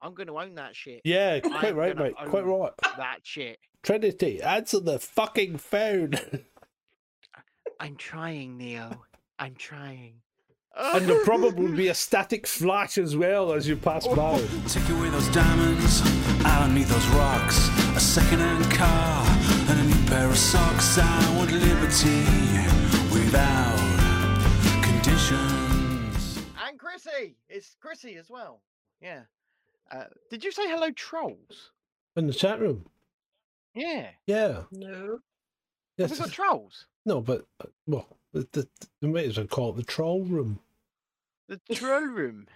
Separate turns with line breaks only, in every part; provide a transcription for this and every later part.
I'm going to own that shit.
Yeah,
I'm
quite right,
gonna
mate. Quite
own
right.
That shit.
Trinity, answer the fucking phone.
I'm trying, Neo. I'm trying.
and the problem would be a static flash as well as you pass by.
Take away those diamonds, I don't need those rocks. A second-hand car and a new pair of socks. I want liberty without conditions.
and Chrissy. It's Chrissy as well. Yeah. Uh, did you say hello, trolls?
In the chat room.
Yeah.
Yeah.
No.
Have we
Yes.
got trolls?
No, but, uh, well, the, the, the might as well call it the troll room.
The troll room.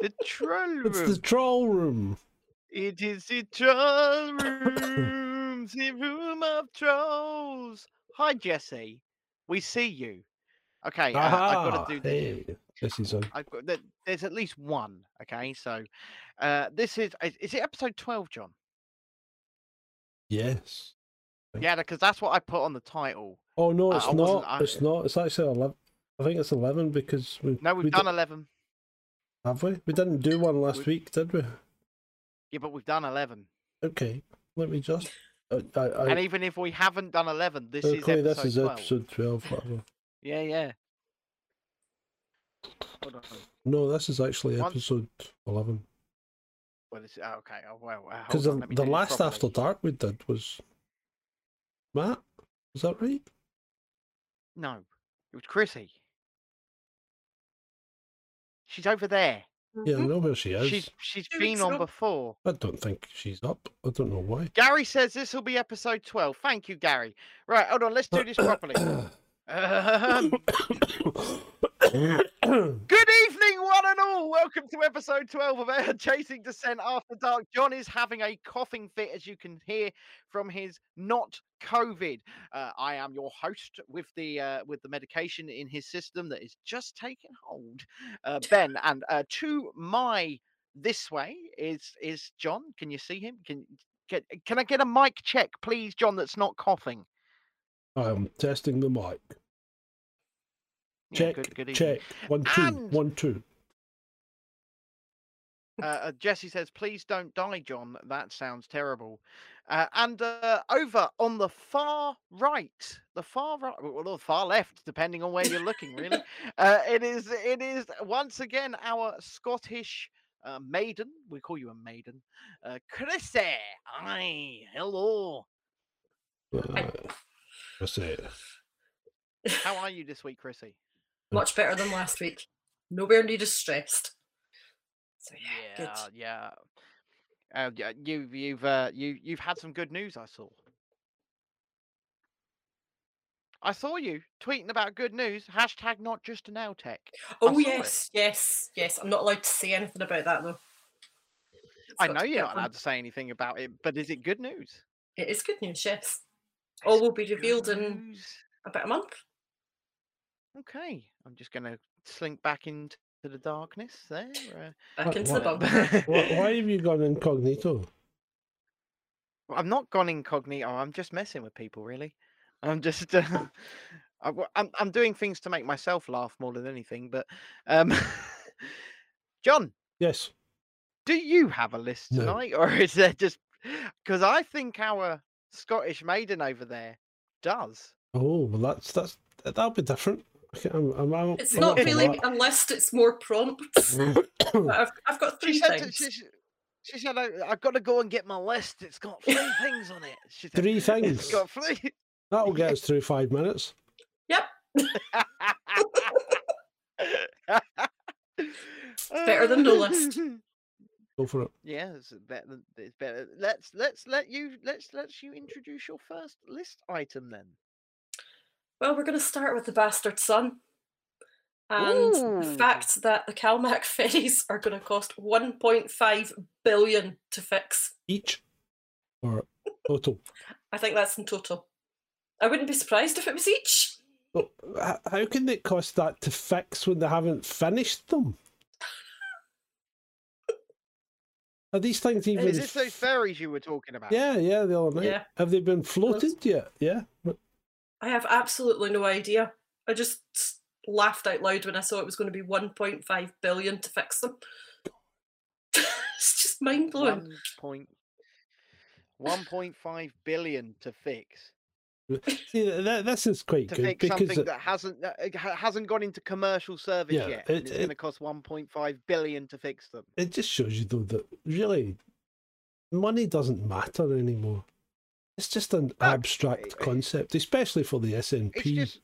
The troll room.
It's the troll room.
It is the troll room, the room of trolls. Hi, Jesse. We see you. Okay, uh, I've
Aha,
got to do this.
Ah, hey, this is on.
I've got, there- there's at least one. Okay, so uh, this is is is it episode twelve, John?
Yes. Right.
Yeah, because that's what I put on the title.
Oh no,
I-
it's
I wasn't-
not.
I-
It's not. It's actually eleven. I think it's eleven because we
No, we've
we
done
di-
eleven.
have we? We didn't do one last week, did we?
Yeah, but we've done eleven. Okay.
Okay, let me just. I, I, I,
And even if we haven't done eleven, this is
okay,
episode
Uh, this is
12.
episode twelve. whatever.
Yeah, yeah. Hold on.
No, this is actually
One-
episode eleven
Well, it's, oh, okay. Oh, well, uh, hold
because
on,
the,
let me
the
do this
last
properly.
after dark we did was Matt. Is that right?
No, it was Chrissy. She's over there.
Yeah,
Mm-hmm.
I know where she is.
She's she's
Two
been
weeks
on
ago.
before.
I don't think she's up. I don't know why.
Gary says this will be episode twelve. Thank you, Gary. Right, hold on. Let's do this properly. Ahem. Good evening, one and all. Welcome to episode 12 of Air Chasing Descent After Dark. John is having a coughing fit, as you can hear from his not COVID. Uh, I am your host with the uh, with the medication in his system that is just taking hold. Uh, ben, and uh, to my this way is is John. Can you see him? Can can, can I get a mic check, please, John? That's not coughing.
I'm testing the mic.
Yeah,
Check, check. One, two, one, two.
And- Uh, uh, Jesse says, "Please don't die, John. That sounds terrible." Uh, and uh, over on the far right, the far right, well, the far left, depending on where you're looking, really. uh, it is, it is once again our Scottish uh, maiden. We call you a maiden, uh, Chrissy. Aye, hello.
Uh, that's it.
How are you this week, Chrissy?
Much better than last week. Nowhere near as stressed. So yeah,
Yeah, yeah. Uh, yeah, you, you've, uh, you, you've had some good news. I saw. I saw you tweeting about good news. Hashtag not just an Altec.
good. Oh
saw it.
yes, yes, yes. I'm not allowed to say anything about that though. It's
I
got
know
to be
you're not
up on-
allowed to say anything about it, but is it good news?
It is good news, yes.
It's
All will be revealed
good
in
news.
about a month.
Okay, I'm just gonna slink back into the darkness there. Uh,
Back
What-
into the
what-
bunker.
Why, why have you gone incognito?
Well, I'm not gone incognito. I'm just messing with people, really. I'm just, uh, I, w- I'm, I'm doing things to make myself laugh more than anything. But, um, John,
Yes.
do you have a list
No.
tonight, or is there just because I think our Scottish maiden over there does?
Oh, well, that's that's that'll be different. Okay, I'm, I'm, I'm,
It's
I'm
not
up for
really
that.
unless it's more prompts. but I've, I've got
She
three
said, that
things.
she, she said, I, I've got to go and get my list. It's got three things on it. She said,
Three
It's
things.
got three.
That'll get us through five minutes.
better than no list.
Go for it.
Yeah, it's better. than- It's better. Let's let's let you let's let you introduce your first list item then.
Well, we're going to start with the bastard son. And
Ooh.
the fact that the Calmac ferries are going to cost 1.5 billion to fix.
Each or total?
I think that's in total. I wouldn't be surprised if it was each.
Well, h- how can it cost that to fix when they haven't finished them? Are these things even?
Is this those fairies you were talking about?
Yeah, yeah, the other night.
Yeah.
Have they been floated yet? Yeah. But
I have absolutely no idea. I just laughed out loud when I saw it was going to be 1.5 billion to fix them. it's just It's mind blowing.
One point, one point five billion to fix
See, th- th- this is quite
to
good
fix
because
something
it-
that hasn't that uh, ha- hasn't gone into commercial service
Yeah,
yet. and
it-
it's
it-
going to cost one point five billion to fix them.
it just shows you though that really money doesn't matter anymore. It's just an abstract
I-
concept, especially for the
It's
SNP.
just.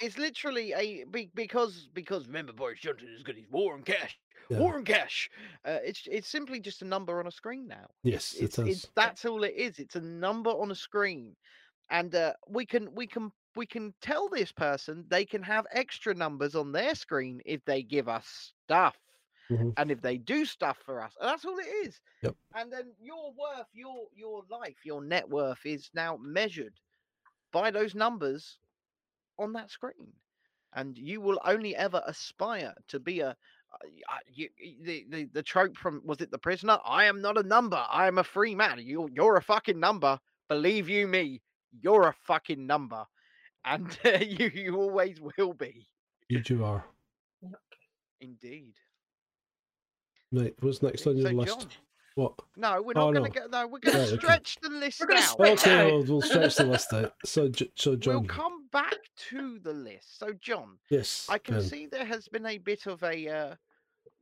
It's literally a be- because because remember Boris Johnson is good. He's war and cash,
Yeah.
war and cash. Uh, it's it's simply just a number on a screen now.
yes, it
it's,
does.
it's that's all it is it's a number on a screen and uh, we can we can we can tell this person they can have extra numbers on their screen if they give us stuff
Mhm.
and if they do stuff for us and that's all it is
Yep.
and then your worth your your life your net worth is now measured by those numbers on that screen and you will only ever aspire to be a uh, y- uh, you, y- the, the the trope from was it the prisoner? I am not a number. I am a free man. You you're a fucking number. Believe you me, you're a fucking number, and uh, you you always will be.
You two are
Indeed.
right. What's next on your
So,
list?
John-
What?
no, we're
Oh,
not going
no.
to go. No, we're
Right,
going
okay.
to stretch the list
We're gonna
out.
Right,
okay,
sorry.
we'll, we'll stretch the list out. So, J- so John.
We'll come back to the list. So, John,
yes,
I can
John.
see there has been a bit of a uh,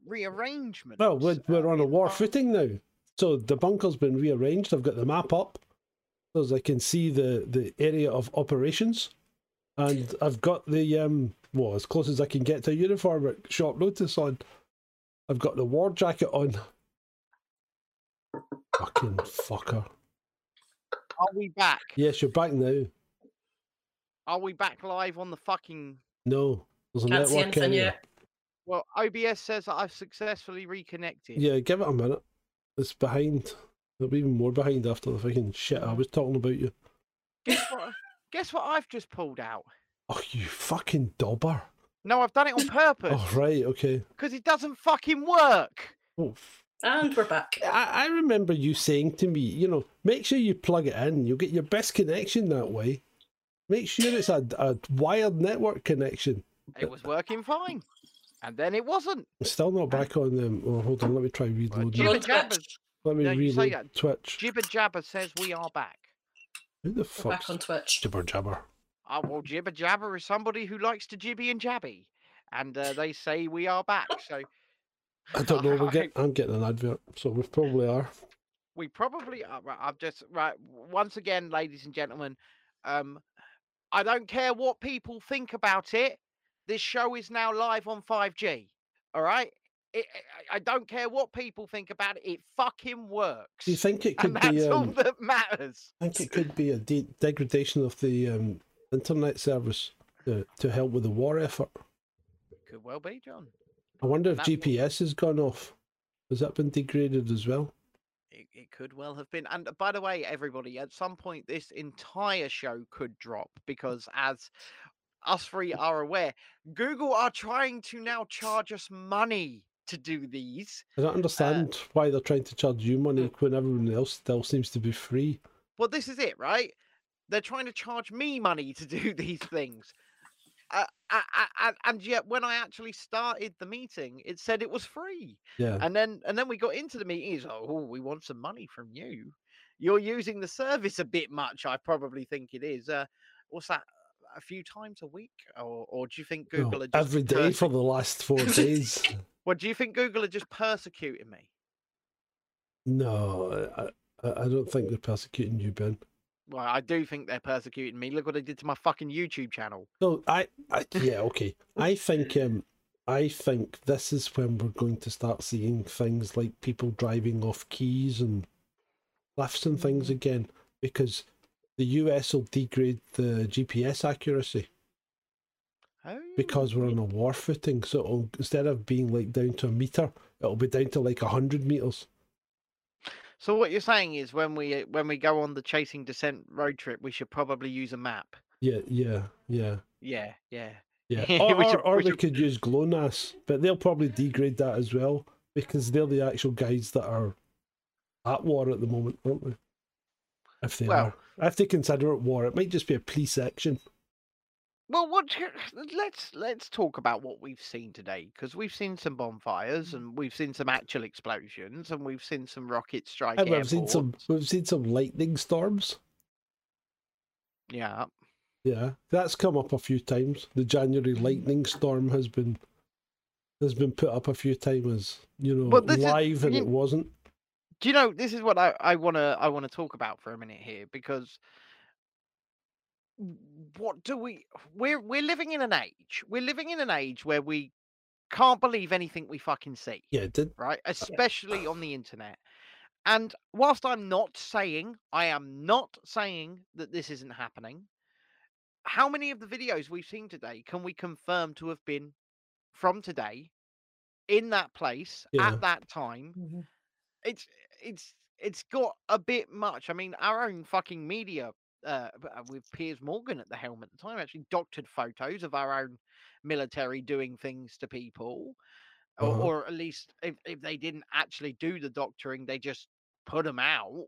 rearrangement.
Well, we're, we're
uh,
on a
in
war
our-
footing now. So the bunker's been rearranged. I've got the map up, as I can see the the area of operations, and I've got the um well as close as I can get to uniform at short notice on. I've got the war jacket on. Fucking fucker!
Are we back?
Yes, you're back now.
Are we back live on the fucking
No, there's a
Can't see
network
anything
area.
yet.
Well, OBS says that I've successfully reconnected.
Yeah, give it a minute. It's behind. It'll be even more behind after the fucking shit I was talking about you.
Guess what, guess what I've just pulled out?
Oh, you fucking dobber.
No, I've done it on purpose
Oh, right, okay.
because it doesn't fucking work.
Oh, f-
And we're back.
I, I remember you saying to me, you know, make sure you plug it in. You'll get your best connection that way. Make sure it's a, a wired network connection.
It was working fine, and then it wasn't.
It's still not back on them. Oh, hold on. Let me try reloading.
Jibber
Well,
jabber,
Twitch.
Let me
no, you say
reload
that.
Twitch.
jibber jabber says we are back.
Who the
We're back
fuck's
on Twitch.
jibber jabber?
Oh well, jibber jabber is somebody who likes to jibby and jabby, and uh, they say we are back. So
I don't know. We'll get, I'm getting an advert, so we probably are.
we probably are. Right, I've just right w- once again, ladies and gentlemen. Um, I don't care what people think about it. This show is now live on 5G. All right, it, I- I don't care what people think about it. It fucking works,
Do you think it could
and that's
be?
all
Um,
that matters.
I think it could be a de- degradation of the um, internet service to, to help with the war effort.
Could well be, John.
I wonder if
That-
GPS has gone off. Has that been degraded as well?
It, it could well have been. And by the way, everybody, at some point, this entire show could drop because, as us three are aware, Google are trying to now charge us money to do these.
I don't understand
Uh,
why they're trying to charge you money
hmm.
when everyone else still seems to be free.
Well, this is it, right? They're trying to charge me money to do these things. Uh, a- a- a- and yet, when I actually started the meeting, it said it was free.
Yeah.
And then, and then we got into the meeting. It's like, oh, we want some money from you. You're using the service a bit much. I probably think it is. Uh, what's that? A few times a week, or, or do you think
Well,
Google are just
Oh, every day for
perse-
the last four days.
Well, do you think Google are just persecuting me?
No, I- I, I don't think they're persecuting you, Ben.
Well, I do think they're persecuting me. Look what they did to my fucking YouTube channel.
No, I, I yeah, okay. I think um I think this is when we're going to start seeing things like people driving off keys and lefts and things again because the US will degrade the GPS accuracy
Oh,
because we're on a war footing. So it'll, instead of being like down to a meter, it'll be down to like a hundred meters.
So what you're saying is when we when we go on the chasing descent road trip, we should probably use a map.
Yeah, yeah, yeah.
Yeah, yeah.
Yeah,
We
or,
should-
or, or
we
they
should-
could use GLONASS, but they'll probably degrade that as well because they're the actual guys that are at war at the moment, aren't they? If they
Well-
are, if they consider it war, it might just be a police action.
Well, what do- let's let's talk about what we've seen today because we've seen some bonfires
Mm.
and we've seen some actual explosions and we've seen some rockets
And
striking.
we've seen some we've seen some lightning storms.
Yeah,
Yeah, that's come up a few times. The January
Hmm.
lightning storm has been has been put up a few times as you know
But this is-
live, and
you-
it wasn't.
do you know this is what I, I wanna I wanna talk about for a minute here because w- what do we we're we're living in an age we're living in an age where we can't believe anything we fucking see
Yeah, it did.
right especially on the internet and whilst i'm not saying i am not saying that this isn't happening how many of the videos we've seen today can we confirm to have been from today in that place
Yeah.
at that time it's it's it's got a bit much. I mean, our own fucking media uh, b- uh, with Piers Morgan at the helm at the time actually doctored photos of our own military doing things to people, or,
Uh-huh.
or at least if, if they didn't actually do the doctoring, they just put them out.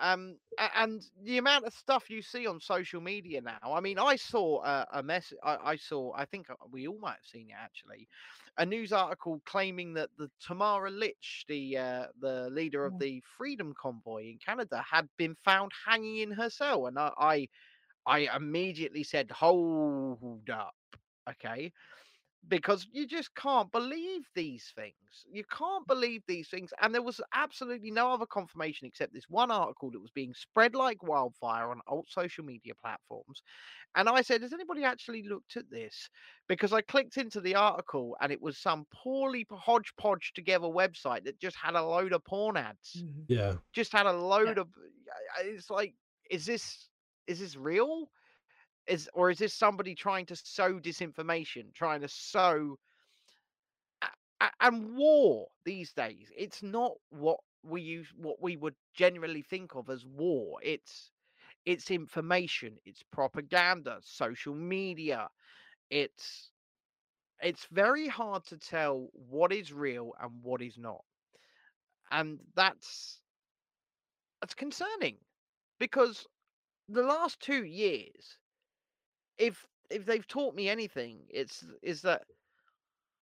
Um, a- and the amount of stuff you see on social media now. I mean, I saw a, a message. I, I saw. I think uh, we all might have seen it actually a news article claiming that the Tamara Litch, the uh, the leader of
Mm.
the Freedom Convoy in Canada, had been found hanging in her cell, and I I, I immediately said, "Hold up, okay." Because you just can't believe these things. You can't believe these things. And there was absolutely no other confirmation except this one article that was being spread like wildfire on alt social media platforms. And I said, Has anybody actually looked at this? because I clicked into the article and it was some poorly p- hodgepodge together website that just had a load of porn ads.
Yeah,
Just had a load of. I- I- It's like, is this is this real? Is or is this somebody trying to sow disinformation, trying to sow a- a- and war these days? It's not what we use, what we would generally think of as war. It's it's information, it's propaganda, social media, it's it's very hard to tell what is real and what is not and that's that's concerning because the last two years if if they've taught me anything it's is that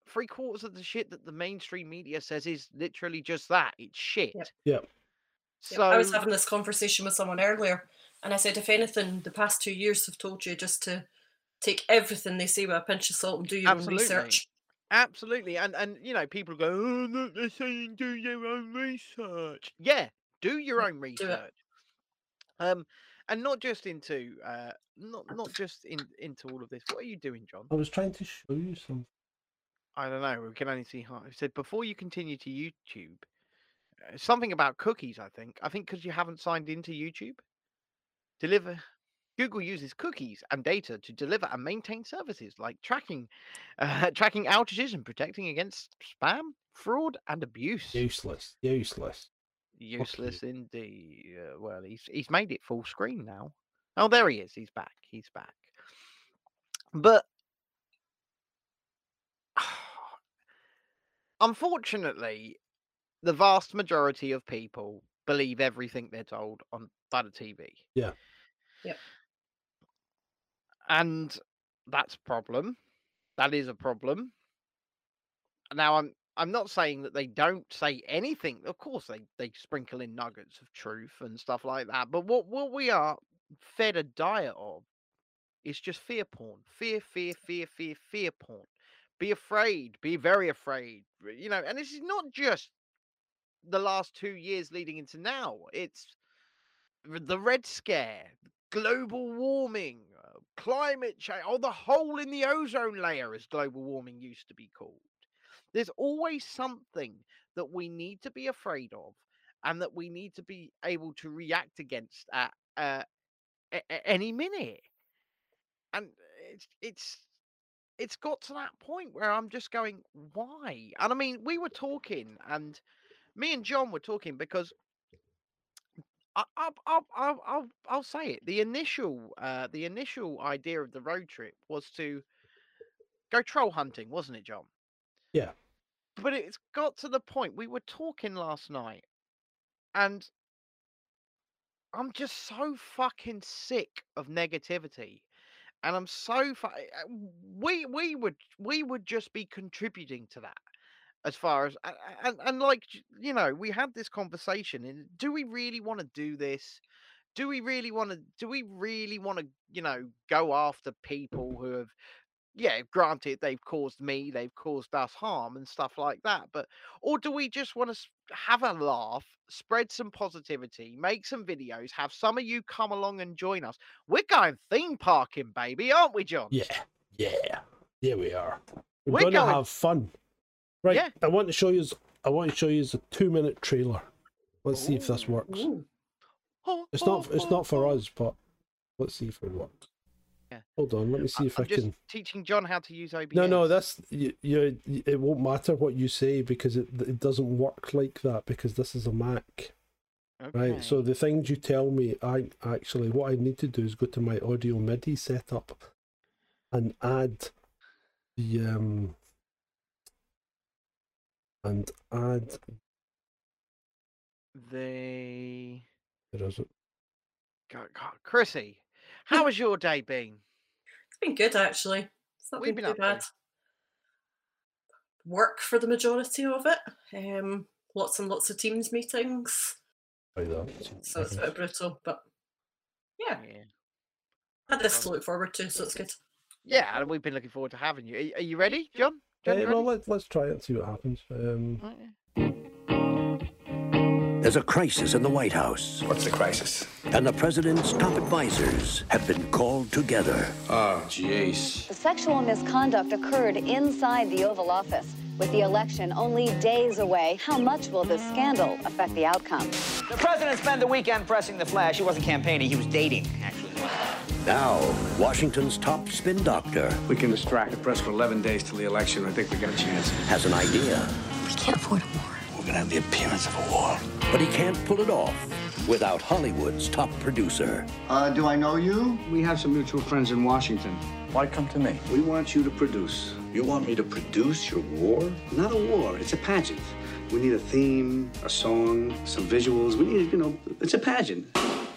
three quarters of the shit that the mainstream media says is literally just that it's shit
Yep.
so
Yeah, I was having this conversation with someone earlier, and I said, if anything, the past two years have told you just to take everything they say with a pinch of salt and do your
Absolutely.
own research.
Absolutely, and and you know people go, oh look, they're saying do your own research. Yeah, do your own
it.
research. Um, and not just into uh, not not just in into all of this. What are you doing, John?
I was trying to show you something.
I don't know. We can only see half. It said before you continue to YouTube, uh, something about cookies. I think. I think because you haven't signed into YouTube. Deliver. Google uses cookies and data to deliver and maintain services like tracking, uh, tracking outages and protecting against spam, fraud, and abuse.
Useless, useless.
Useless indeed. Uh, well, he's he's made it full screen now. Oh, there he is. He's back. He's back. But unfortunately, the vast majority of people believe everything they're told on by the TV.
Yeah.
Yep.
And that's a problem. That is a problem. Now I'm I'm not saying that they don't say anything. Of course, they, they sprinkle in nuggets of truth and stuff like that. But what, what we are fed a diet of is just fear porn. Fear, fear, fear, fear, fear porn. Be afraid. Be very afraid. r- You know, and this is not just the last two years leading into now. It's r- the Red Scare, global warming, uh, climate change, or the hole in the ozone layer, as global warming used to be called. There's always something that we need to be afraid of and that we need to be able to react against at uh, a- a- any minute. And it's it's it's got to that point where I'm just going, why? And I mean, we were talking, and me and John were talking because I, I, I, I, I'll, I'll say it. The initial uh, the initial idea of the road trip was to go troll hunting, wasn't it, John?
Yeah.
But it's got to the point we were talking last night, and I'm just so fucking sick of negativity and I'm so far. We we would we would just be contributing to that as far as a- a- and and like j- you know we had this conversation and do we really want to do this? Do we really want to? Do we really want to? You know, go after people who have. Yeah, granted, they've caused me, they've caused us harm and stuff like that. But, or do we just want to have a laugh, spread some positivity, make some videos, have some of you come along and join us? We're going theme parking, baby, aren't we, John?
Yeah, yeah, yeah. We are. We're,
We're
gonna
going-
have fun, right?
Yeah.
I want to show you. I want to show you a two-minute trailer. Let's see if this works.
Ooh.
Oh,
It's not.
oh,
It's
oh,
not for
oh.
us, but let's see if it works.
Yeah.
Hold on. Let me see
I-
if
I'm
i
just
can.
teaching John how to use OBS.
No, no. That's you, you. It won't matter what you say because it it doesn't work like that because this is a Mac. Right, so the things you tell me, I actually what I need to do is go to my audio MIDI setup and add the um and add
the
where is it?
God, God, Chrissy, how has your day been?
It's been good actually. It's not
What you
been,
been
too
up
bad.
to?
Work for the majority of it. Um, lots and lots of teams meetings.
Right there.
So it's a bit brutal, but yeah,
Yeah.
had this to look forward to, so it's good.
Yeah, and we've been looking forward to having you. Are, are you ready, John? John,
Uh,
you
well,
ready?
let, let's try it and see what happens. Um,
Right, yeah.
There's a crisis in the White House,
What's the crisis?
and the president's top advisors have been called together.
Oh, jeez.
The sexual misconduct occurred inside the Oval Office. With the election only days away, how much will this scandal affect the outcome?
The president spent the weekend pressing the flash. He wasn't campaigning, he was dating, actually.
Now, Washington's top spin doctor
We can distract the press for 11 days till the election. I think we got a chance.
has an idea,
We're gonna have the appearance of a war.
but he can't pull it off without Hollywood's top producer.
Uh, do I know you?
We have some mutual friends in Washington.
Why come to me?
We want you to produce.
You want me to produce your war?
Not a war, it's a pageant. We need a theme, a song, some visuals. We need, you know, it's a pageant.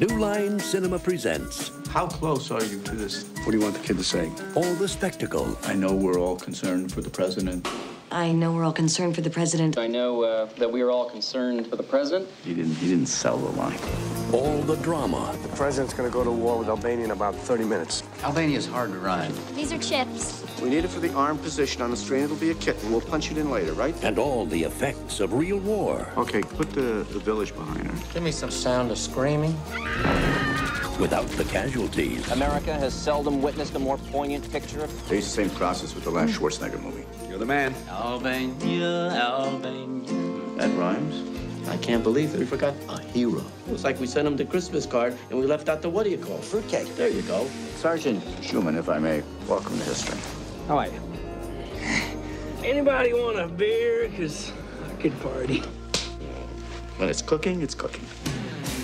New Line Cinema presents
How close are you to this?
What do you want the kid to say?
All the Spectacle
I know we're all concerned for the president.
I know we're all concerned for the president.
I know uh, that we are all concerned for the president.
He didn't. He didn't sell the line.
All the Drama,
The president's gonna go to war with Albania in about 30 minutes.
Albania's hard to run.
These are chips.
We need it for the arm position on the strain. It'll be a kitten. We'll punch it in later, right?
and all the effects of real war
Okay, put the, the village behind her.
Give me some sound of screaming.
without the casualties.
America has seldom witnessed a more poignant picture of
They used the same process with the last
Hmm.
Schwarzenegger movie. You're the man.
Albania, Albania.
That rhymes.
I can't believe it. We forgot a hero. It was like we sent him the Christmas card and we left out the what do you call? it? Fruitcake. There you go. Sergeant.
Schumann, if I may. Welcome to history.
How are you? Anybody want a beer? Because I could party.
When it's cooking, it's cooking.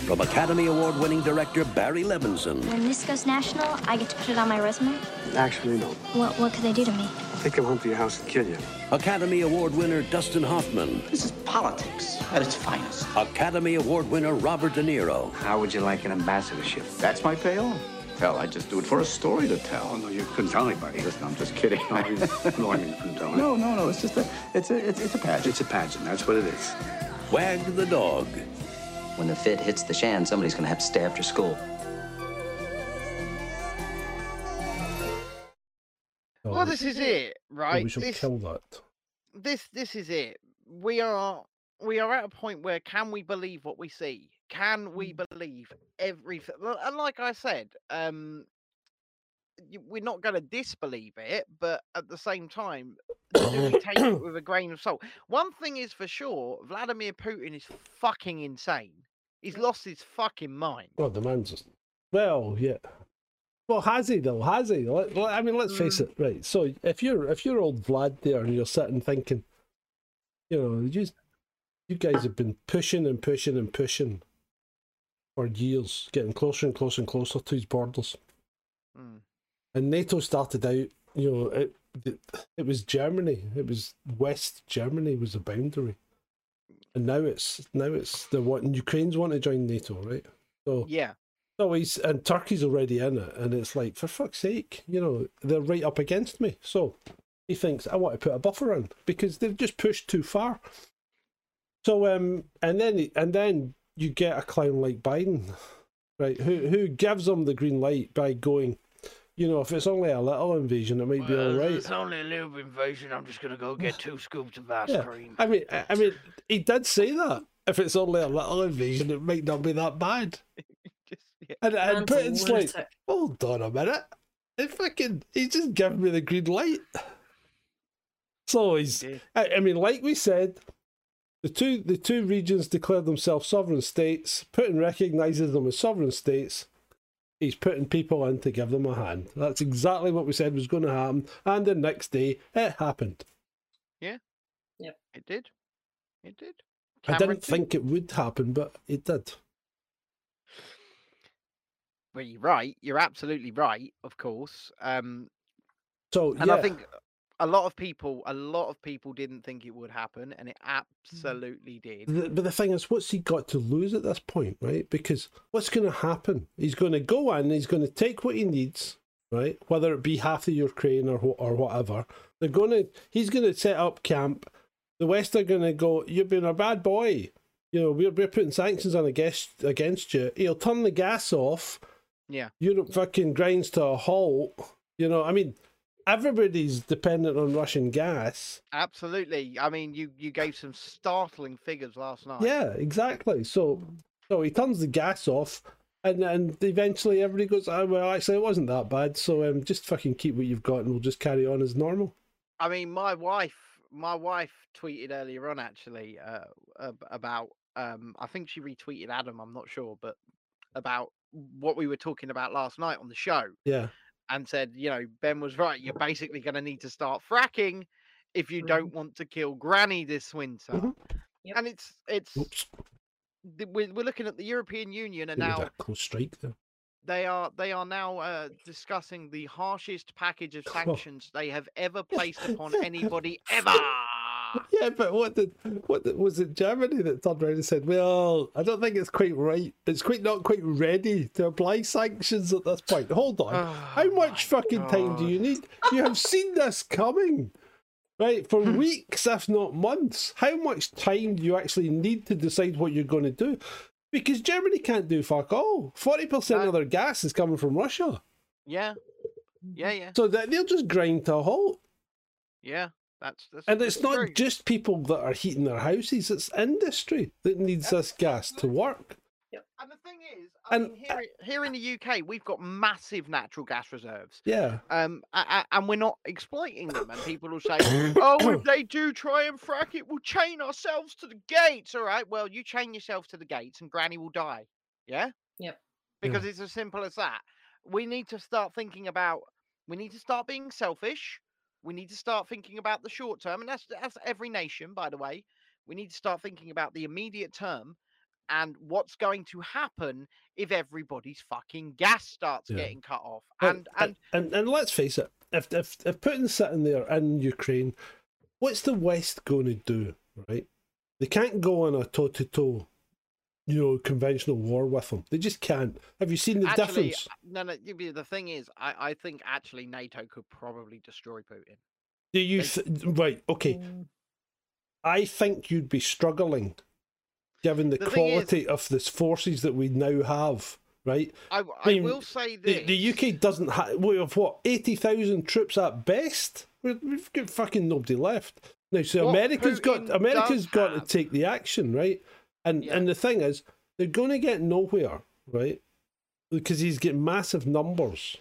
From Academy Award winning director Barry Levinson
When this goes national, I get to put it on my resume.
Actually, no.
What, what could they do to me?
They come home to your house and kill you.
Academy Award winner Dustin Hoffman,
This is politics at its finest.
Academy Award winner Robert De Niro,
How would you like an ambassadorship? That's my payoff. Hell, I just do it for a story to tell. Oh, no, you couldn't tell anybody. Listen, I'm just kidding. No, you, couldn't tell No, no, no. It's just a, it's a, it's, it's a pageant. It's a pageant. That's what it is.
Wag the Dog,
When the fit hits the shan, somebody's gonna have to stay after school.
Oh,
Well, this is it,
oh,
right?
we shall
This-
kill that.
this this is it. We are we are at a point where can we believe what we see? Can we
Mm.
believe everything? And like I said, um, y- we're not going to disbelieve it, but at the same time, do we take it with a grain of salt? One thing is for sure: Vladimir Putin is fucking insane. He's lost his fucking mind.
Well, the man's just. Well, yeah. Well, has he though? Has he? Let- let- I mean, let's face it, right? So if you're if you're old Vlad there and you're sitting thinking, you know, you just- you guys have been pushing and pushing and pushing for years, getting closer and closer and closer to his borders. Oh,
Mm.
And NATO started out, you know, it it, it was Germany, it was West Germany was the boundary, and now it's now it's the what Ukraine's want to join NATO, right? So
Yeah,
always and Turkey's already in it, and it's like for fuck's sake, you know they're right up against me. So he thinks I want to put a buffer in because they've just pushed too far. So um, and then and then you get a clown like Biden, right? Who who gives them the green light by going, you know, if it's only a little invasion, it might be all right.
It's only a little invasion. I'm just gonna go get two scoops of ice
Yeah.
cream.
I mean, I I mean, he did say that. If it's only a little invasion, it might not be that bad. And, and
Man's a
Britain's like,
lunatic.
hold on a minute. He fucking, he just gave me the green light. So he's, I, I mean, like we said, the two the two regions declared themselves sovereign states. Putin recognises them as sovereign states. He's putting people in to give them a hand. That's exactly what we said was going to happen. And the next day, it happened.
Yeah.
Yeah.
It did. It did.
I
Cameron
didn't think it would happen, but it did.
Well, you're right. You're absolutely right. Of course. Um,
So
and I
yeah.
think a lot of people, a lot of people didn't think it would happen, and
Mm-hmm.
it absolutely did.
The- But the thing is, what's he got to lose at this point, right? Because what's going to happen? He's going to go in, he's going to take what he needs, right? Whether it be half of Ukraine or wh- or whatever, they're going to. He's going to set up camp. The West are going to go. You've been a bad boy. You know, we're, we're putting sanctions on against against you. He'll turn the gas off.
Yeah.
Europe fucking grinds to a halt. You know, I mean, everybody's dependent on Russian gas.
Absolutely. I mean, you you gave some startling figures last night.
Yeah, exactly. So, so he turns the gas off, and and eventually everybody goes, oh, "Well, actually, it wasn't that bad. So, um, just fucking keep what you've got, and we'll just carry on as normal."
I mean, my wife, my wife tweeted earlier on actually uh, ab- about. Um, I think she retweeted Adam. I'm not sure, but about what we were talking about last night on the show,
Yeah,
and said, you know, Ben was right. You're basically going to need to start fracking if
Mm-hmm.
you don't want to kill Granny this winter. And it's it's th- we're, we're looking at the European Union and
Bit of
now
a close strike there.
they are they are now uh, discussing the harshest package of sanctions they have ever placed upon anybody ever. Ah.
Yeah, but what did what did, was it Germany that turned around and said, "Well, I don't think it's quite right. It's quite not quite ready to apply sanctions at this point." Hold
Uh,
on,
Oh
how much fucking time do you need? You have seen this coming, right? For weeks, if not months. How much time do you actually need to decide what you're going to do? Because Germany can't do fuck all. Forty percent of their gas is coming from Russia,
Yeah, yeah, yeah,
so that they'll just grind to a halt.
yeah. That's, that's
And it's
that's
not
true.
just people that are heating their houses, it's industry that needs this gas to work.
And the thing is, I
And-
mean, here, i- here in the UK, we've got massive natural gas reserves.
Yeah.
Um, a- a- and we're not exploiting them. And people will say, "Oh, if they do try and frack it, we'll chain ourselves to the gates." All right. Well, you chain yourself to the gates, and Granny will die. Yeah.
Yep.
Because it's as simple as that. We need to start thinking about. We need to start being selfish. We need to start thinking about the short term, and that's that's every nation, by the way. We need to start thinking about the immediate term and what's going to happen if everybody's fucking gas starts
Yeah.
getting cut off.
Well,
And and
and and let's face it, if if if Putin's sitting there in Ukraine, what's the West going to do? Right, they can't go on a toe to toe, you know, conventional war with them. They just can't. Have you seen the
actually, uh,
difference?
no, no. you be- The thing is, I, I think actually NATO could probably destroy Putin.
Do you th- right? Okay, I think you'd be struggling, given the,
The thing is-
quality of this forces that we now have. Right?
I, w- I will say
the,
this.
the UK doesn't have we have what eighty thousand troops at best. We- We've got fucking nobody left now. So
What
America's
Putin
got America's
does
got to take the action, right? And and the thing is, they're going to get nowhere, right? Because he's getting massive numbers,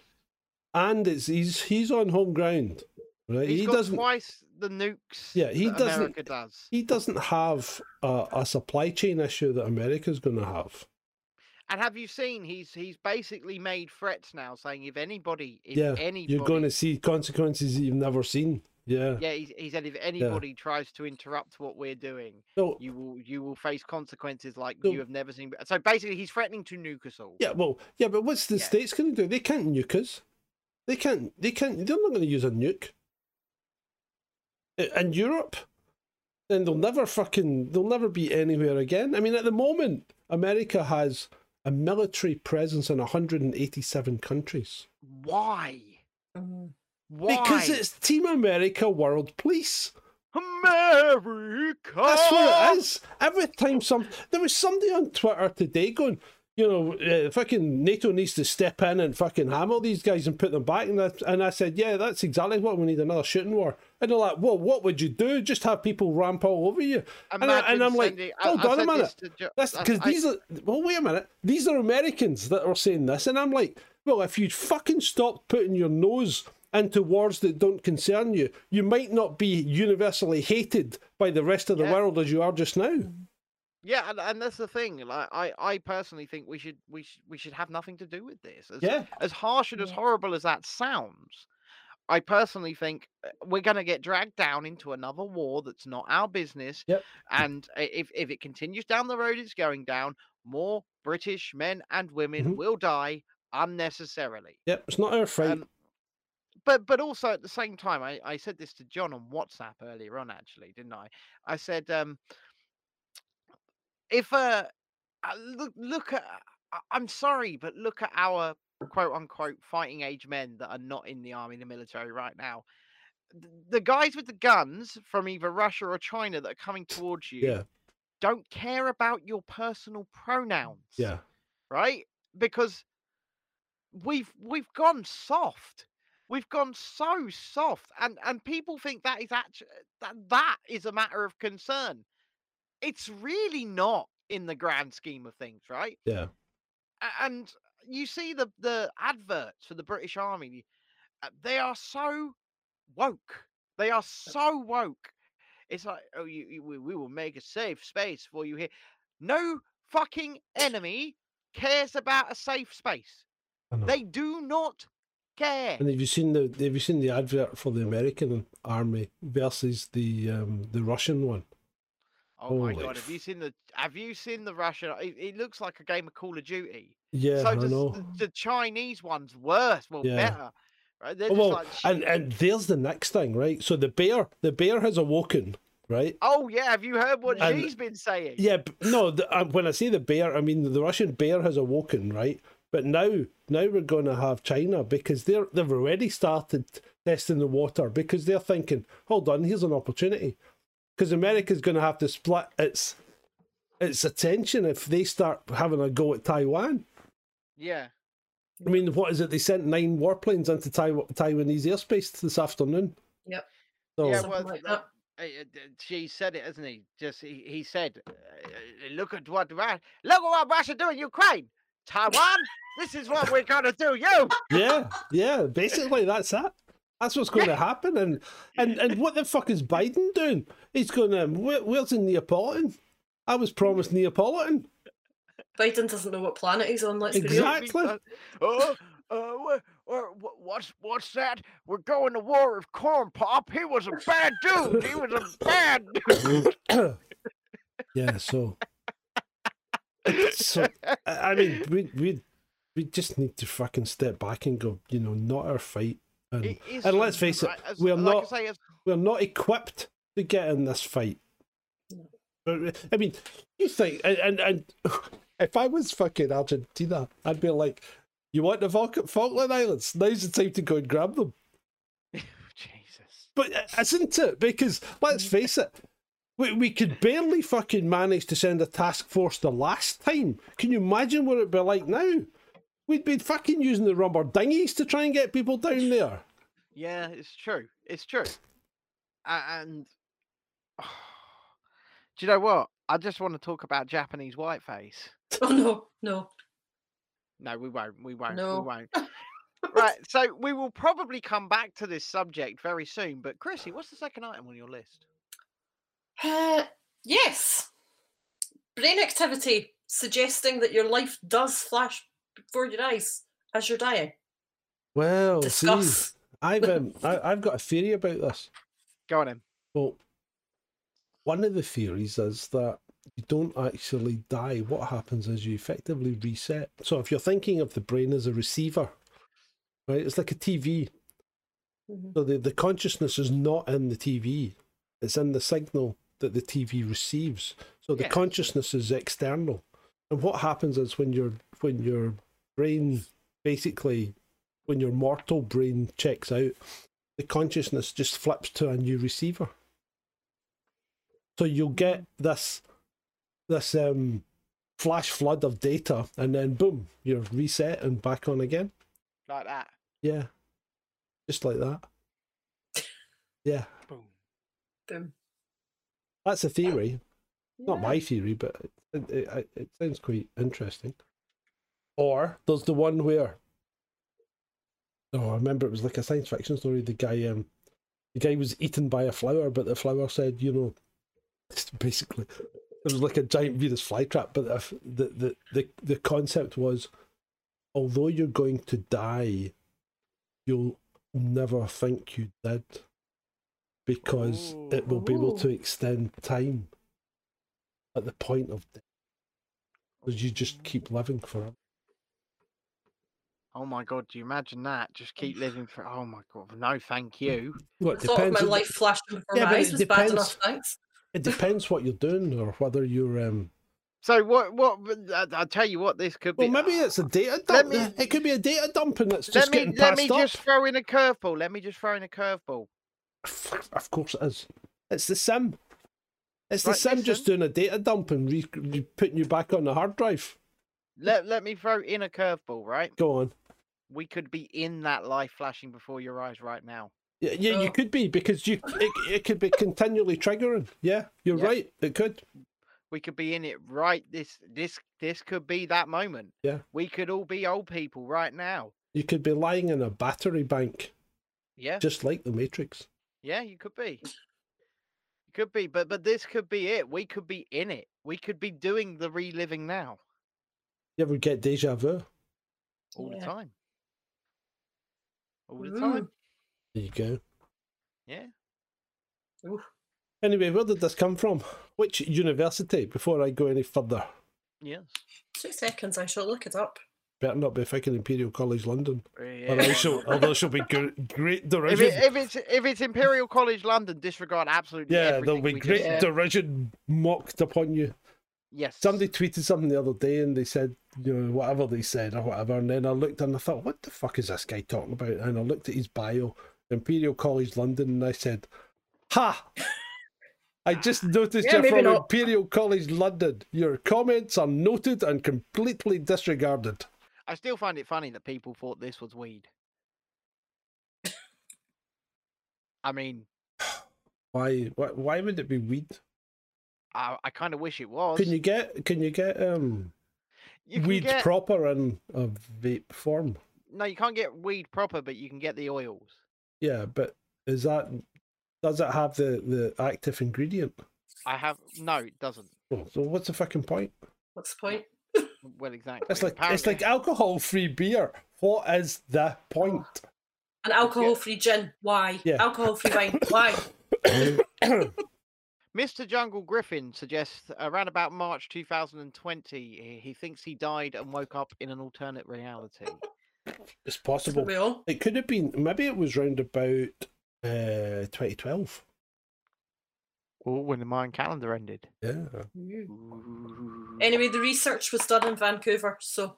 and it's he's he's on home ground, right?
He's
he
got
doesn't.
twice the nukes.
Yeah, he
that
doesn't.
America does.
He doesn't have a, a supply chain issue that America's going to have.
And have you seen? He's he's basically made threats now, saying if anybody, if
yeah,
anybody,
you're going to see consequences that you've never seen. Yeah,
Yeah, he, he said if anybody tries to interrupt what we're doing,
So-
you will you will face consequences like
So-
you have never seen. be- So basically, he's threatening to nuke us all.
Yeah, well, yeah, but what's the states going to do? They can't nuke us. They can't. They can't. They're not going to use a nuke. I- In Europe, then they'll never fucking. They'll never be anywhere again. I mean, at the moment, America has a military presence in 187 countries.
Why? Why?
Um, Because it's Team America World Police.
America.
That's
Oh!
what it is. Every time some there was somebody on Twitter today going, you know, uh, fucking NATO needs to step in and fucking hammer these guys and put them back. And I, and I said, yeah, that's exactly what we need another shooting war. And they're like, well, what would you do? Just have people ramp all over you? And, I,
Imagine
and I'm like,
sending- I-
hold
I
on a
said
minute.
this to Jo-
That's
I-
because
I-
these are well, wait a minute. These are Americans that are saying this, and I'm like, well, if you fucking stop putting your nose into wars that don't concern you, you might not be universally hated by the rest of the world as you are just now.
Yeah, and, and that's the thing. Like, I, I personally think we should, we should, we should have nothing to do with this. As,
Yeah.
as harsh and as horrible as that sounds, I personally think uh, we're going to get dragged down into another war that's not our business.
Yep.
And i- if if it continues down the road it's going down, more British men and women
Mm-hmm.
will die unnecessarily.
Yep, it's not our fight.
Um, but but also at the same time, I, I said this to John on WhatsApp earlier on, actually, didn't I? I said, um, if uh, uh, look look at, uh, I- I'm sorry, but look at our quote unquote fighting age men that are not in the army, the military right now. Th- The guys with the guns from either Russia or China that are coming towards you
yeah,
don't care about your personal pronouns
yeah.
right? Because we've we've gone soft. We've gone so soft, and and people think that is actually that that is a matter of concern. It's really not in the grand scheme of things, right?
Yeah.
A- And you see the the adverts for the British Army. uh, They are so woke. They are so woke. It's like, oh, you, you we we will make a safe space for you here. No fucking enemy cares about a safe space.
I know.
They do not care.
And have you seen the have you seen the advert for the American army versus the um, the Russian one?
Oh my
Holy
god! Have you seen the Have you seen the Russian? It, it looks like a game of Call of Duty.
Yeah,
so
I
does
know.
The, the Chinese one's worse. Well,
Yeah. Oh,
better. Right? They're just
well,
like, "Sh-
and and there's the next thing, right? So the bear, the bear has awoken, right?
oh yeah, have you heard what
and-
she's been saying?
Yeah, b- no. The, uh, when I say the bear, I mean the Russian bear has awoken, right? But now, now we're going to have China because they're they've already started testing the water because they're thinking, hold on, here's an opportunity, because America's going to have to split its its attention if they start having a go at Taiwan.
yeah.
I mean, what is it? They sent nine warplanes into Taiw- Taiwanese airspace this afternoon.
Yep.
So,
yeah,
Something
well,
like
uh, uh, uh, she said it, hasn't he? Just he, he said, uh, uh, "Look at what Russia, look at what Russia do in Ukraine, Taiwan. this is what we're gonna do, you."
yeah, yeah. Basically, that's it. That's what's going to happen. And and and what the fuck is Biden doing? He's going to where, where's the Neapolitan? I was promised Neapolitan.
Biden doesn't know what planet he's on. Let's be real.
Exactly.
Oh, uh, wha- or wha- what's what's that? We're going to war with Corn Pop. He was a bad dude. He was a bad dude.
yeah. So. So I I mean, we we we just need to fucking step back and go. You know, not our fight. And,
It is
and let's
something,
face it,
right, as-
we're
like I
not
say, as-
we're not equipped to get in this fight. But, I mean, you think, and, and, and if I was fucking Argentina, I'd be like, you want the Falk- Falkland Islands? Now's the time to go and grab them.
Jesus.
But uh, isn't it? Because let's face it, we, we could barely fucking manage to send a task force the last time. Can you imagine what it'd be like now? We'd be fucking using the rubber dinghies to try and get people down there.
Yeah, it's true. It's true. A- And do you know what? I just want to talk about Japanese whiteface.
Oh no, no.
No, we won't. We won't.
No.
We won't. right. So we will probably come back to this subject very soon. But Chrissy, what's the second item on your list?
Uh, yes. Brain activity suggesting that your life does flash before your eyes as you're dying.
Well, Oh, see,
Discuss.
I've um, I, I've got a theory about this.
Go on in.
Well, one of the theories is that you don't actually die. What happens is you effectively reset. So if you're thinking of the brain as a receiver, right, it's like a TV. So the, the consciousness is not in the TV; it's in the signal that the TV receives. So the
Yeah.
consciousness is external. And what happens is when your when your brain basically when your mortal brain checks out, the consciousness just flips to a new receiver. So you'll get this this um flash flood of data and then boom, you're reset and back on again.
like that.
Yeah. Just like that. Yeah.
Boom.
That's a theory. Not
Yeah.
my theory, but it, it, it, it sounds quite interesting. Or there's the one where oh, I remember it was like a science fiction story. The guy, um, the guy was eaten by a flower, but the flower said, you know, basically, it was like a giant Venus flytrap. But if the the the the concept was, although you're going to die, you'll never think you did, because it will be
Oh.
able to extend time at the point of death. 'Cause you just keep living forever.
Oh my god, do you imagine that? Just keep living for oh my god, no thank you.
Well, it
The thought of
depends
my
on the-
life flashing before
Yeah,
my
but
eyes
it
was bad
depends.
enough, thanks.
It depends what you're doing or whether you're um.
So what what but I, I tell you what this could be
Well, maybe it's a data
Let
dump.
me-
it could be a data dump, and it's
let
just
me
getting
let
passed
me
up.
just throw in a curveball. Let me just throw in a curveball.
Of course, it is. It's the sim. It's the
Right,
sim just doing a data dump and re- re- putting you back on the hard drive.
Let let me throw in a curveball, right?
Go on.
We could be in that life flashing before your eyes right now.
Yeah, yeah
Oh.
you could be because you it, it could be continually triggering. Yeah, you're
Yeah.
right. It could.
We could be in it right this this this could be that moment.
Yeah,
We could all be old people right now.
you could be lying in a battery bank,
Yeah.
just like the Matrix.
Yeah, you could be. You could be, but but this could be it. We could be in it. We could be doing the reliving now
You ever get deja vu?
all the
Yeah.
time. All the
Mm.
time.
There you go.
Yeah.
Anyway, where did this come from? Which university? Before I go any further,
Yes.
Two seconds, I shall look it up.
better not be fucking Imperial College London, or
Yeah,
I shall, or there shall be gr- great
If,
derision.
it, if it's if it's Imperial College London, disregard absolutely
yeah,
everything
there'll be
we just
great
said.
derision mocked upon you.
Yes.
Somebody tweeted something the other day, and they said, you know, whatever they said or whatever. And then I looked and I thought, what the fuck is this guy talking about? And I looked at his bio, Imperial College London, and I said, ha. I just noticed
Yeah,
you're
maybe
from
not.
Imperial College London. Your comments are noted and completely disregarded.
I still find it funny that people thought this was weed. I mean,
Why? Why, why would it be weed?
I, I kind of wish it was.
Can you get? Can you get um
You can
weed
get-
proper in a vape form?
No, you can't get weed proper, but you can get the oils.
Yeah, but is that does it have the the active ingredient?
I have no, it doesn't.
Oh, So what's the fucking point?
What's the point?
Well, exactly.
It's like it's
Apparently-
like alcohol free beer. What is the point?
An alcohol free gin, why?
Yeah.
Alcohol free wine, why?
Mr. Jungle Griffin suggests around about March 2020, he- he thinks he died and woke up in an alternate reality.
It's possible.
Well,
It could have been maybe it was round about uh twenty twelve.
Or when the Mayan calendar ended.
Yeah.
Anyway, the research was done in Vancouver, so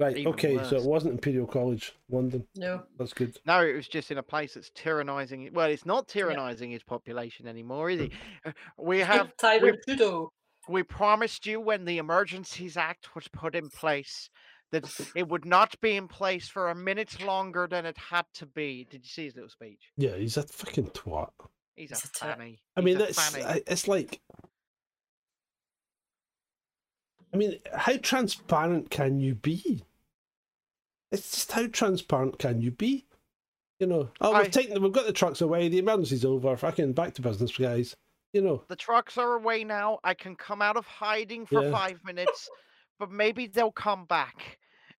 Right,
Even
okay, so
worse.
it wasn't Imperial College, London.
no.
That's good.
No, it was just in a place that's tyrannizing. Well, it's not tyrannizing his population anymore, is
Mm.
it? Uh, We have
Tyler Trudeau.
we promised you when the Emergencies Act was put in place that it would not be in place for a minute longer than it had to be. Did you see his little speech?
Yeah, he's a fucking twat.
He's a
He's a tit.
fanny.
I
He's
mean
a
that's
fanny.
I- it's like I mean, how transparent can you be? It's just how transparent can you be? You know, oh,
I-
we've taken the, we've got the trucks away. The emergency's over. Fucking back to business, guys. You know,
the trucks are away now. I can come out of hiding for
Yeah.
five minutes, but maybe they'll come back.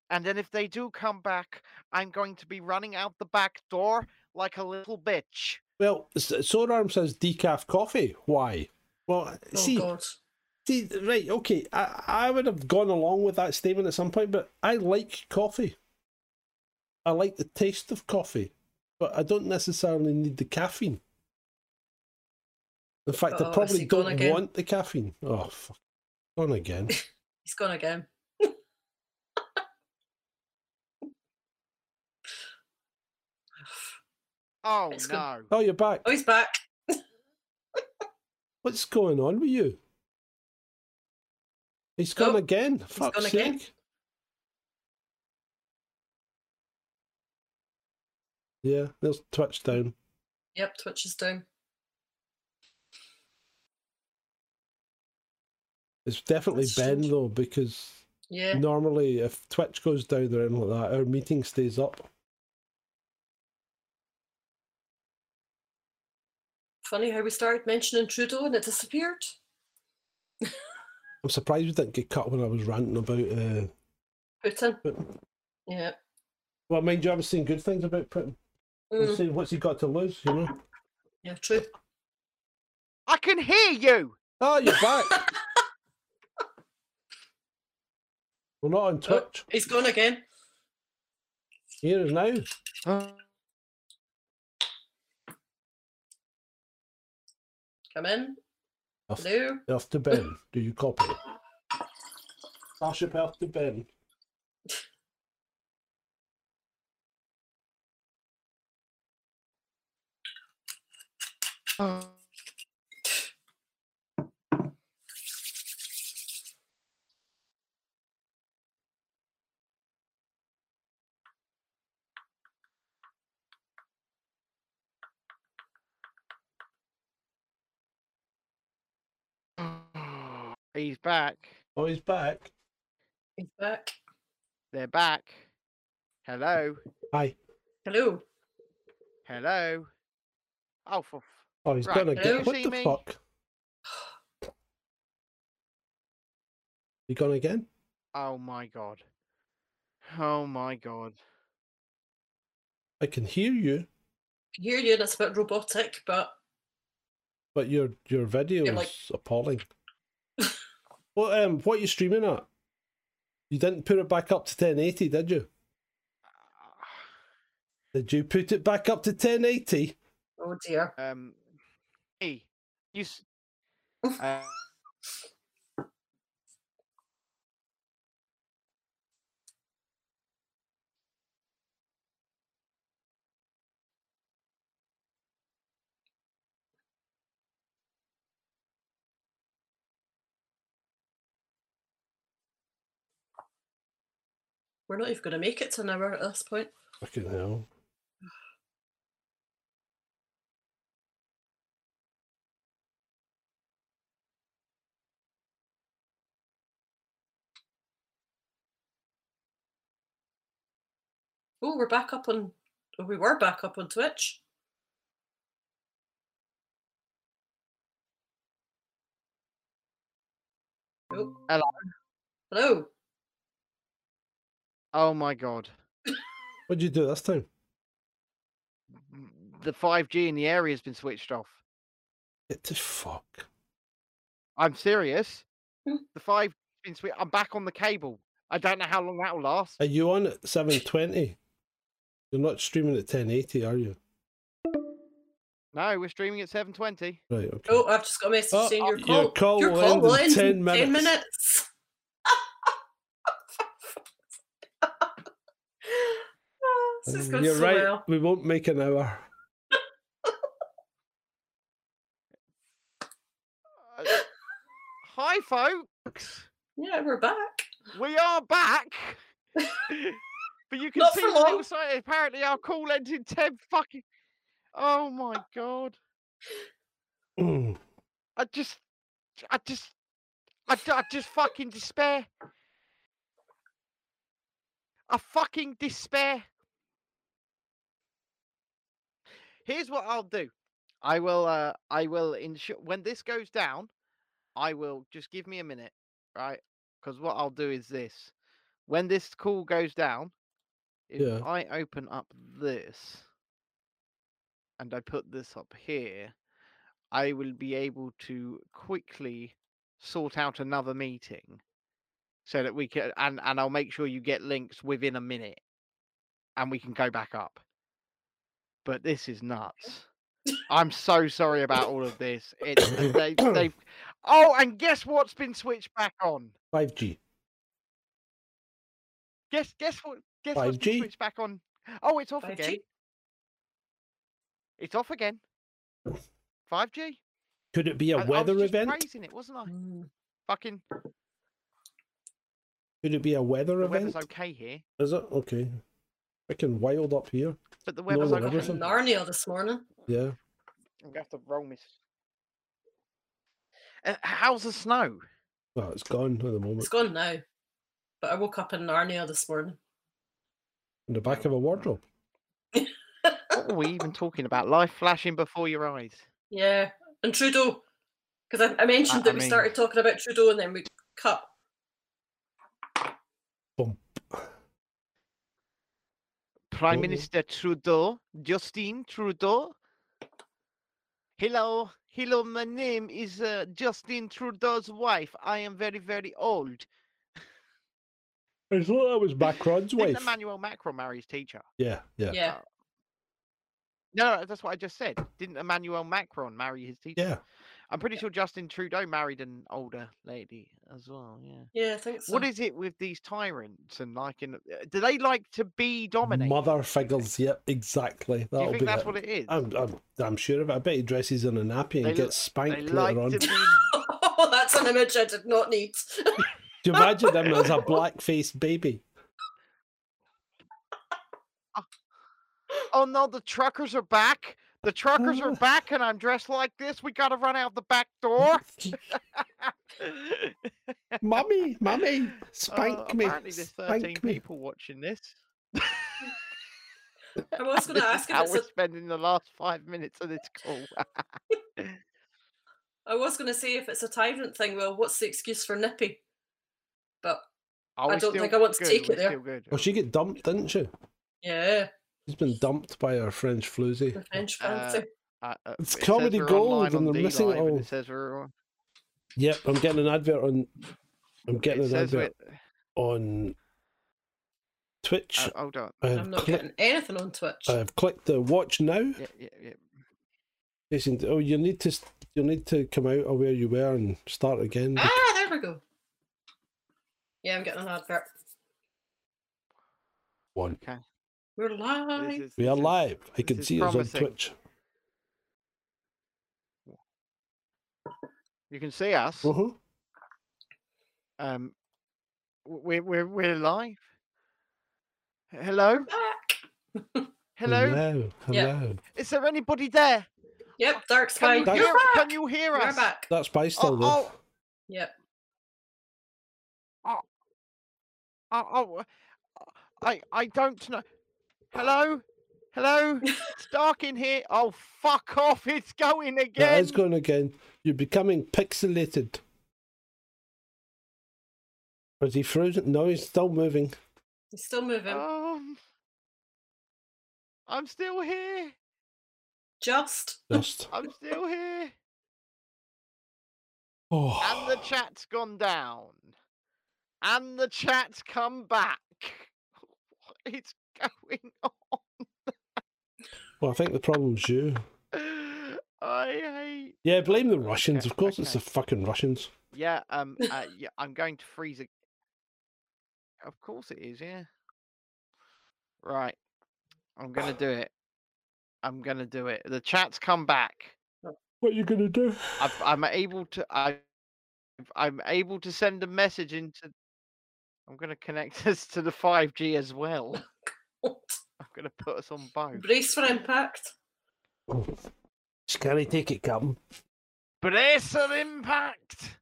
And then if they do come back, I'm going to be running out the back door like a little bitch.
well, S- Sword Arm says decaf coffee. Why? Well,
Oh
see,
god.
see, right, okay. I, I would have gone along with that statement at some point, but I like coffee. I like the taste of coffee, but I don't necessarily need the caffeine. In fact,
Oh,
I
I
probably
see, gone
don't
again.
Oh, want the caffeine. Oh, fuck. Gone again.
He's gone again.
Oh
It's
no!
gone.
Oh, you're back.
Oh, he's back.
What's going on with you? He's gone again. Fuck's
Oh, gone
sake.
again.
Yeah, there's Twitch down.
Yep, Twitch is down.
It's definitely Ben though, because
Yeah.
normally if Twitch goes down or anything like that, our meeting stays up.
Funny how we started mentioning Trudeau and it disappeared.
I'm surprised we didn't get cut when I was ranting about. Uh,
Putin. Yeah.
well, mind you, I was saying good things about Putin. I was
Mm.
saying, what's he got to lose? You know.
Yeah, true.
I can hear you.
Oh, you're back. We're not on Twitch.
He's gone again.
Here and now.
Come in.
Off,
Hello?
off to Ben. Do you copy? Starship off to Ben.
He's back.
Oh, he's back.
He's back.
They're back. Hello.
Hi.
Hello.
Hello. Oh, for. f-
Oh, he's
Right,
gonna
can
get.
you
What
see
the
me?
fuck? He gone again?
Oh my god. Oh my god.
I can hear you,
can hear you and it's a bit robotic, but
but your your video
Yeah,
is
like-
appalling. well, um, what are you streaming at? You didn't put it back up to 1080, did you? Did you put it back up to 1080?
oh dear.
Um, hey, you. s- Uh,
we're not even going to make it to an hour at this point.
Fucking hell.
Oh, we're back up on. oh, we were back up on Twitch. Oh,
hello.
hello.
Oh my god.
What did you do this time?
The 5G in the area has been switched off.
Get to fuck.
I'm serious.
Hmm.
The 5G has been switched. I'm back on the cable. I don't know how long that will last.
Are you on at 720? You're not streaming at 1080, are you?
No, we're streaming at 7:20.
Right, okay.
Oh, I've just got a message
Oh,
saying your
your
call.
call
your
will
call
end
will
in
end
10
in
minutes.
10 minutes. this is going
You're
so
right.
well.
We won't make an hour.
Hi, folks.
Yeah, we're back.
We are back. but you can
Not
see
for
the little
long.
sign, Apparently, our call ended in 10 fucking. Oh my god.
Mm.
I just. I just. I, d- I just fucking despair. I fucking despair. Here's what I'll do. I will uh I will ensure when this goes down, I will just give me a minute, right? Because what I'll do is this. When this call goes down, if
Yeah.
I open up this and I put this up here, I will be able to quickly sort out another meeting so that we can and, and I'll make sure you get links within a minute and we can go back up. But this is nuts. I'm so sorry about all of uh, this. It's they they Oh, and guess what's been switched back on?
5G.
Guess guess what? Guess what's been
5G?
switched back on? Oh, it's off
5G?
again. It's off again. Five G.
Could it be a weather
was just
event?
Praising it, wasn't I?
Mm.
Fucking
Could it be a weather
the
event?
weather's okay here,
Is it okay? Freaking wild up here.
but the
Northern
weather's okay.
Everything.
Narnia this morning.
Yeah.
I'm gonna have to roll me. Uh, how's the snow?
Well, Ah, it's gone at the moment.
It's gone now. But I woke up in Narnia this morning.
In the back of a wardrobe.
What were we even talking about? Life flashing before your eyes.
Yeah. And Trudeau. Because I, I mentioned
I-
that
I
we
mean-
started talking about Trudeau and then we cut.
Prime
Oh.
Minister Trudeau, Justin Trudeau. Hello, hello. My name is uh, Justin Trudeau's wife. I am very, very old.
I thought that was Macron's
Didn't
wife.
Emmanuel Macron marry his teacher?
Yeah, yeah,
Yeah.
yeah.
No, no, that's what I just said. Didn't Emmanuel Macron marry his teacher? I'm pretty sure Justin Trudeau married an older lady as well. Yeah.
Yeah, I think so.
What is it with these tyrants and liking? Do they like to be dominated?
Mother figures. Yep, exactly.
Do
That'll
you think
be
that's
it.
what it is?
I'm, I'm, I'm sure of it. I bet he dresses in a nappy and
They l-
gets
They
spanked
like
later on.
to
Do
be
Oh, that's an image I did not need.
you imagine him as a black faced baby?
oh no, the truckers are back. The truckers are back, and I'm dressed like this. We gotta run out the back door.
mummy, mummy, spank
Oh,
me.
Apparently, there's 13
Spank me.
people watching this.
I was
This
going to
is
ask if
how
it's
we're
a,
spending the last five minutes of this call.
I was going to say if it's a tyrant thing, well, what's the excuse for nippy? But
Are
I
we
don't
still
think I want to
good?
take it
We're
there.
still good.
Well, she got dumped, didn't she?
yeah,
She's been dumped by her French floozy.
the French
Uh,
fancy.
Uh, uh,
It's
it says
comedy
we're
gold
online
and
on
they're missing oh. it
DLive, and
all.
It says we're on.
Yep, I'm getting an advert on. I'm
It
getting an
says uh,
advert
we're-
on Twitch.
oh, hold on.
I
I'm
have,
not
click-
getting anything on Twitch.
Uh,
I have clicked the watch now.
Yeah, yeah, yeah.
Jason, oh, you need to s- you need to come out of where you were and start again.
ah, there we go. Yeah, I'm getting an advert.
One.
Okay.
We're
This
live.
is-
We
this
are
is-
live. I can
is
see us on
promising.
Twitch.
You can see us.
Uh-huh.
Um, w- we're we're we're live. Hello,
Back.
hello.
Hello.
Yeah.
hello.
Is there anybody there?
Yep, dark
Can
sky.
you
Guys-
hear,
You're back.
can you hear
We're
us?
back.
That's by still
Oh,
though.
oh,
Yep.
oh, oh, oh, I I don't know. Hello, hello. It's dark in here. Oh fuck off! It's going
That
again.
is going again. You're becoming pixelated. Was he frozen? No, he's still moving.
He's still moving.
Um, I'm still here.
Just.
Just.
I'm still here. And
Oh.
the chat's gone down. And the chat's come back. What is going
Well, I think the problem's you.
on? I hate.
Yeah, blame the Russians. Of course, it's the
okay.
fucking Russians.
Yeah. Um. Uh, yeah. I'm going to freeze. Ag- of course it is. Yeah. Right. I'm gonna do it. I'm gonna do it. The chat's come back.
What are you going to do?
I've, I'm able to. I, I'm able to send a message into. I'm going to connect us to the 5G as well. I'm going to put us on both.
Brace for impact.
Scary, take it, Captain.
Brace of impact.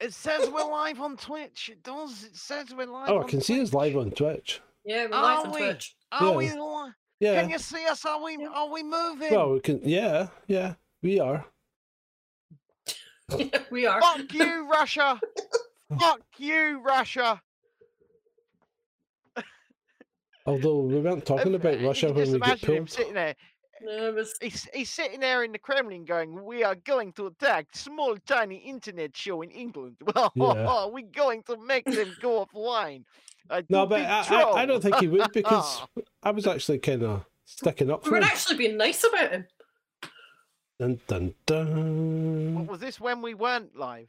It says we're live on Twitch. It does. It says we're live.
Oh, I
on
can see us live on Twitch.
Yeah, we're live
Are
on
we?
Twitch.
Are
yeah.
we live? Can
Yeah.
you see us? Are we? Are we moving?
Well, we can. Yeah, yeah, we are.
Yeah, we are.
Fuck you, Russia. Fuck you, Russia.
Although we weren't talking about
uh, You
Russia when
just
we get
imagine him
pulled.
sitting there.
No, it was-
he's, he's sitting there in the Kremlin going, We are going to attack small, tiny internet show in England. Well,
Yeah.
we're going to make them go offline. A
No,
big
but I, I, I
troll." Ah.
don't think he would because I was actually kind of sticking up
we
for
were
him.
actually being nice about him.
Dun, dun, dun. Mm.
What was this when we weren't live?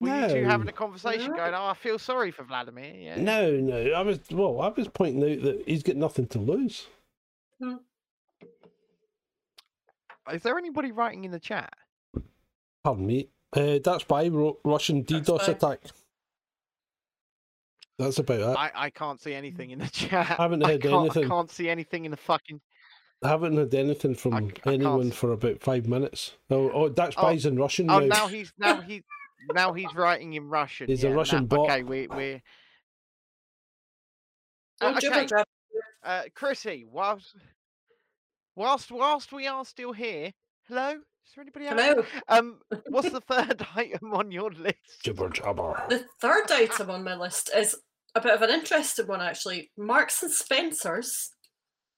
Were you two
No.
having a conversation going, oh, I feel sorry for Vladimir? Yeah.
No, no. I was well. I was pointing out that he's got nothing to lose.
Is there anybody writing in the chat?
Pardon me. Uh, that's why I wrote Russian DDoS
why.
attack. That's about it.
I, I can't see anything in the chat.
Uh, mm. haven't
I
heard
can't, I
anything.
can't see anything in the fucking.
I haven't heard anything from anyone for about five minutes. Oh, oh that's
Oh,
why he's in Russian
Oh,
now.
now he's now he now he's writing in Russian.
He's a
yeah,
Russian
nah,
bot.
Okay, we we.
Oh,
Uh,
jibber
okay,
jab.
uh, Chrissy, whilst whilst whilst we are still here, hello. Is there anybody out?
Hello.
there? Um, what's the third item on your list?
Jibber jabber.
The third item on my list is a bit of an interesting one, actually. Marks and Spencers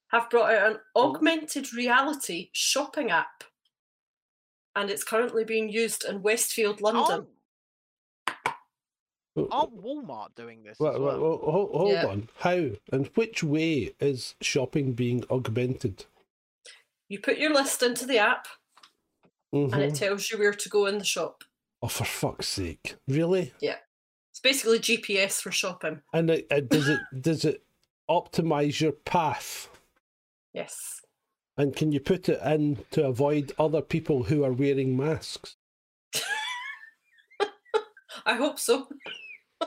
have brought out an augmented reality shopping app, and it's currently being used in Westfield,
Oh.
London.
Aren't Walmart doing this?
Well,
as Oh, well?
well, well, ho- oh, hold,
Yeah.
on. How and which way is shopping being augmented?
You put your list into the app, and it
Mhm.
tells you where to go in the shop.
Oh, for fuck's sake! Really?
Yeah, it's basically GPS for shopping.
And it, it, does it does it optimize your path?
Yes.
And can you put it in to avoid other people who are wearing masks?
I hope so.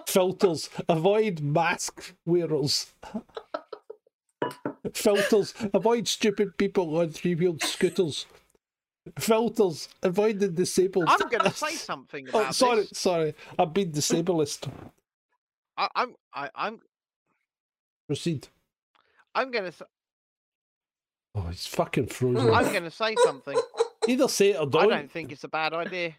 Filters. Avoid mask wearers. Filters. Avoid stupid people on three wheeled scooters. Filters. Avoid the disabled.
I'm going to say something about
Oh, sorry,
this.
sorry. I've been disablest.
I, I'm I, I'm
Proceed.
I'm going to
Oh, he's fucking
I'm
frozen.
going to say something.
Either say it or
Hmm. I
don't.
don't think it's a bad idea.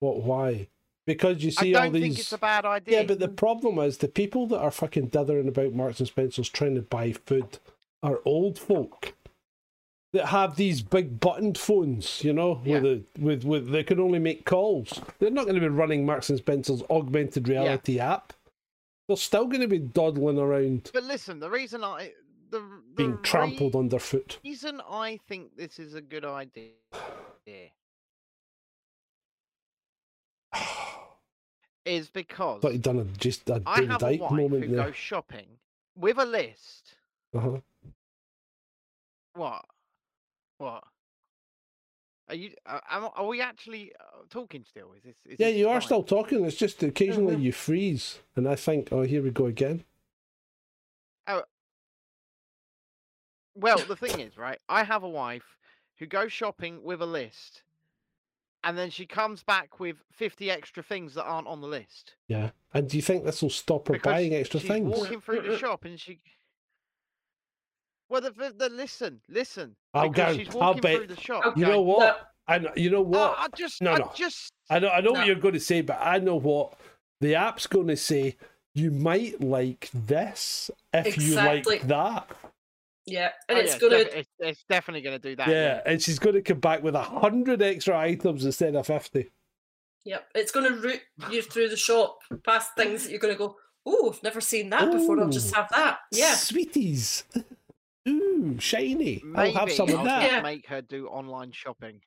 What? Why? Because you see
I
all
don't
these.
think it's a bad idea.
Yeah, but the problem is the people that are fucking dithering about Marks and Spencers trying to buy food are old folk that have these big buttoned phones, you know, with the with with they can only make calls. They're not going to be running Marks and Spencers augmented reality app. They're still going to be dawdling around,
But listen, the reason I the, the
being trampled underfoot.
reason I think this is a good idea is because
But you've done a just a
I
Dick
have a
Dyke
wife
moment
who
there.
goes shopping with a list.
Uh-huh.
What? What? Are you? Are, am- are we actually uh, talking still? Is this? Is
Yeah,
this
you are
fine?
still talking. It's just occasionally
Mm-hmm.
you freeze, and I think, oh, here we go again.
Oh. Well, the thing is, right? I have a wife who goes shopping with a list, and then she comes back with fifty extra things that aren't on the list.
Yeah. And do you think this will stop her
because
buying extra
she's
things?
Walking through the shop, and she. Well, the, the, the listen, listen.
I'll
because
go.
she's
I'll
walking
bet.
through the shop.
You know what? I know, you know what?
Oh, I just,
no,
I
no.
just,
I know. I know
no.
what you're going to say, but I know what the app's going to say. You might like this if
Exactly.
you like that.
Yeah, and
Oh,
it's
yeah,
gonna.
defi- it's, it's definitely gonna do that.
yeah. and she's going to come back with a hundred extra items instead of fifty.
Yep, it's going to route you through the shop past things that you're going to go, oh, I've never seen that before. I'll just
Ooh.
have that. Yeah,
sweeties. Ooh, shiny.
Maybe
I'll have some of
I'll
that.
just make her do online shopping.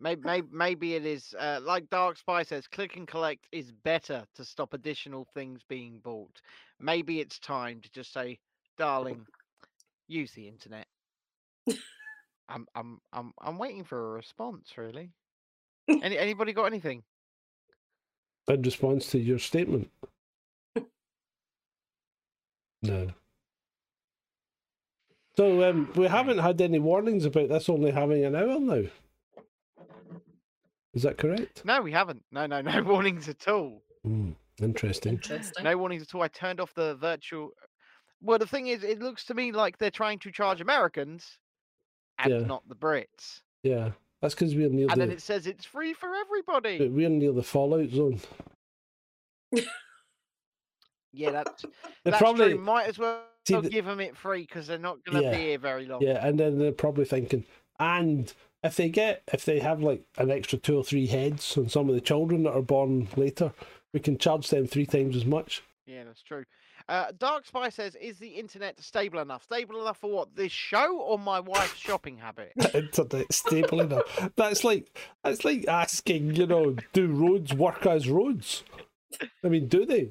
Maybe, maybe, maybe it is uh, like Dark Spy says. Click and collect is better to stop additional things being bought. Maybe it's time to just say, "Darling, use the internet." I'm, I'm, I'm, I'm waiting for a response. Really, any anybody got anything?
In response to your statement. no. So um, we haven't had any warnings about this only having an hour now. Is that correct?
No, we haven't. No, no, no warnings at all.
Hmm, interesting.
No warnings at all. I turned off the virtual. Well, the thing is, it looks to me like they're trying to charge Americans and
Yeah.
not the Brits.
Yeah, that's because we're near
And then
the
it says it's free for everybody.
but we're near the fallout zone.
Yeah, that's,
They're
that's
probably-
true. Might as well
See,
give
the-
give them it free because they're not going to
Yeah.
be here very long.
Yeah, and then they're probably thinking, and if they get if they have like an extra two or three heads on some of the children that are born later, we can charge them three times as much.
Yeah, that's true. Uh, Dark Spy says, "Is the internet stable enough? Stable enough for what? This show or my wife's shopping habit?"
internet stable enough. That's like that's like asking, you know, do roads work as roads? I mean, do they?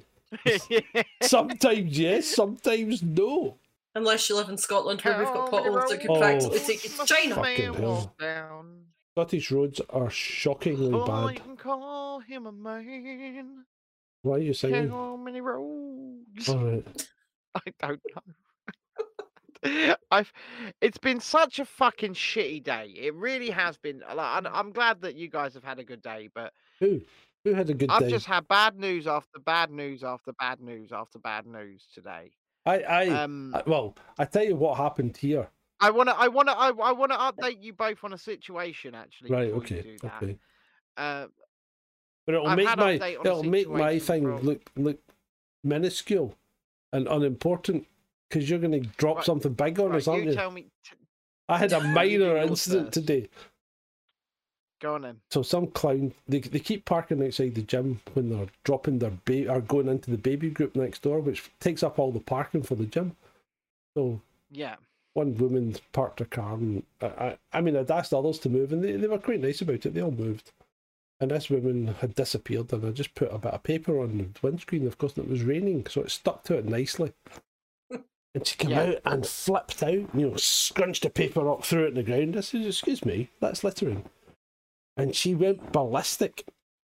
Sometimes yes, sometimes no.
Unless you live in Scotland where we've got potholes that could
Oh,
practically take you to China.
fucking hell.
Down.
Scottish roads are shockingly
Oh, you
bad.
can call him a man.
Why are you singing?
How many roads?
All right.
I don't know. I've. It's been such a fucking shitty day. It really has been. Like, I'm, I'm glad that you guys have had a good day, but
Who? Who had a good
I've
day?
just had bad news after bad news after bad news after bad news today.
I, I,
Um,
I- well, I tell you what happened here.
I want to. I want to. I, I want to update you both on a situation actually.
Right,
before you
okay,
do that.
okay.
Uh,
But it'll
I've
make
had
my
update on the
it'll make my
situation
thing
from-
look look minuscule and unimportant because you're going to drop
Right,
something big on us,
right,
aren't
you
you?
tell me. T-
I had a
you do
minor
yours
incident
first.
today.
Go on then.
So some clown they they keep parking outside the gym when they're dropping their baby or going into the baby group next door, which takes up all the parking for the gym. So
Yeah.
one woman parked her car, and I, I, I mean, I'd asked others to move, and they, they were quite nice about it. They all moved. And this woman had disappeared, and I just put a bit of paper on the windscreen, of course, and it was raining, so it stuck to it nicely. And she came
Yeah.
out and flipped out, you know, scrunched the paper up, threw it in the ground. I said, Excuse me, that's littering. And she went ballistic,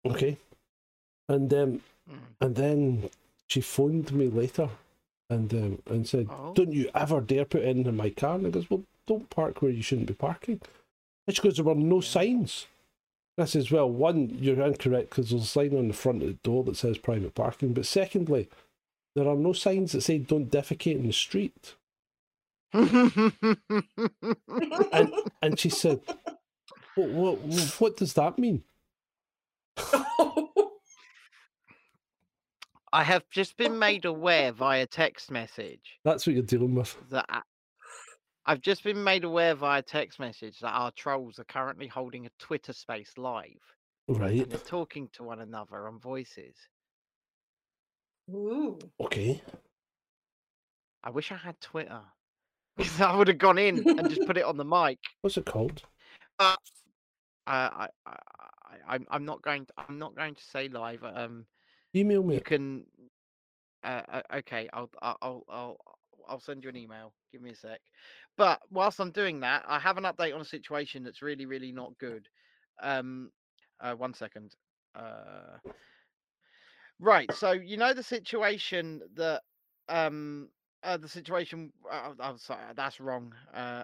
okay? And um, and then she phoned me later and um, and said, "Don't you ever dare put anything in my car?" And I goes, "Well, don't park where you shouldn't be parking." And she goes, "There were no signs." And I says, "Well, one, you're incorrect because there's a sign on the front of the door that says private parking, but secondly, there are no signs that say don't defecate in the street." and and she said, "What what what does that mean?"
I have just been made aware via text message
That's what you're dealing with.
that I, have just been made aware via text message that our trolls are currently holding a Twitter space live.
Right.
And they're talking to one another on voices.
Ooh.
Okay.
I wish I had Twitter. 'Cause I would have gone in and just put it on the mic.
What's it called?
Uh, I, I, I, I'm, I'm not going. To, I'm not going to say live. uh, Um,
Email me.
you can. Uh, uh, okay, I'll, I'll, I'll, I'll, I'll send you an email. Give me a sec. But whilst I'm doing that, I have an update on a situation that's really, really not good. Um, uh, one second. Uh, right. So you know the situation that um uh, the situation. Uh, I'm sorry, that's wrong. Uh,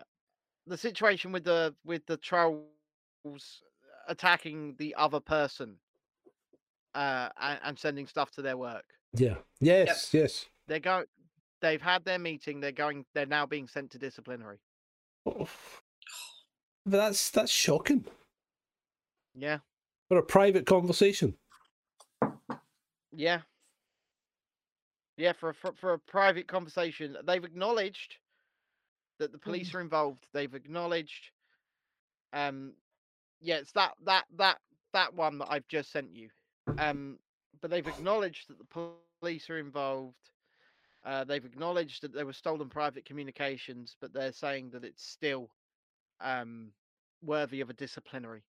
the situation with the with the trolls attacking the other person uh and, and sending stuff to their work
Yeah. Yes. Yes.
they're going they've had their meeting they're going they're now being sent to disciplinary
Oh. But that's that's shocking
yeah
for a private conversation.
yeah yeah for a, for, for a private conversation they've acknowledged that the police are involved they've acknowledged um yeah it's that that that that one that i've just sent you um but they've acknowledged that the pol- police are involved uh, they've acknowledged that there were stolen private communications but they're saying that it's still um worthy of a disciplinary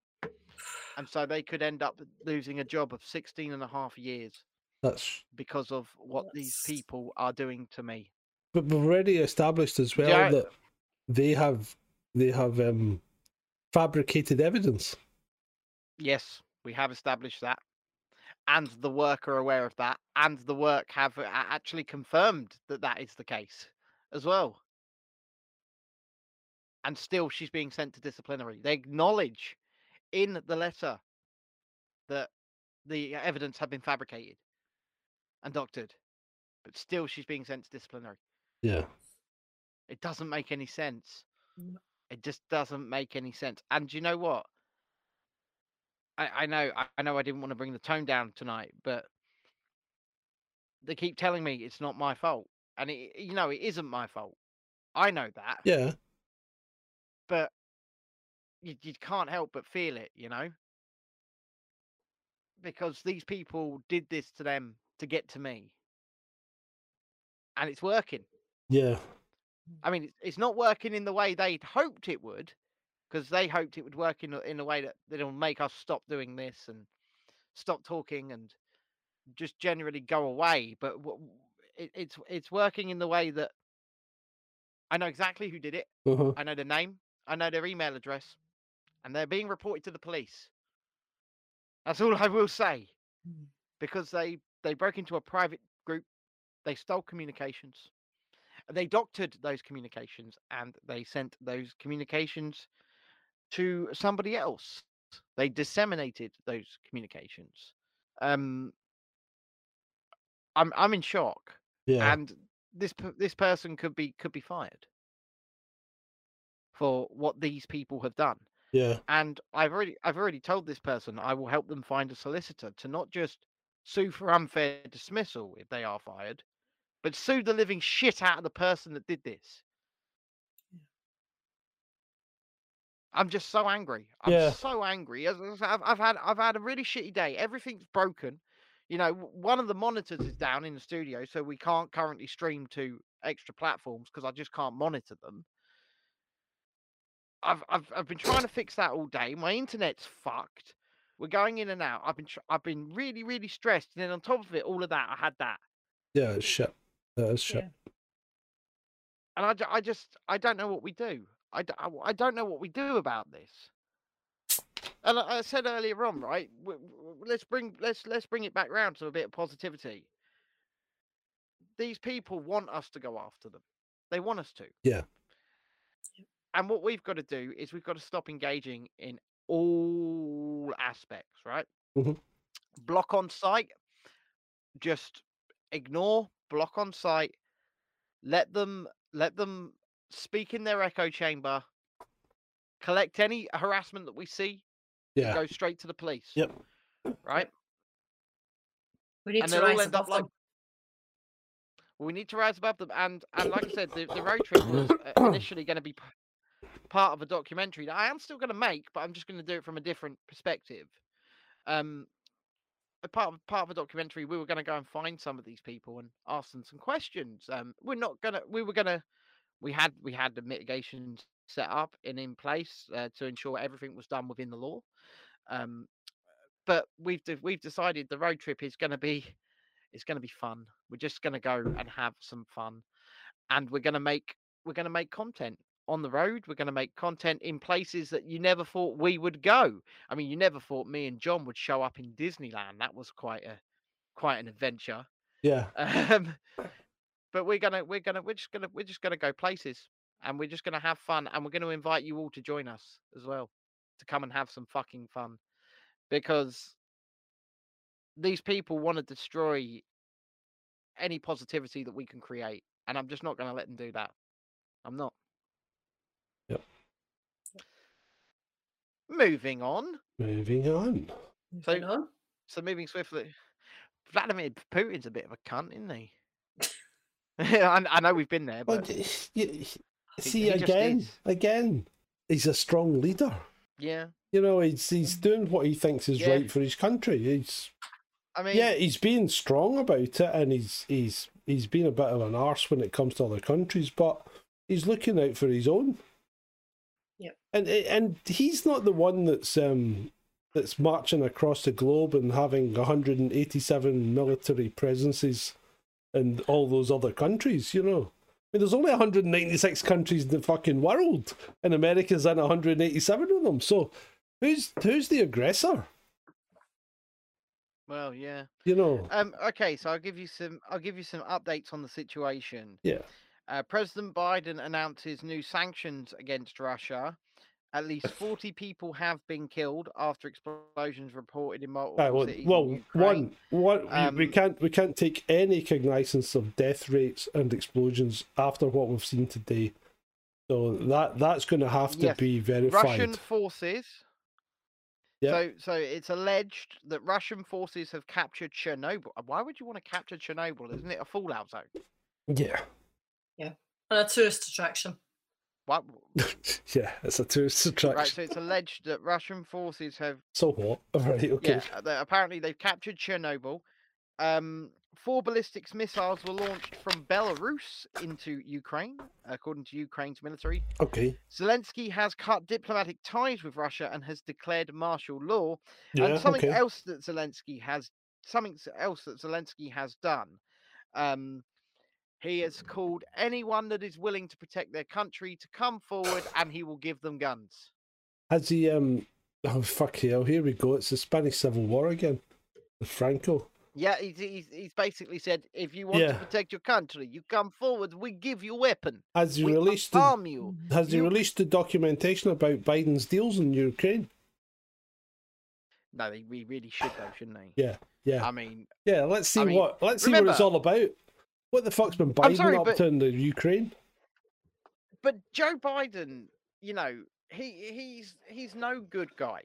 and so they could end up losing a job of 16 and a half years
That's
because of what these people are doing to me
but we've already established as well
Yeah.
that they have they have um fabricated evidence.
Yes, we have established that. And the work are aware of that. And the work have uh, a- actually confirmed that that is the case as well. And still, she's being sent to disciplinary. They acknowledge in the letter that the uh, evidence had been fabricated and doctored, but still, she's being sent to disciplinary.
Yeah.
It doesn't make any sense. It just doesn't make any sense. And you know what? I, I know I, I know I didn't want to bring the tone down tonight, but they keep telling me it's not my fault. And it you know, it isn't my fault. I know that.
Yeah.
But you, you can't help but feel it, you know? Because these people did this to them to get to me. and it's working.
Yeah.
I mean, it's, it's not working in the way they'd hoped it would, because they hoped it would work in a, in a way that that it'll make us stop doing this and stop talking and just generally go away. But w- w- it, it's it's working in the way that I know exactly who did it.
Uh-huh.
I know the name. I know their email address, and they're being reported to the police. That's all I will say, because they they broke into a private group, they stole communications, they doctored those communications, and they sent those communications to somebody else. They disseminated those communications. Um, I'm I'm in shock,
Yeah.
and this per- this person could be could be fired for what these people have done
yeah.
and I've already I've already told this person I will help them find a solicitor to not just sue for unfair dismissal if they are fired, but sue the living shit out of the person that did this. I'm just so angry. I'm
Yeah.
so angry. As- as I've, I've had I've had a really shitty day. Everything's broken. You know, w- one of the monitors is down in the studio, so we can't currently stream to extra platforms because I just can't monitor them. I've, I've I've been trying to fix that all day. My internet's fucked. We're going in and out. I've been tr- I've been really really stressed. And then on top of it, all of that, I had that,
Yeah, it's shit. That is shit.
and I, ju- I just I don't know what we do. I, d- I w- I don't know what we do about this. And I, I said earlier on, right? W- w- let's bring let's let's bring it back round to a bit of positivity. These people want us to go after them. They want us to.
Yeah.
And what we've got to do is we've got to stop engaging in all aspects, right?
Mhm.
Block on site, just ignore, block on site, let them let them speak in their echo chamber, collect any harassment that we see, and
Yeah.
go straight to the police.
Yep.
Right?
We need
and
to
they'll all
rise
end up
above
like
them.
we need to rise above them and and like i said the, the road trip was uh, initially going to be p- part of a documentary that i am still going to make but i'm just going to do it from a different perspective um a part of part of a documentary we were going to go and find some of these people and ask them some questions um we're not gonna we were gonna we had we had the mitigation set up and in place uh, to ensure everything was done within the law um but we've de- we've decided the road trip is going to be it's going to be fun. We're just going to go and have some fun, and we're going to make we're going to make content on the road. We're going to make content in places that you never thought we would go. I mean, you never thought me and John would show up in Disneyland. That was quite a quite an adventure.
Yeah.
Um, but we're gonna we're gonna we're just gonna we're just gonna go places, and we're just gonna have fun, and we're gonna invite you all to join us as well, to come and have some fucking fun, because these people want to destroy any positivity that we can create, and I'm just not going to let them do that. I'm not.
Yep.
Moving on.
Moving on.
So, so moving swiftly. Vladimir Putin's a bit of a cunt, isn't he? I, I know we've been there,
Well,
but
d- you- see
he just
again,
is.
again, he's a strong leader.
yeah.
You know, he's he's doing what he thinks is
Mm. Yeah.
right for his country. He's
I mean,
yeah, he's being strong about it, and he's he's he's been a bit of an arse when it comes to other countries, but he's looking out for his own.
Yep.
And and he's not the one that's um that's marching across the globe and having 187 military presences in all those other countries. You know, I mean, there's only 196 countries in the fucking world, and America's in 187 of them. So who's who's the aggressor?
well, yeah.
You know.
Um. Okay, so I'll give you some. I'll give you some updates on the situation.
Yeah.
Uh, President Biden announces new sanctions against Russia. At least 40 people have been killed after explosions reported in multiple
Aye, well,
cities. in
well
Ukraine.
one, one we,
Um,
we can't we can't take any cognizance of death rates and explosions after what we've seen today. So that that's going to have to
Yes,
be verified.
Russian forces.
Yep.
So, so it's alleged that Russian forces have captured Chernobyl. Uh, Why would you want to capture Chernobyl? Isn't it a fallout zone?
Yeah,
And a tourist attraction.
Why-
yeah, it's a tourist attraction.
Right. So it's alleged that Russian forces have
So what? Right, okay.
Yeah, uh, they- apparently they've captured Chernobyl. Um, four ballistics missiles were launched from Belarus into Ukraine, according to Ukraine's military.
Okay.
Zelensky has cut diplomatic ties with Russia and has declared martial law.
Yeah,
and something
okay.
else that Zelensky has something s- else that Zelensky has done. Um, he has called anyone that is willing to protect their country to come forward, and he will give them guns.
Has he um oh fuck hell, here we go. It's the Spanish Civil War again. The Franco.
Yeah, he's, he's, he's basically said, if you want to
Yeah.
protect your country, you come forward. We give you weapon.
Has he
we
released
arm
the,
you.
has he
You-
released the documentation about Biden's deals in Ukraine?
No, they, we really should though, shouldn't they?
Yeah. Yeah.
I mean,
yeah, let's see
I mean,
what let's see what it's
remember-
all about. What the fuck's been Biden
sorry,
up
but-
to in the Ukraine?
but Joe Biden, you know, he he's he's no good guy.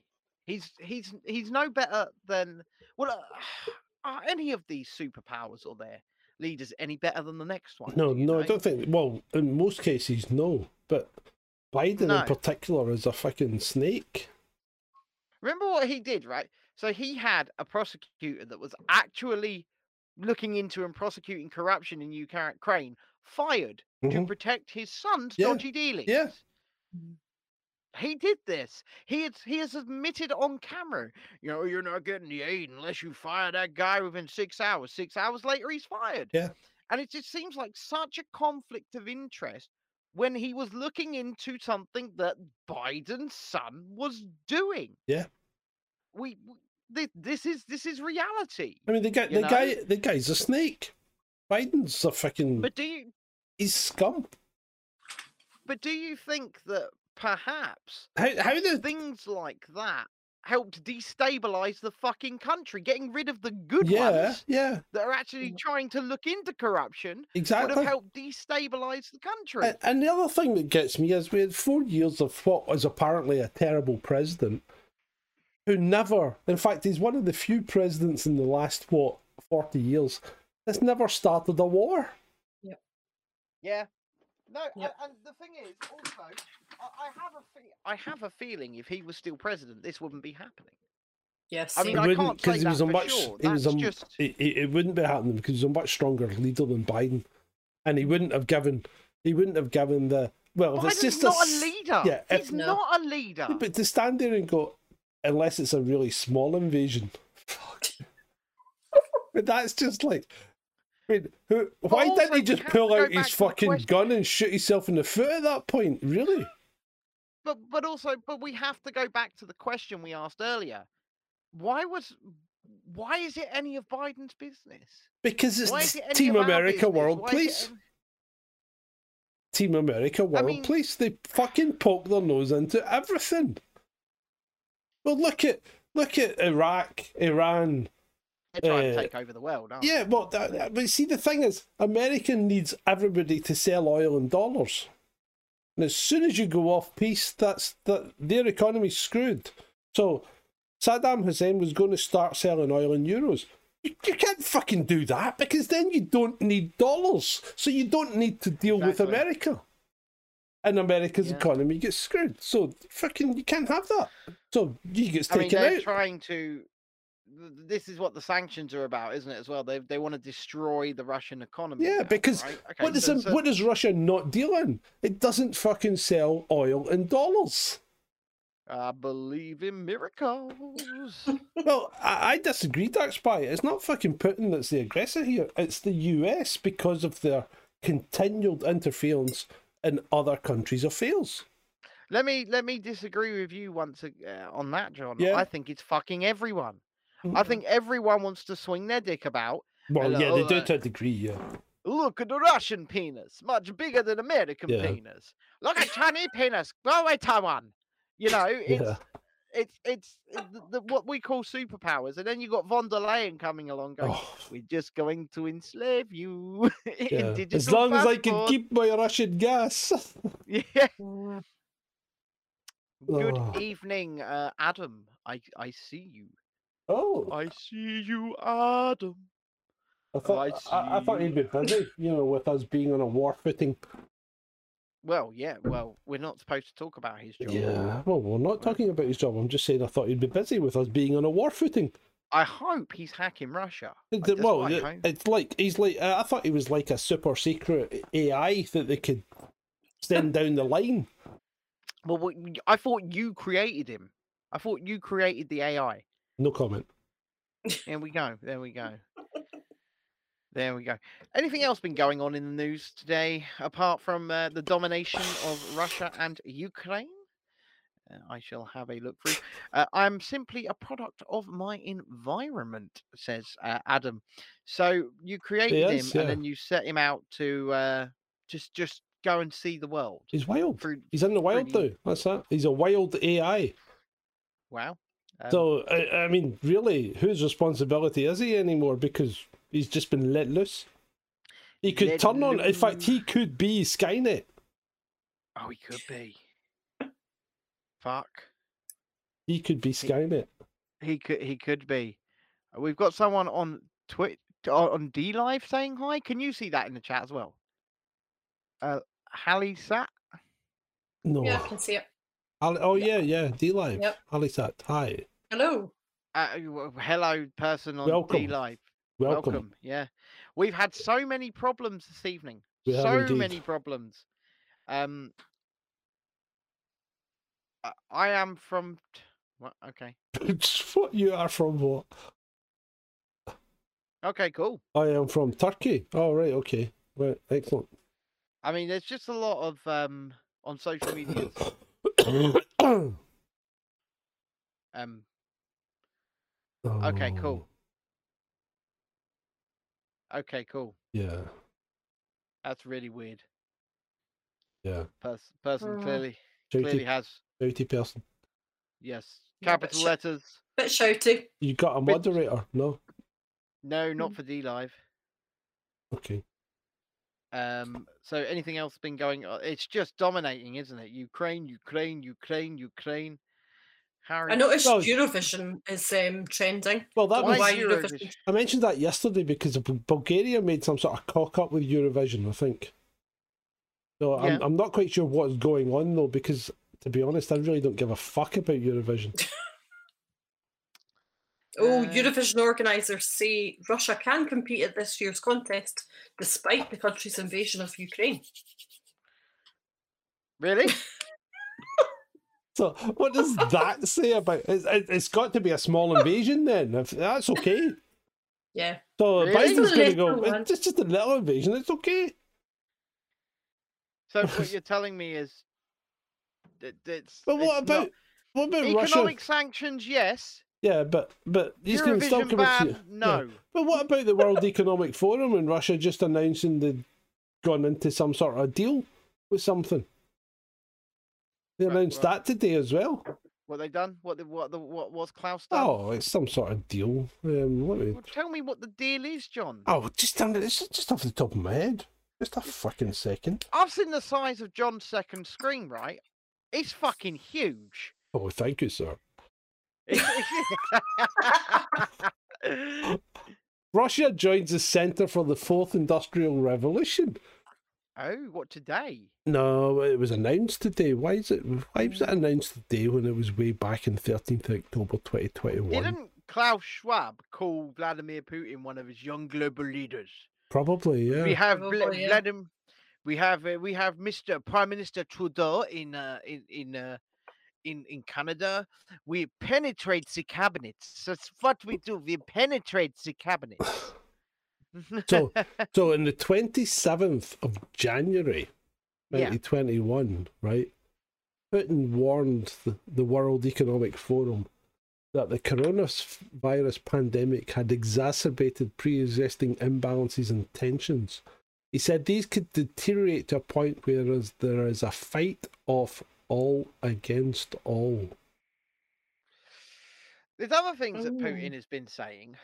He's he's he's no better than well, uh, are any of these superpowers or their leaders any better than the next one?
No,
Do you
no, I
know?
don't think. Well, in most cases, no. But Biden
No.
in particular is a fucking snake.
Remember what he did, right? So he had a prosecutor that was actually looking into and prosecuting corruption in Uca- Ukraine fired to
Mhm.
protect his son's
Yeah, Mm-hmm.
dodgy dealings. He did this. He has, he has admitted on camera, you know, you're not getting the aid unless you fire that guy within six hours. Six hours later, he's fired.
Yeah.
And it just seems like such a conflict of interest when he was looking into something that Biden's son was doing.
Yeah.
We, w- thi- this is this is reality.
I mean, the guy,
You
the
know?
guy, the guy's a snake. Biden's a fucking.
But do you
he's scum.
but do you think that perhaps
How how the
things like that helped destabilize the fucking country, getting rid of the good
yeah Mm.
ones
yeah
that are actually trying to look into corruption would
exactly.
have helped destabilize the country.
And, Uh, and the other thing that gets me is we had four years of what was apparently a terrible president, who never, in fact, he's one of the few presidents in the last what forty years that's never started a war.
yeah. No, a-
Yep.
and the thing is, also, I, I have a fe- I have a feeling if he was still president, this wouldn't be happening.
Yes.
I mean,
It
I can't
wouldn't,
say
he
that
was a
for
much
sure.
he was a,
That's
m-
just-
it, it it wouldn't be happening because he's a much stronger leader than Biden, and he wouldn't have given he wouldn't have given the well. if it's
Biden's
just
not a,
s-
leader.
Yeah, if-
He's
No.
not a leader.
but to stand there and go, unless it's a really small invasion, fuck. but that's just like. I mean, who, why
also,
didn't he
we
just
have
pull
to go
out
back
his
to the
fucking
question-
gun and shoot himself in the foot at that point? Really?
but but also but we have to go back to the question we asked earlier why was why is it any of biden's business
Because it's
why is it any
Team
of our
America
business?
World
Why is it
Police.
any-
Team America World
mean-
Police. They fucking poke their nose into everything. Well, look at look at Iraq, Iran.
they're trying to
Uh,
take over the world aren't
Yeah, well, that, that- but see, the thing is, America needs everybody to sell oil in dollars, and as soon as you go off peace, that's that their economy's screwed. So Saddam Hussein was going to start selling oil in euros. You, you can't fucking do that because then you don't need dollars, so you don't need to deal with
Exactly.
America, and America's
Yeah.
economy gets screwed. So fucking, you can't have that. So you gets
i mean
taken
they're
out.
trying to th- this is what the sanctions are about isn't it as well they, they want to destroy the russian economy
Yeah,
now,
because
right? Okay,
what does
so-
um,
so-
what does Russia not deal in? It doesn't fucking sell oil in dollars.
i believe in miracles
well, I, I disagree, Dark Spy. It's not fucking Putin that's the aggressor here. It's the US because of their continued interference in other countries' affairs.
Let me let me disagree with you once ag- uh, on that, John.
Yeah.
I think it's fucking everyone.
Mm-hmm.
I think everyone wants to swing their dick about.
Well,
Hello,
yeah, they do
uh,
to a degree, yeah.
Look at the Russian penis, much bigger than American
Yeah.
penis. Look at Chinese penis. Go away, Taiwan. You know, it's
Yeah.
it's it's eh, the, the, what we call superpowers, and then you got von der Leyen coming along going,
Oh.
"We're just going to enslave you in
yeah.
digital
As long as I can
passport."
keep Mm. my Russian gas.
Yeah. Good
Oh.
evening, uh, Adam. I I see you.
oh,
I see you, Adam.
I thought,
I
I, I thought
see.
he'd be busy, you know, with us being on a war footing.
Well, yeah, well, we're not supposed to talk about his job.
Yeah, well, we're not talking about his job. I'm just saying I thought he'd be busy with us being on a war footing.
I hope he's hacking Russia. I
The-
just
well,
might
the-
hope.
it's like he's like uh, I thought he was like a super secret AI that they could send down the line.
Well, what, y- I thought you created him. I thought you created the AI.
No comment.
There we go. There we go. There we go. Anything else been going on in the news today apart from uh, the domination of Russia and Ukraine? Uh, I shall have a look through. Uh, I'm simply a product of my environment, says uh, Adam. So you created
is,
him and
yeah.
then you set him out to uh, just just go and see the world.
He's wild.
Through,
He's in the wild
pretty-
now. That's that. He's a wild AI.
wow. Um,
so I, I mean, really, whose responsibility is he anymore? Because he's just been let loose. He could
Let
turn on. In fact, he could be Skynet.
Oh, he could be. Fuck.
He could be Skynet.
He could. He could be. Uh, We've got someone on Twit on on D Live saying hi. Can you see that in the chat as well? Uh, Hallie Sat.
No.
Yeah, I can see it.
Ali- oh yeah, yeah. D live.
Yep.
Alisat. Hi.
Hello.
Uh, w- hello, person on
Welcome.
D Live.
Welcome.
Yeah, we've had so many problems this evening.
We have
so
indeed.
many problems. Um, I- I am from. T- what? Okay.
what you are from? What?
Okay. Cool.
I am from Turkey. Oh right. Okay. Right. Excellent.
I mean, there's just a lot of um on social media. um.
Oh,
Okay, cool. Okay, cool.
Yeah.
That's really weird.
Yeah.
Pers- person
Mm.
clearly
Shouty.
clearly has
Dirty person.
yes
Yeah, but
capital
sh-
letters.
Bit shouty.
You got a
Bit-
moderator? No.
No, not for D Live.
Okay.
Um. So anything else been going? on? It's just dominating, isn't it? Ukraine, Ukraine, Ukraine, Ukraine. Harry.
I noticed
Oh.
Eurovision is um, trending.
Well, that
Why
was.
Why
Eurovision?
Eurovision?
I mentioned that yesterday because Bu- Bulgaria made some sort of cock up with Eurovision. I think. So
Yeah.
I'm I'm not quite sure what's going on though because to be honest, I really don't give a fuck about Eurovision.
Oh,
Uh,
Eurovision organisers say Russia can compete at this year's contest despite the country's invasion of Ukraine.
Really?
So what does that say about? It's, it- it's got to be a small invasion then. If that's okay.
Yeah.
So
Really?
Biden's
Just
going
a
to
little
go.
one.
It's just a little invasion. It's okay.
So what you're telling me is that it's.
But what
it's not-
about what about
economic
Russia?
sanctions? Yes.
Yeah, but but he's going to still
Eurovision
come up to
ban? No.
But what about the World Economic Forum and Russia just announcing they'd gone into some sort of deal with something? They
Right,
announced
well-
that today as well.
What they done? What the, what the, what was Klaus done?
Oh, it's some sort of deal. Um, let me.
Well, tell me what the deal is, John.
Oh, just down it's just off the top of my head. Just a fucking second.
I've seen the size of John's second screen, right? It's fucking huge.
Oh, thank you, sir.
oh,
Russia joins the center for the fourth industrial revolution.
Oh, what today?
No, it was announced today. Why is it? Why was it announced today when it was way back in thirteenth October, twenty twenty one?
Didn't Klaus Schwab call Vladimir Putin one of his young global leaders?
Probably, yeah.
We have Bla-
Probably, yeah.
Vladimir. We have uh, we have Mr. Prime Minister Trudeau in uh, in in uh, in in Canada. We penetrate the cabinets. That's what we do. We penetrate the cabinets.
so, so on the twenty seventh of January,
Yeah.
twenty twenty one, right? Putin warned the, the World Economic Forum that the coronavirus pandemic had exacerbated pre-existing imbalances and tensions. He said these could deteriorate to a point where is- there is a fight of all against all.
There's other things that
Oh.
Putin has been saying,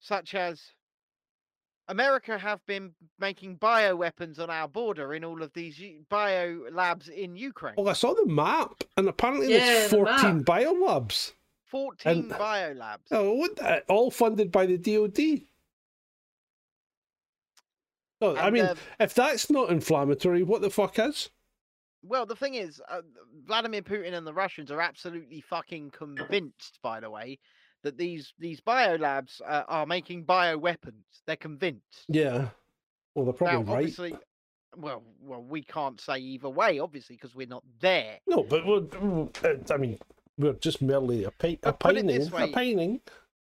such as America have been making bioweapons on our border in all of these u- bio labs in Ukraine.
Well, I saw the map, and apparently there's
Yeah, the map.
14 biolabs.
14 bio labs.
Oh, what the- all funded by the DOD. No, I
And,
mean,
um,
if that's not inflammatory, what the fuck is?
Well, the thing is, uh, Vladimir Putin and the Russians are absolutely fucking convinced, by the way, that these these biolabs uh, are making bioweapons. They're convinced.
Yeah. Well, they're probably
now,
right.
obviously, well, well, we can't say either way, obviously, because we're not there.
No, but we're, I mean, we're just merely a, pi-
put
a
it
pining.
this
A
way.
pining.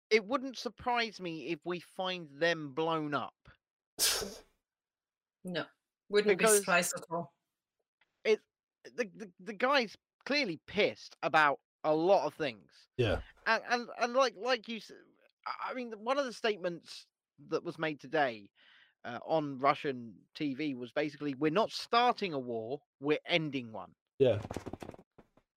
It wouldn't surprise me if we find them blown up.
No, wouldn't be
Because-
surprised at all.
It the, the the guy's clearly pissed about a lot of things.
Yeah.
and and, and like like you s- I- i mean one of the statements that was made today uh, on russian tv was basically we're not starting a war we're ending one
Yeah.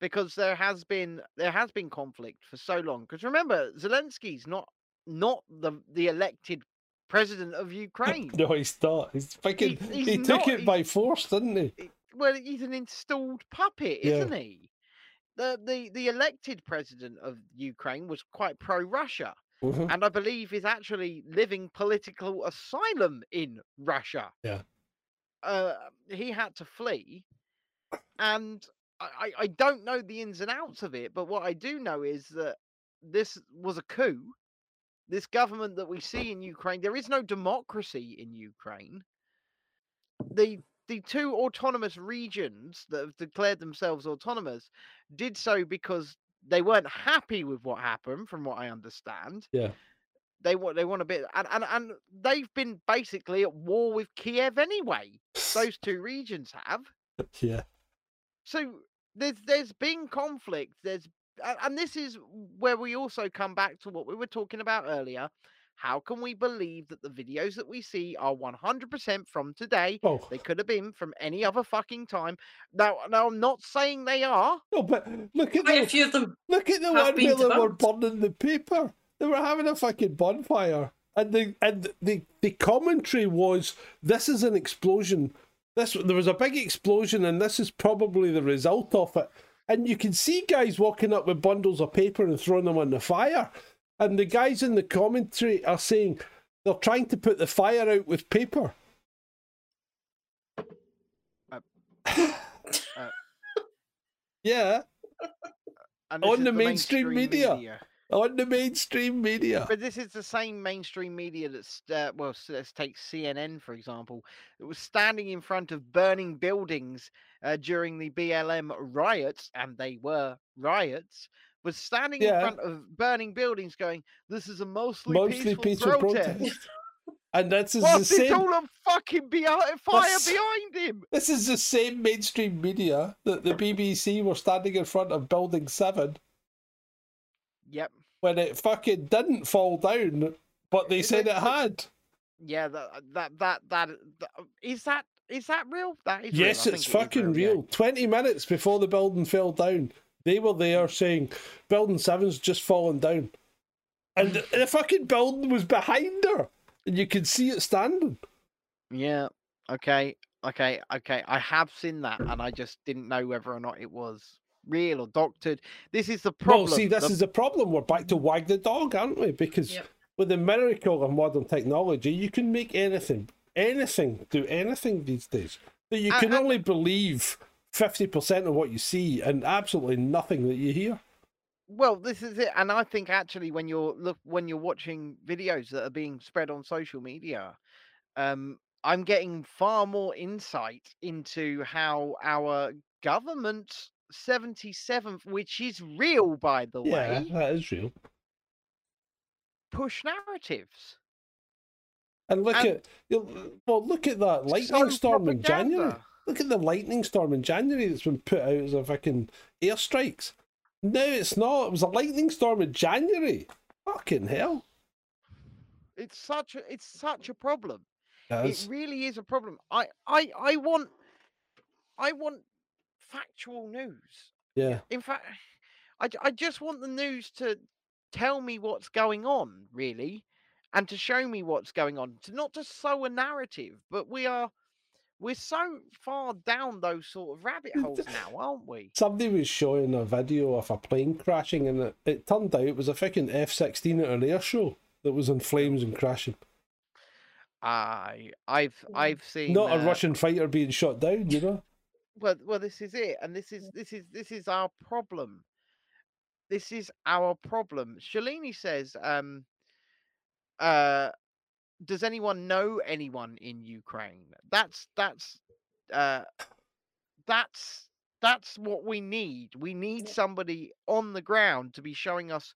because there has been there has been conflict for so long because remember zelensky's not not the the elected president of ukraine
No, he's not. He's fucking.
He's- he's
he took
not.
it by force, didn't he?
well he's an installed puppet
Yeah.
isn't he the, the the elected president of ukraine was quite pro russia
Mhm.
and I believe is actually living political asylum in Russia.
Yeah.
Uh, he had to flee, and I, I- I don't know the ins and outs of it, but what I do know is that this was a coup. This government that we see in Ukraine, there is no democracy in Ukraine. The the two autonomous regions that have declared themselves autonomous did so because they weren't happy with what happened, from what I understand
Yeah.
they want they want a bit and, and and they've been basically at war with Kiev anyway. Those two regions have.
Yeah.
So there's there's been conflict. There's a- and this is where we also come back to what we were talking about earlier. How can we believe that the videos that we see are 100% from today?
Oh.
They could have been from any other fucking time. Now, now I'm not saying they are.
No, but look at
Quite
the,
a few of them.
Look at the
have
one
been
where they were
debunked.
burning the paper. They were having a fucking bonfire, and the and the the commentary was, "This is an explosion. This there was a big explosion, and this is probably the result of it." And you can see guys walking up with bundles of paper and throwing them on the fire, and the guys in the commentary are saying they're trying to put the fire out with paper.
Uh, uh.
yeah,
And this
On
is
the mainstream media. on the mainstream media.
But this is the same mainstream media that's uh, well, s- let's take CNN for example. It was standing in front of burning buildings uh, during the BLM riots, and they were riots. Was standing
Yeah.
in front of burning buildings, going, "This is a mostly,
mostly
peaceful,
peaceful
protest."
protest. And this is
Whilst
the
it's
same.
all on fucking behi- fire
That's-
behind him.
This is the same mainstream media that the BBC were standing in front of Building Seven
Yep.
when it fucking didn't fall down, but they
Is
said
it-
it had.
Yeah. That. That. That. That. that is that. Is that real? That is real. I
yes,
think
it's
it is
fucking
yeah.
real. Twenty minutes before the building fell down, they were there saying, "Building Seven's just fallen down," and the, the fucking building was behind her, and you could see it standing.
Yeah. Okay. Okay. Okay. I have seen that, and I just didn't know whether or not it was real or doctored. This is the problem.
Well, see, this
the-
is the problem. We're back to wag the dog, aren't we? Because
Yep.
with the miracle of modern technology, you can make anything, anything, do anything these days. But you
I-
can
I-
only believe fifty percent of what you see and absolutely nothing that you hear.
well, this is it, and I think actually, when you're look when you're watching videos that are being spread on social media, um, I'm getting far more insight into how our government's 77th, which is real by the
Yeah,
way,
that is real.
push narratives.
And look
And-
at you- well, look at that
So
lightning storm in January.
propaganda.
Look at the lightning storm in January that's been put out as a fucking airstrikes. No, it's not. It was a lightning storm in January. Fucking hell.
It's such a it's such a problem.
Yes.
It really is a problem. I, I, I want, I want factual news.
Yeah.
In fact, I, j- I just want the news to tell me what's going on, really, and to show me what's going on. To not to sow a narrative, but we are, we're so far down those sort of rabbit holes now, aren't we?
Somebody was showing a video of a plane crashing, and it, it turned out it was a fucking F sixteen at an air show that was in flames and crashing.
I, I've, I've seen
Not a
uh,
Russian fighter being shot down, you know.
well well this is it and this is this is this is our problem This is our problem. Shalini says, um, uh, does anyone know anyone in Ukraine? That's that's uh, that's that's what we need. We need somebody on the ground to be showing us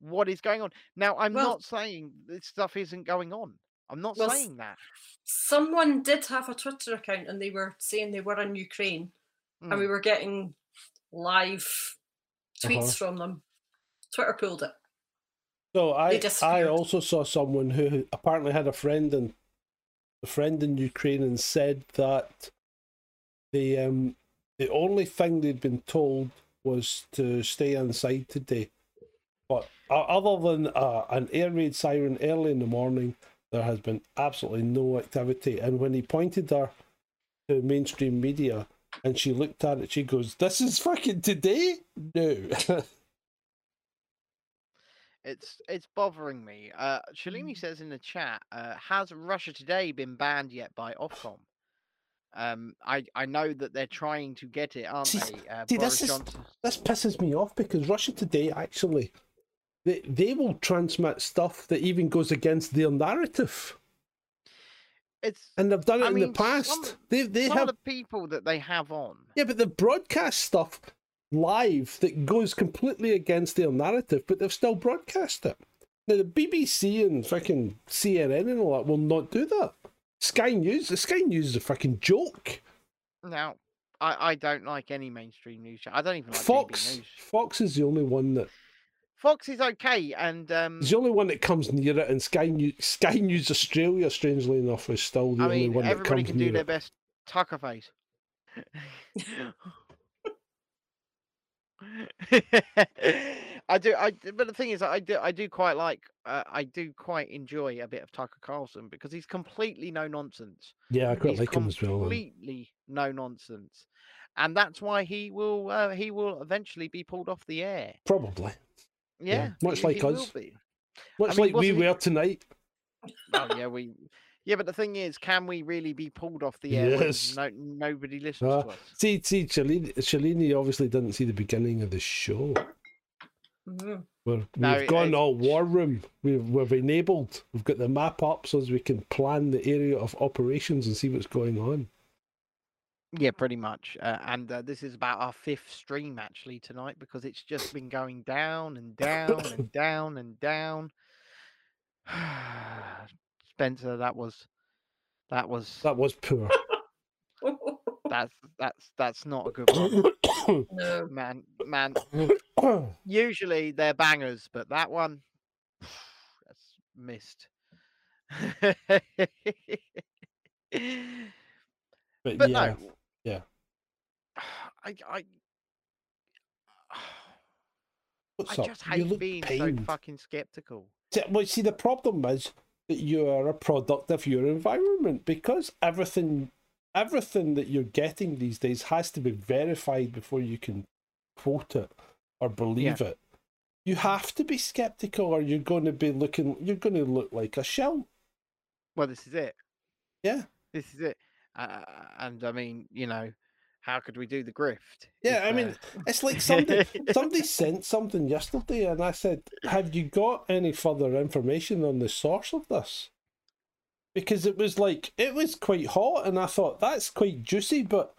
what is going on. Now, I'm
Well-
not saying this stuff isn't going on. I'm not
Well, s-
saying that.
Someone did have a Twitter account and they were saying they were in Ukraine and we
Mm.
were getting live tweets
Uh-huh.
from them. Twitter pulled it.
So I I
disappeared.
also saw someone who apparently had a friend in a friend in Ukraine and said that the um the only thing they'd been told was to stay inside today. But o- other than uh, an air raid siren early in the morning, there has been absolutely no activity. And when he pointed her to mainstream media and she looked at it, she goes, "This is fucking today." No.
It's it's bothering me. Uh,
Mm.
Shalini says in the chat, uh, has Russia today been banned yet by Ofcom? Um, I I know that they're trying to get it, aren't they? Uh,
See,
Boris
this is
Johnson.
this pisses me off because Russia Today actually they they will transmit stuff that even goes against their narrative.
It's
and they've done it
I
in
mean,
the past.
some-
they they
some
have
of the people that they have on.
yeah, but they broadcast stuff live that goes completely against their narrative, but they've still broadcast it. Now the BBC and fucking CNN and all that will not do that. Sky News, the Sky News is a fucking joke.
Now, I I don't like any mainstream news. cha- I don't even like
Fox,
GB news.
Fox is the only one that
Fox is okay, and um,
It's the only one that comes near it, and Sky News, Sky News Australia, strangely enough, is still the
I
only
mean
one that
everybody
comes
can
near
do their
it.
best. Tucker face. I do, I d- but the thing is, I do, I do quite like, uh, I do quite enjoy a bit of Tucker Carlson because he's completely no nonsense.
Yeah, I quite
He's
like him as well. then.
completely no nonsense, and that's why he will, uh, he will eventually be pulled off the air.
Probably.
Yeah,
much
he-
like
he will
us.
be.
Much
I mean,
like we
wasn't he-
were tonight.
Oh yeah, we. Yeah, but the thing is, can we really be pulled off the air
Yes.
when no, nobody listens
Uh,
to us?
see, see, Cellini, Cellini obviously didn't see the beginning of the show.
Mhm.
We're,
No,
we've
it-
gone all war room. We've, we've enabled. We've got the map up so as we can plan the area of operations and see what's going on.
Yeah, pretty much. Uh, and uh, this is about our fifth stream actually tonight because it's just been going down and down and down and down. Spencer, that was that was
That was poor.
that's that's that's not a good one.
no.
Man man usually they're bangers, but that one that's missed.
but,
but
yeah,
no.
yeah.
I I
What's
I
up?
just
You
hate
look
being so
pained.
fucking skeptical.
See- Well, see, the problem is that you are a product of your environment because everything, everything that you're getting these days has to be verified before you can quote it or believe it. You have to be skeptical, or you're going to be looking. You're going to look like a shell.
Well, this is it.
Yeah,
This is it. Uh, and I mean, you know, how could we do the grift?
yeah. I
if,
mean,
uh,
it's like somebody somebody sent something yesterday, and I said, "Have you got any further information on the source of this?" because it was like it was quite hot, and I thought that's quite juicy, but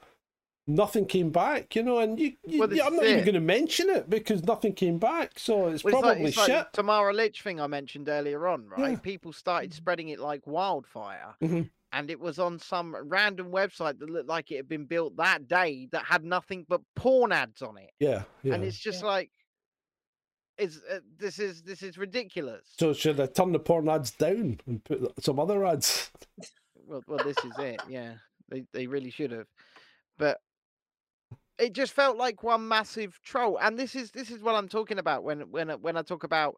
nothing came back, you know. And you, you,
Well, this
I'm
is
not even
it.
going to mention it because nothing came back, so it's
well,
probably
it's like, it's
shit.
like the Tamara Litch thing I mentioned earlier on, right?
Yeah. Mm-hmm.
People started spreading it like wildfire.
Mhm.
And it was on some random website that looked like it had been built that day that had nothing but porn ads on it.
yeah, yeah.
And it's just like, it's, uh, this is this is ridiculous.
so should I turn the porn ads down and put some other ads?
Well, well, this is it. Yeah, they they really should have, but it just felt like one massive troll. And this is this is what I'm talking about when when I- when I talk about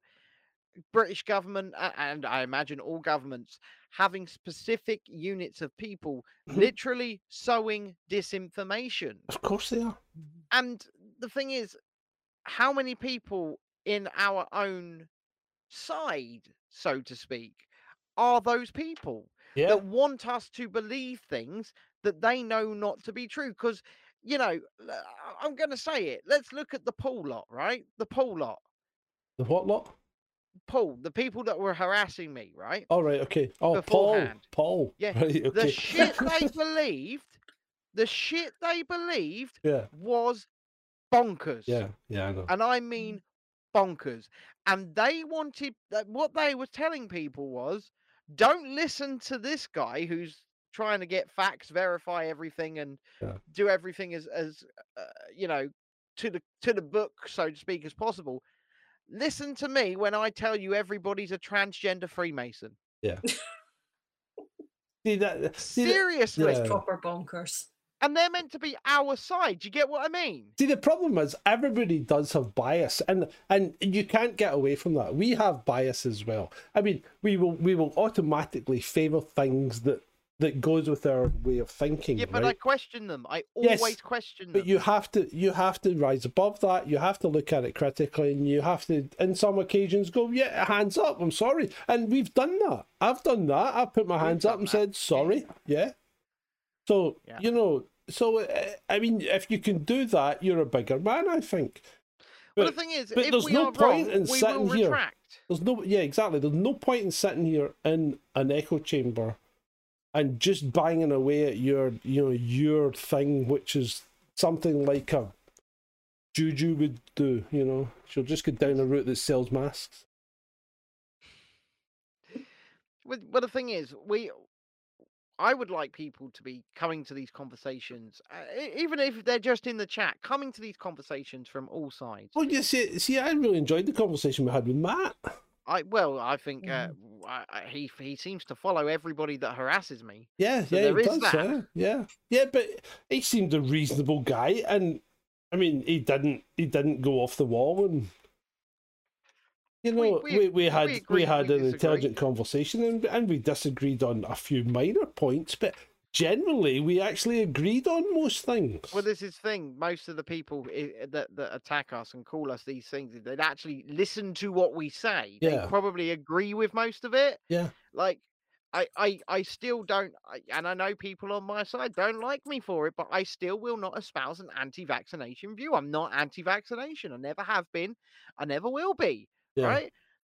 British government a- and I imagine all governments having specific units of people literally sowing disinformation.
Of course they are.
And the thing is, how many people in our own side, so to speak, are those people?
Yeah,
that want us to believe things that they know not to be true. Because you know, l- I- I'm going to say it. Let's look at the Paul lot, right? The Paul lot.
The what lot?
Paul, the people that were harassing me, right?
All right, okay. Oh,
Beforehand.
Paul. Paul.
Yeah.
Right, okay.
The shit they believed, the shit they believed
Yeah.
was bonkers.
Yeah. Yeah, I know.
and I mean
Mm-hmm.
bonkers. And they wanted that what they were telling people was don't listen to this guy who's trying to get facts, verify everything, and
Yeah.
do everything as as uh, you know to the to the book, so to speak, as possible. Listen to me when I tell you everybody's a transgender Freemason.
Yeah. see that. See that-
Seriously.
yeah.
Proper bonkers.
And they're meant to be our side. You get what I mean?
See, the problem is everybody does have bias, and and you can't get away from that. We have bias as well. I mean, we will we will automatically favour things that that goes with our way of thinking.
Yeah, but I
right?
question them. I
Yes,
always question them.
But you have to you have to rise above that. You have to look at it critically, and you have to, in some occasions, go yeah, hands up. I'm sorry, and we've done that. I've done that. I've put my hands up and said sorry. Yeah. So
Yeah.
you know, so uh, I mean, if you can do that, you're a bigger man, I think.
well, the
But-
thing is,
but
if
there's
we
no
are
point
wrong,
in
we will
sitting here.
retract.
There's no yeah, exactly. There's no point in sitting here in an echo chamber and just banging away at your you know your thing, which is something like a Juju would do. You know, she'll just go down a route that sells masks.
But, but the thing is, we, I would like people to be coming to these conversations, uh, e- even if they're just in the chat, coming to these conversations from all sides.
Well, you see, see, I really enjoyed the conversation we had with Matt.
I well, I think uh,
Mm-hmm.
w- I- I- he he seems to follow everybody that harasses me.
Yeah,
So
yeah,
there
he
is
does.
that.
Yeah, yeah, yeah. But he seemed a reasonable guy, and I mean, he didn't, he didn't go off the wall, and you
We-
know,
we-
we, we, had
we
we,
agreed,
had
we
an
disagreed.
intelligent conversation, and and we disagreed on a few minor points, but generally, we actually agreed on most things.
Well, this is the thing. Most of the people i- that that attack us and call us these things, if they'd actually listen to what we say. They
Yeah.
probably agree with most of it.
Yeah,
like I, I I still don't I, and I know people on my side don't like me for it, but I still will not espouse an anti-vaccination view. I'm not anti-vaccination. I never have been. I never will be.
yeah,
Right?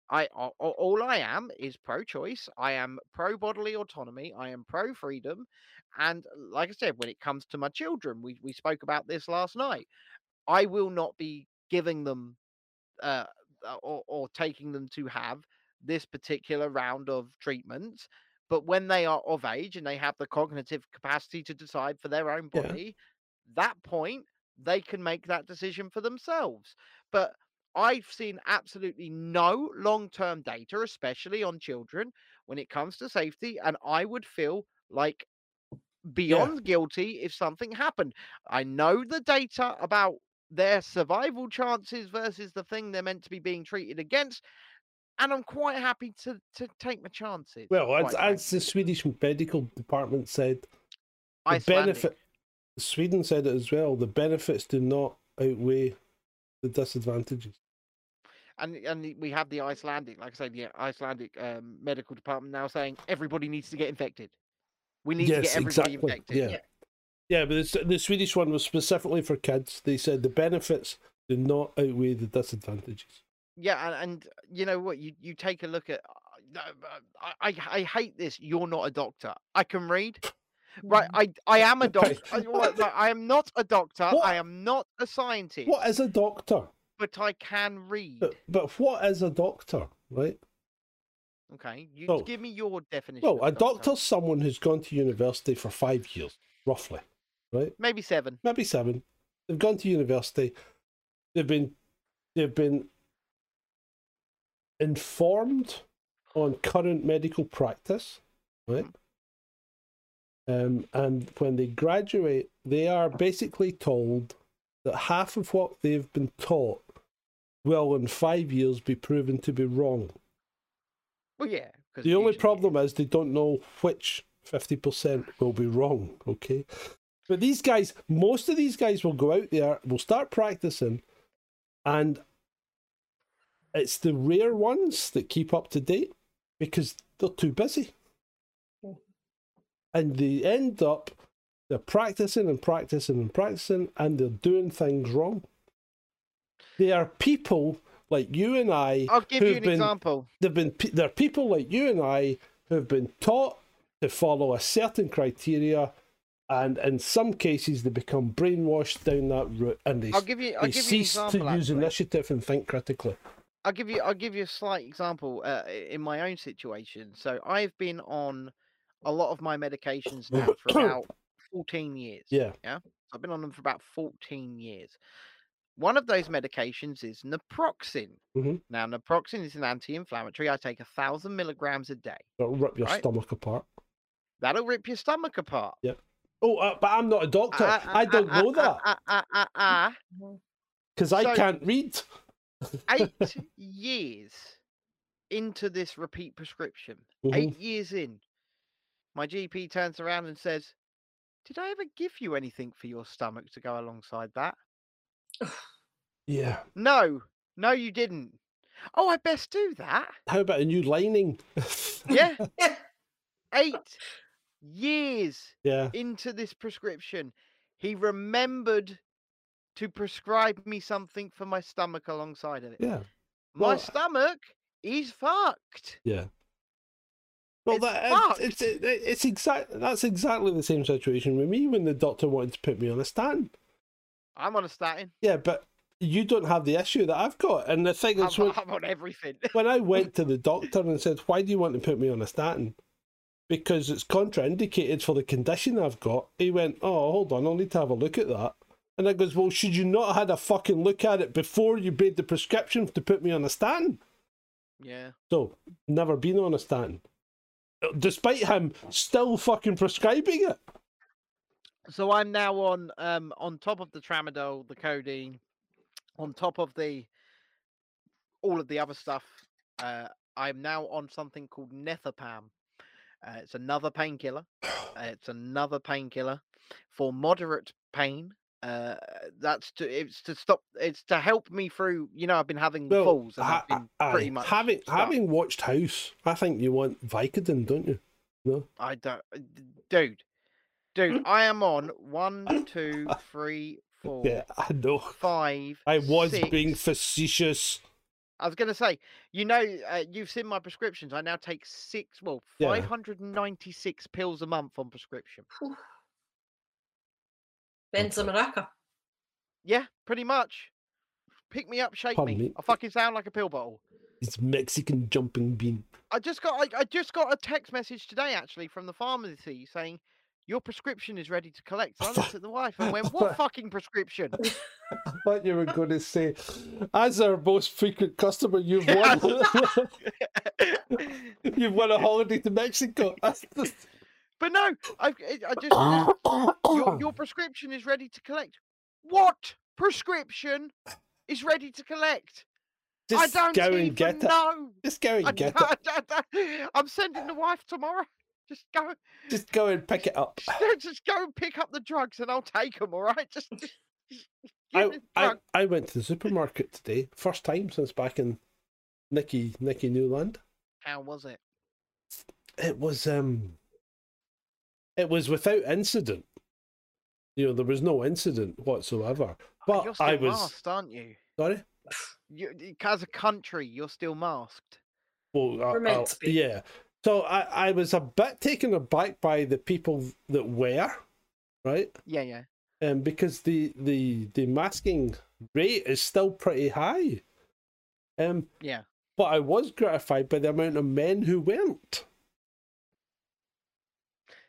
I a- a- all I am is pro-choice. I am pro bodily autonomy. I am pro freedom, and like I said, when it comes to my children, we we spoke about this last night. I will not be giving them, uh, uh, or or taking them to have this particular round of treatments. But when they are of age and they have the cognitive capacity to decide for their own
Yeah.
body, that point they can make that decision for themselves. But I've seen absolutely no long term data, especially on children, when it comes to safety. And I would feel like beyond guilty if something happened. I know the data about their survival chances versus the thing they're meant to be being treated against. And I'm quite happy to, to take my chances.
Well, as,
quite
as the Swedish medical department said, the
Icelandic.
benefit Sweden said it as well. The benefits do not outweigh the disadvantages.
and and the- we have the Icelandic, like I said, the Icelandic um, medical department now saying everybody needs to get infected. We need to get everybody infected.
Yeah.
Yeah.
yeah. but the, S- the Swedish one was specifically for kids. They said the benefits do not outweigh the disadvantages.
Yeah, and, and you know what? You you take a look at. uh, I, I I hate this. You're not a doctor. I can read. Right, I I am a doctor.
Right.
I, what- no, I am not a doctor.
Mm. What?
I am not a scientist.
What is a doctor?
But I can read.
But, but what is a doctor, right?
Okay, you
so-
give me your definition.
Oh. Well,
of
a doctor's someone who's gone to university for five years, roughly, right?
Maybe seven.
maybe seven. They've gone to university. They've been they've been informed on current medical practice, right? Um, and when they graduate, they are basically told that half of what they've been taught will, in five years, be proven to be wrong.
Well, yeah. 'cause
The only
usually-
problem is they don't know which 50% will be wrong, okay? But these guys, most of these guys will go out there, will start practicing, and it's the rare ones that keep up to date because they're too busy. And they end up They're practicing and practicing and practicing, and they're doing things wrong. They are people like you and I.
I'll give you
who've
an
been-
example.
They've been. pe- They're people like you and I who've been taught to follow a certain criteria, and in some cases they become brainwashed down that route, and they
I'll give you- I'll
they
give you an
cease
example,
to use
actually.
initiative and think critically.
I'll give you I'll give you a slight example uh, i- in my own situation. So I've been on a lot of my medications now for about 14 years.
Yeah.
Yeah. I've been on them for about 14 years. One of those medications is naproxen.
Mhm.
Now naproxen is an anti-inflammatory. I take a thousand milligrams a day.
That'll rip your
Right.
stomach apart.
That'll rip your stomach apart.
Yep. Oh, uh, but I'm not a doctor. I don't know that
Ah, ah, ah, ah.
because I
so-
can't read.
eight years into this repeat prescription,
Mm-hmm.
eight years in, my GP turns around and says, Did I ever give you anything for your stomach to go alongside that?
Yeah.
No, no, you didn't. Oh, I best do that.
How about a new lining?
Yeah. eight years
Yeah.
into this prescription, he remembered to prescribe me something for my stomach alongside of it.
Yeah.
My
Well,
stomach is fucked.
Yeah. Well,
It's
that
fucked.
it's, it's it's exact. That's exactly the same situation with me when the doctor wanted to put me on a statin.
I'm on a statin.
Yeah, but you don't have the issue that I've got. And the thing
I'm,
is, when,
I'm on everything.
when I went to the doctor and said, "Why do you want to put me on a statin?" Because it's contraindicated for the condition I've got. He went, "Oh, hold on, I'll need to have a look at that." And I goes, "Well, should you not have had a fucking look at it before you made the prescription to put me on a statin?"
Yeah.
So, never been on a statin. Despite him still fucking prescribing it.
So I'm now on um on top of the tramadol, the codeine, on top of the all of the other stuff. Uh, I'm now on something called nethapam. Uh, it's another painkiller. Uh, it's another painkiller for moderate pain. Uh, that's to it's to stop it's to help me through. You know, I've been having
Well,
falls. And
ha-
I've been
aye,
pretty much
having
stuck.
having watched House, I think you want Vicodin, don't you? No,
I don't, uh, d- dude, dude. I am on one, two, three, four,
yeah, I know.
five.
I was
Oh. six.
being facetious.
I was gonna say, you know, uh, you've seen my prescriptions. I now take six, well,
Yeah.
five hundred and ninety-six pills a month on prescription.
Benza Maraca.
Yeah, pretty much. Pick me up, shake
Pardon
me.
me.
I fucking sound like a pill bottle.
It's Mexican jumping bean.
I just got, I, I just got a text message today actually from the pharmacy saying. Your prescription is ready to collect. So I looked at the wife and went, "What fucking prescription?"
I thought you were going to say, as our most frequent customer, you've won. you've won a holiday to Mexico. That's the-
But no, I've, eh, I I just wanna-
Oh.
your, your prescription is ready to collect. What prescription is ready to collect?
Just
I don't
go and
even
get it.
know.
Just go and
I,
get
I, am sending the wife tomorrow. Just go,
Just go and pick it up.
just go and pick up the drugs, and I'll take them. All right, just. just
I,
give me the
I,
drug.
I went to the supermarket today, first time since back in Nicky Nicky Newland.
How was it?
It was um, it was without incident. You know, there was no incident whatsoever. But
Oh, You're still
I was
masked, aren't you?
sorry.
You, y- as a country, you're still masked.
Well, I-
We're meant
I'll-
to be.
yeah. So I, I was a bit taken aback by the people that wear, right?
Yeah, yeah.
um, because the, the the masking rate is still pretty high. Um,
Yeah.
but I was gratified by the amount of men who weren't.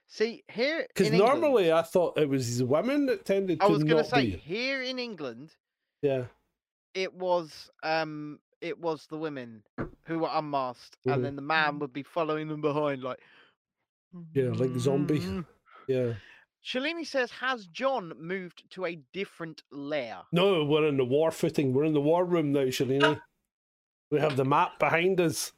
See here
Because
in England-
normally I thought it was these women that tended
I
to
was going
not
to say
be.
here in England,
Yeah,
it was um it was the women who were unmasked
Mhm.
and then the man would be following them behind like
yeah, like zombie. Yeah.
Shalini says has John moved to a different lair
No, we're in the war footing. We're in the war room now, Shalini. we have the map behind us,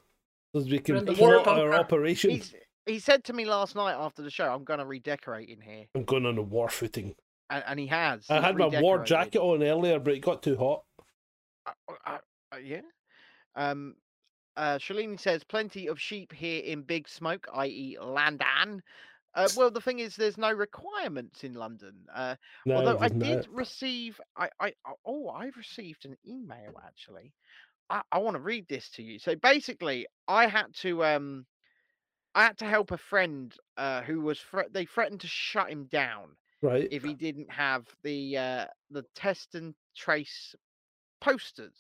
so we can plot our operation.
He's, he said to me last night after the show I'm going to redecorate in here
I'm going on a war footing.
and, and he has
I
he's
had my war
redecorated.
jacket on earlier, but it got too hot.
Uh, yeah um uh Shalini says plenty of sheep here in Big Smoke i.e. Landan e, Uh, well, the thing is, there's no requirements in London. Uh,
No,
although I
there's not.
did receive, I, I, I- oh, I received an email actually. I, I want to read this to you. So basically, I had to, um, I had to help a friend uh, who was thre- they threatened to shut him down
Right.
if he didn't have the uh, the test and trace posters.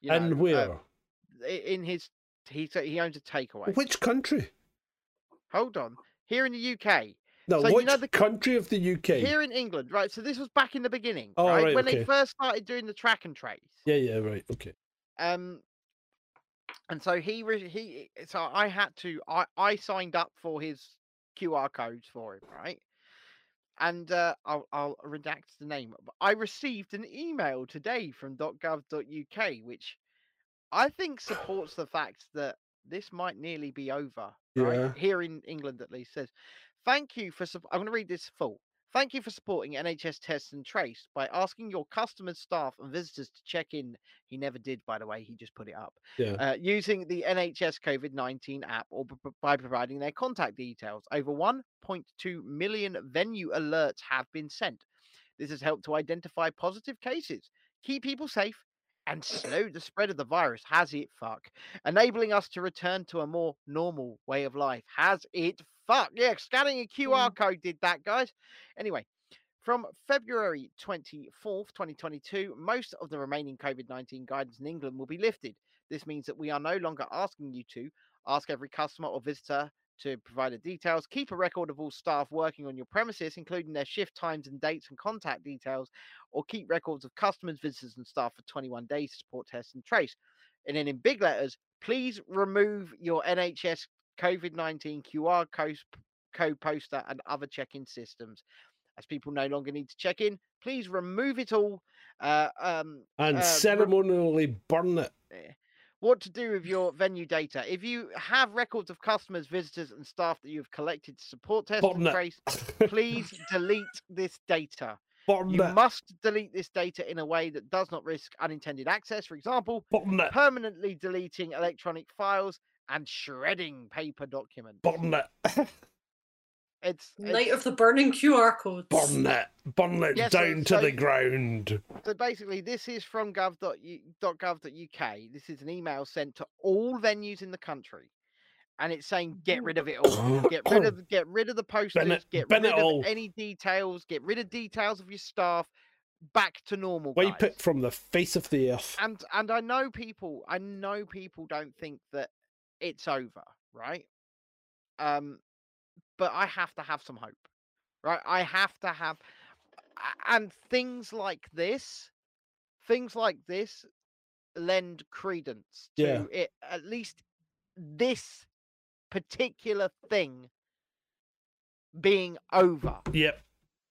you
and
know, uh,
where?
i- in his he sa- he owns a takeaway.
Which country?
Hold on, here in the UK.
No,
so
which
you know the
country of the UK?
here in England, right? So this was back in the beginning,
Oh,
right?
right,
When
okay.
they first started doing the track and trace.
Yeah, yeah, right. Okay.
Um, and so he re- he eh, so I had to I I signed up for his QR codes for him, right? And uh, I'll I'll redact the name. But I received an email today from .gov.uk, which I think supports the fact that this might nearly be over. Right?
Yeah.
Here in England, at least, says, "Thank you for." sup- I'm going to read this full. Thank you for supporting NHS Test and Trace by asking your customers, staff, and visitors to check in. He never did, by the way. He just put it up
Yeah.
uh, using the NHS COVID 19 app or b- b- by providing their contact details. Over 1.2 million venue alerts have been sent. This has helped to identify positive cases, keep people safe, and slow the spread of the virus. Has it fuck? Enabling us to return to a more normal way of life. Has it fuck? Yeah, scanning a QR code did that, guys. Anyway. From February 24th, 2022, most of the remaining COVID 19 guidance in England will be lifted. This means that we are no longer asking you to ask every customer or visitor to provide the details, keep a record of all staff working on your premises, including their shift times and dates and contact details, or keep records of customers, visitors, and staff for 21 days to support test and trace. And then in big letters, please remove your NHS COVID 19 QR code, code poster and other check in systems. As people no longer need to check in, please remove it all. Uh, um,
And
uh, re-
ceremonially burn it.
what to do with your venue data. If you have records of customers, visitors, and staff that you have collected to support test and
Burn it.
trace, please delete this data.
Burn
you
it.
must delete this data in a way that does not risk unintended access. For example,
Burn it.
permanently deleting electronic files and shredding paper documents.
Burn it.
It's,
Night
it's-
of the burning QR codes.
Burn it. Burn it
Yes, so-
down to
so-
the ground.
So basically, this is from gov.gov.uk. This is an email sent to all venues in the country, and it's saying get rid of it all. get rid of get rid of the posters.
it-
get
bin
rid
it
of
all.
any details. Get rid of details of your staff. Back to normal.
Wipe
guys."
it from the face of the earth.
And and I know people. I know people don't think that it's over, right? Um, but I have to have some hope, right? I have to have, a- and things like this, things like this, lend credence to
Yeah.
it. At least this particular thing being over
Yep.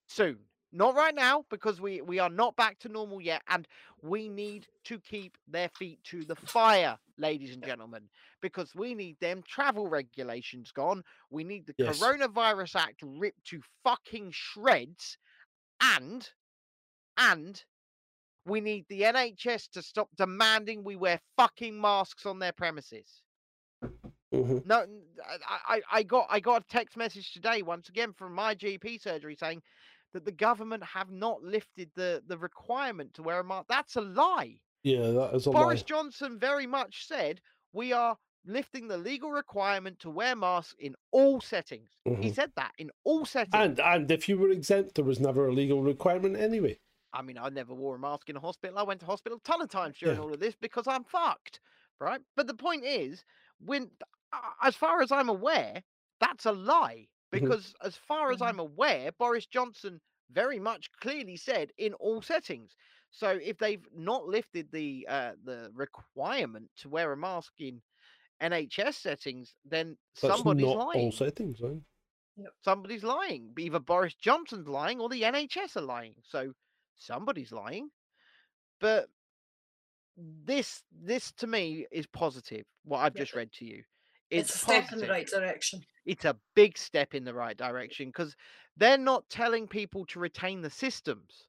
soon. Not right now because we we are not back to normal yet, and we need to keep their feet to the fire, ladies and gentlemen, because we need them travel regulations gone. We need the
Yes.
Coronavirus Act ripped to fucking shreds, and and we need the NHS to stop demanding we wear fucking masks on their premises.
Mhm.
No, n- I, I, I got I got a text message today once again from my GP surgery saying that the government have not lifted the the requirement to wear a mask. That's a lie.
Yeah, that is a
Boris
lie.
Johnson very much said we are lifting the legal requirement to wear masks in all settings. He
Mhm.
said that in all settings.
And and if you were exempt, there was never a legal requirement anyway.
I mean, I never wore a mask in a hospital. I went to hospital a ton of times during
Yeah.
all of this because I'm fucked, right? But the point is, when, a- as far as I'm aware, that's a lie. Because as far
Mm-hmm.
as I'm aware, Boris Johnson very much clearly said in all settings. So if they've not lifted the uh, the requirement to wear a mask in NHS settings, then
That's
somebody's
not
lying.
all settings, man.
Somebody's lying. B- Either Boris Johnson's lying or the NHS are lying. So somebody's lying. But this this to me is positive. What I've
Yeah,
just read to you.
It's, a step in the right direction.
It's a big step in the right direction because they're not telling people to retain the systems.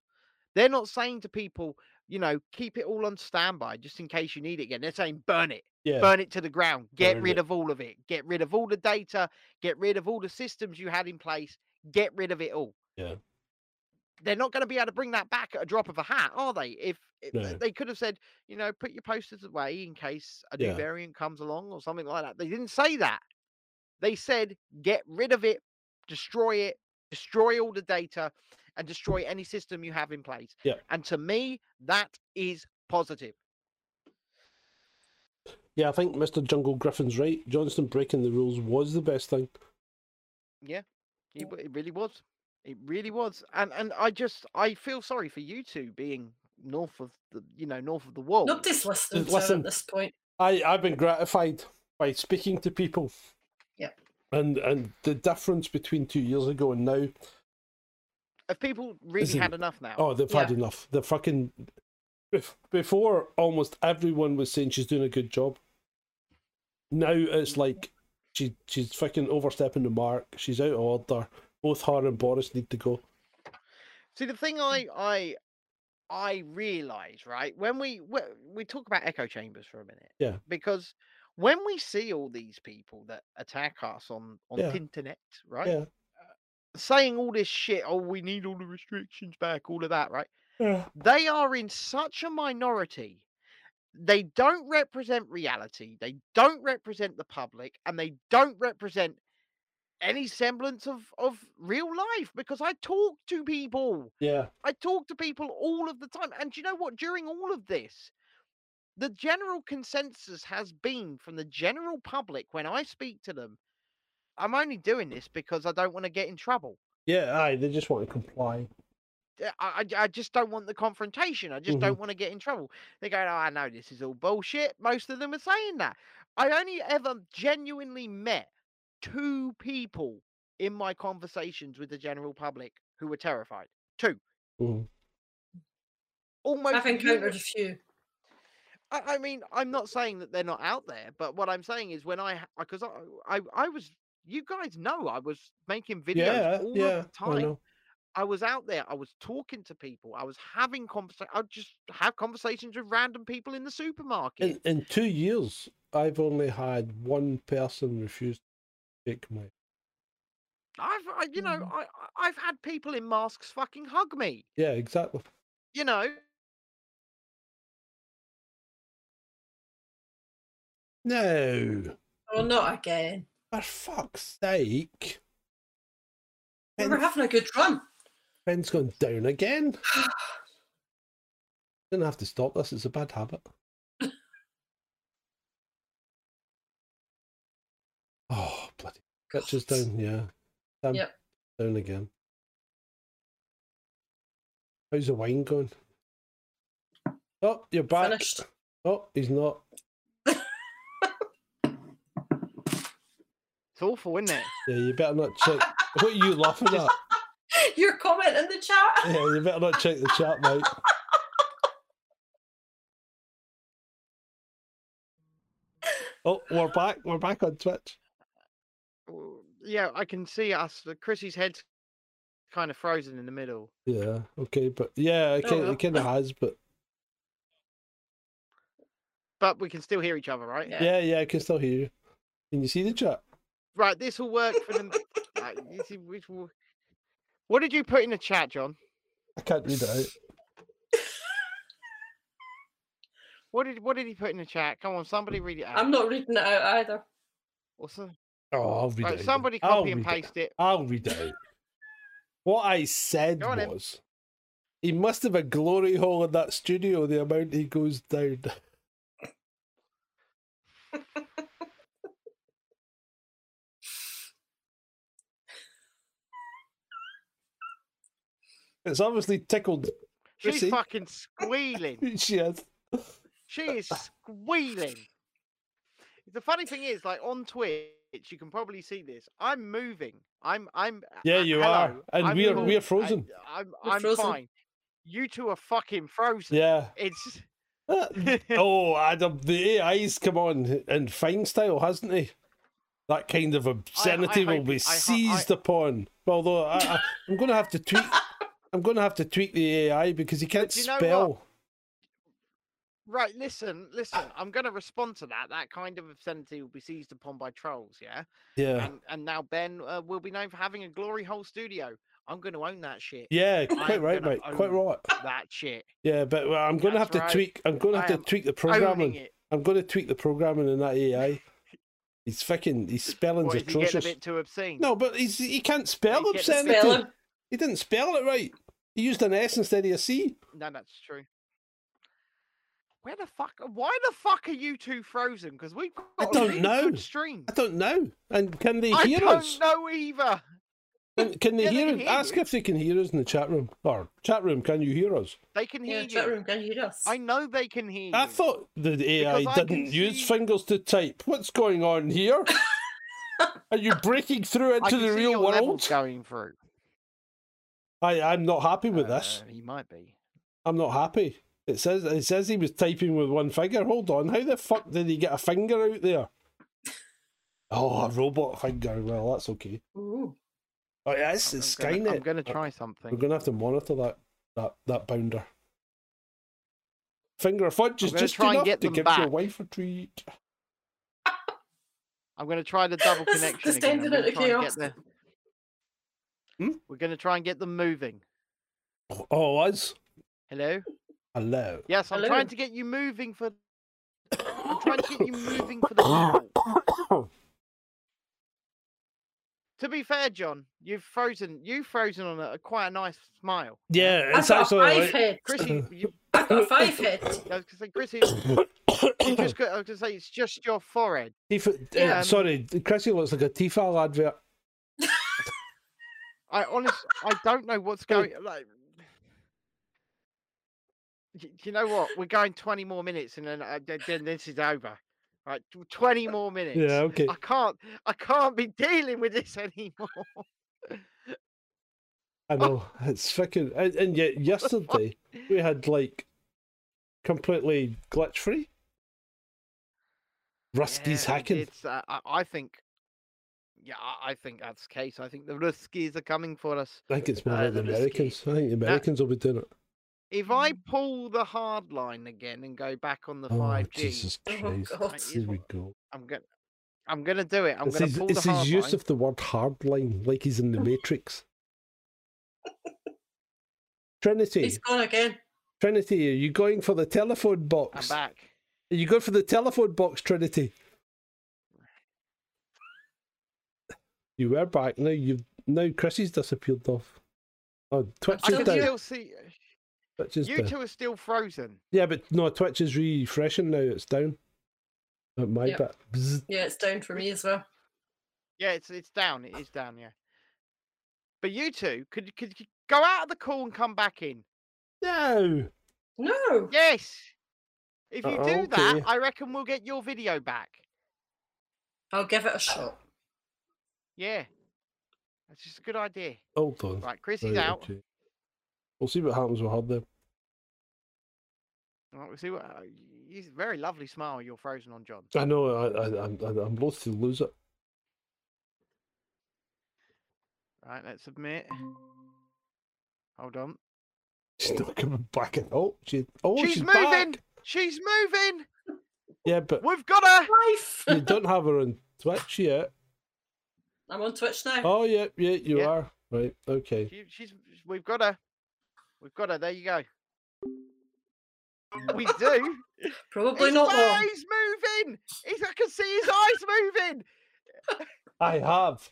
They're not saying to people, you know, keep it all on standby just in case you need it again. They're saying burn it,
Yeah.
burn it to the ground, get
Burn
rid
it.
of all of it, get rid of all the data, get rid of all the systems you had in place, get rid of it all.
Yeah.
They're not going to be able to bring that back at a drop of a hat, are they? If, if
No.
they could have said, you know, put your posters away in case a new
Yeah.
variant comes along or something like that. They didn't say that. They said get rid of it, destroy it, destroy all the data, and destroy any system you have in place.
Yeah.
And to me, that is positive.
Yeah, I think Mr. Jungle Griffin's right. Johnston breaking the rules was the best thing.
Yeah, it, w- it really was. It really was. And and I just I feel sorry for you two being north of the you know north of the wall.
Nobody's listening to her
Listen.
at this point.
I, I've been gratified by speaking to people
Yeah.
and and the difference between two years ago and now.
Have people really
Listen,
had enough now?
Oh, they've had enough. The fucking bef- before almost everyone was saying she's doing a good job. Now it's like she she's fucking overstepping the mark. She's out of order. Both her and Boris need to go.
See, the
mm.
thing I I I realize right when we we, we talk about echo chambers for a minute
Yeah.
because when we see all these people that attack us on on
Yeah.
the internet, right? uh,
Yeah.
Saying all this shit, oh, we need all the restrictions back, all of that, right?
Yeah.
They are in such a minority. They don't represent reality. They don't represent the public, and they don't represent any semblance of of real life. Because I talk to people.
Yeah.
I talk to people all of the time. And do you know what? During all of this, the general consensus has been from the general public when I speak to them, I'm only doing this because I don't want to get in trouble.
Yeah, aye, they just want to comply.
Uh, I, I I just don't want the confrontation. I
Mm-hmm.
just don't want to get in trouble. They're going, oh, I know this is all bullshit. Most of them are saying that. I only ever genuinely met two people in my conversations with the general public who were terrified. Two.
Mhm.
Almost
I've encountered a
uni-
few.
I, I mean, I'm not saying that they're not out there, but what I'm saying is when I because I, I I was you guys know I was making videos
Yeah,
all
yeah,
of the
I
time.
know.
I, was out there. I was talking to people. I was having conversations. I would just have conversations with random people in the supermarket.
In in two years, I've only had one person refuse to take my.
I've I, you know I I- I've had people in masks fucking hug me.
Yeah, exactly.
You know.
No,
Oh, not again.
for fuck's sake!
We were having a good run.
Ben's gone down again. Didn't have to stop this. It's a bad habit. oh bloody! Catch us down. Yeah. Damn,
Yep.
Down again. How's the wine going? Oh, you're back.
Finished.
Oh, he's not.
It's awful, isn't it?
Yeah, you better not check. what are you laughing at?
Your comment in the chat.
Yeah, you better not check the chat, mate. Oh, we're back. We're back on Twitch.
W- Yeah, I can see us. uh, Chrissy's head's kind of frozen in the middle.
Yeah. Okay, but yeah, it
Oh,
kind,
well.
it kind of has, but
But we can still hear each other, right?
Yeah.
yeah, yeah, I can still hear you. Can you see the chat?
Right, this will work for them. right, you see, which will- What did you put in the chat, John?
I can't read it out.
What did what did he put in the chat? Come on, somebody read it out.
I'm not reading it out either.
Or some-
Oh, I'll read
Right,
it. out.
somebody
I'll
copy and
read it out.
paste it.
I'll read it out. What I said
Go on then.
was, he must have a glory hole in that studio. The amount he goes down. it's obviously tickled.
She's
Chrissy.
fucking squealing.
She has.
She is squealing. The funny thing is, like on Twitch, you can probably see this. I'm moving. I'm I'm.
Yeah,
uh,
you
hello,
are, and
I'm
we are- we
moving.
are frozen.
I, am
We're
I'm
frozen.
fine. You two are fucking frozen.
Yeah.
It's
oh, Adam, the AI's come on in fine style, hasn't he? That kind of obscenity will
hope-
be
I ho- I-
seized upon. Although I, I, I'm going to have to tweet. I'm going to have to tweet the AI because he can't
do you know what?
spell.
Right, listen, listen. I'm going to respond to that. That kind of obscenity will be seized upon by trolls, yeah?
Yeah.
And, and now Ben uh, will be known for having a glory hole studio. I'm going to own that shit.
Yeah,
I'm
quite right,
gonna
mate. Quite
own
right.
That shit.
Yeah, but well, I'm going to have
That's
to
right.
tweak. I'm going to have
I
to
am
tweak the
owning
programming.
it.
I'm going to tweak the programming in that AI. He's fucking. His spelling's
What, is he getting a
atrocious.
bit too obscene?
No, but he's, he can't spell
He can't
obscenity.
spell him.
He didn't spell it right. He used an S instead of a C.
No, that's true. Where the fuck? Why the fuck are you two frozen? Because we've got
I
a
don't
really
know.
good stream.
I don't know. And can they
I
hear
don't
us?
know either.
Can, can they
Yeah, they
hear
can
us?
hear
Ask
you.
if they can hear us in the chat room. Or chat room, can you hear us?
They can hear
Yeah, chat
you.
room can hear us.
I know they can hear
I
you.
thought the AI
Because I can
didn't use
see-
fingers to type. What's going on here? Are you breaking through
I
into
can
the
see
real
your
world?
levels going through.
I, I'm not happy with this.
Uh, he might be.
I'm not happy. It says it says he was typing with one finger. Hold on, how the fuck did he get a finger out there? Oh, a robot finger. Well, that's okay.
Ooh.
Oh, yeah, it's, it's
I'm gonna- I'm
Skynet.
going to try
We're
something.
gonna have to monitor that that that bounder. Finger fudge is
I'm gonna
just
try and
enough
get
to
them
give your
back.
wife a treat.
I'm going to try the double
This-
connection
this
again. I'm
ended
gonna
at a
try and get
chaos.
the- We're going to try and get them moving.
Oh, us.
Hello.
Hello.
Yes, I'm
Hello.
trying to get you moving for. I'm trying to get you moving for the people. To be fair, John, you've frozen. You've frozen on a, a quite a nice smile.
Yeah,
I've got a five head.
Chrissy, you,
I've got a five head.
I was going to say, Chrissy, you just got, I was going to say it's just your forehead. Yeah.
uh, sorry, Chrissy looks like a Tefal advert.
I honestly, I don't know what's
Oh.
going. Like, Y- you know what? We're going twenty more minutes, and then uh, then- then this is over. Right, tw- twenty more minutes.
Yeah, okay.
I can't, I can't be dealing with this anymore.
I know it's fucking. And, and yet, yesterday we had like completely glitch free. Rusty's
Yeah, it-
hacking.
It's, uh, I, I think, yeah, I, I think that's the case. I think the Ruskies are coming for us.
I think it's more
uh,
like the
the risky-
Americans. I think the Americans will be doing it.
If I pull the hard line again and go back on the
Mm-hmm. Oh,
five G,
Jesus Christ!
God.
Here we go.
I'm gonna, I'm gonna do it. I'm
It's
gonna
his,
pull
it's
the hard
his use
line.
of the word hard line, like he's in the Matrix. Trinity,
He's gone again.
Trinity, are you going for the telephone
I'm
box? Are
back.
you going for the telephone box, Trinity? You were back. Now you've now Chrissy's disappeared off. Oh, Twitch
I
is
can
Just do-
still
down.
see uh,
Twitch is
you
down.
two are still frozen.
Yeah, but no, Twitch is refreshing now. It's down. At my
Yep.
bit. Bzzz.
Yeah, it's down for me as well.
Yeah, it's it's down. It is down. Yeah, but you two could could you go out of the call and come back in.
No.
No.
Yes. If you
Uh,
do that,
okay.
I reckon we'll get your video back.
I'll give it a shot.
Yeah, that's just a good idea.
Hold on.
Right, Chrissy's
Right,
out.
okay. We'll see what happens with her then.
Right, we'll see what. Uh, he's a very lovely smile you're frozen on, John.
I know. I, I, I'm, I'm loath to lose it.
Right, let's submit. Hold on.
She's not coming back. At, oh, she. Oh, she's,
she's, moving.
back.
She's moving.
Yeah, but
We've got her.
Life.
you don't have her on Twitch yet.
I'm on Twitch now.
Oh, yeah, yeah, you
Yeah.
are. Right. Okay.
She, she's. We've got her. We've got her. There you go. We do.
Probably
his
not long.
eyes moving. He's, I can see his eyes moving.
I have.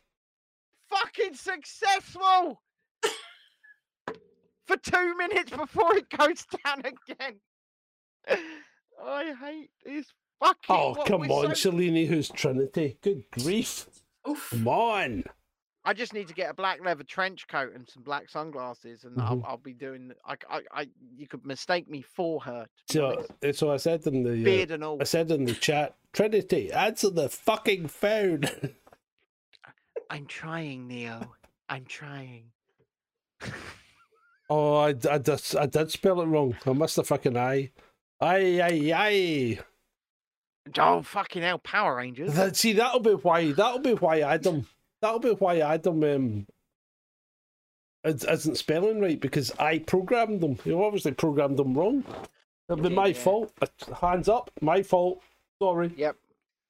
Fucking successful. For two minutes before it goes down again. I hate this fucking.
Oh,
what
come
we're
on,
so-
Cellini, who's Trinity? Good grief.
Oof.
Come on.
I just need to get a black leather trench coat and some black sunglasses, and I'll,
Mhm.
I'll be doing. the- I, c- I- I- you could mistake me for her. to be
So,
honest,
so I said in the. uh,
beard and all.
I said in the chat, Trinity, answer the fucking phone.
I'm trying, Neo. I'm trying.
oh, I, I, just, I did spell it wrong. I missed the fucking I. Aye, aye, aye.
Oh fucking hell, Power Rangers!
That, see, that'll be why. That'll be why Adam. That'll be why Adam um, is- isn't spelling right because I programmed them. You obviously programmed them wrong. It'll be my fault. Uh, Hands up, my fault. Sorry.
Yep.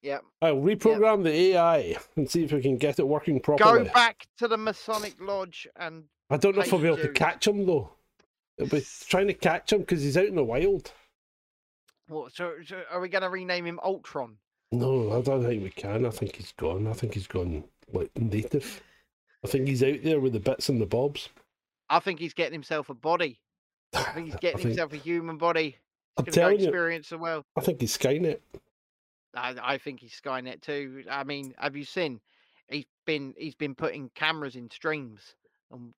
Yep.
I'll reprogram the AI and see if we can get it working properly.
Go back to the Masonic Lodge and
I don't know if I'll be able to
Dude.
catch him though. It'll be trying to catch him because he's out in the wild.
what? So, so are we going to rename him Ultron?
No, I don't think we can. I think he's gone. I think he's gone like native. I think he's out there with the bits and the bobs.
I think he's getting himself a body. I think he's getting
think-
himself a human body.
I'm
He's going
telling
to
you.
experience the world.
I think he's Skynet.
I, I think he's Skynet too. I mean, have you seen? He's been he's been putting cameras in streams. And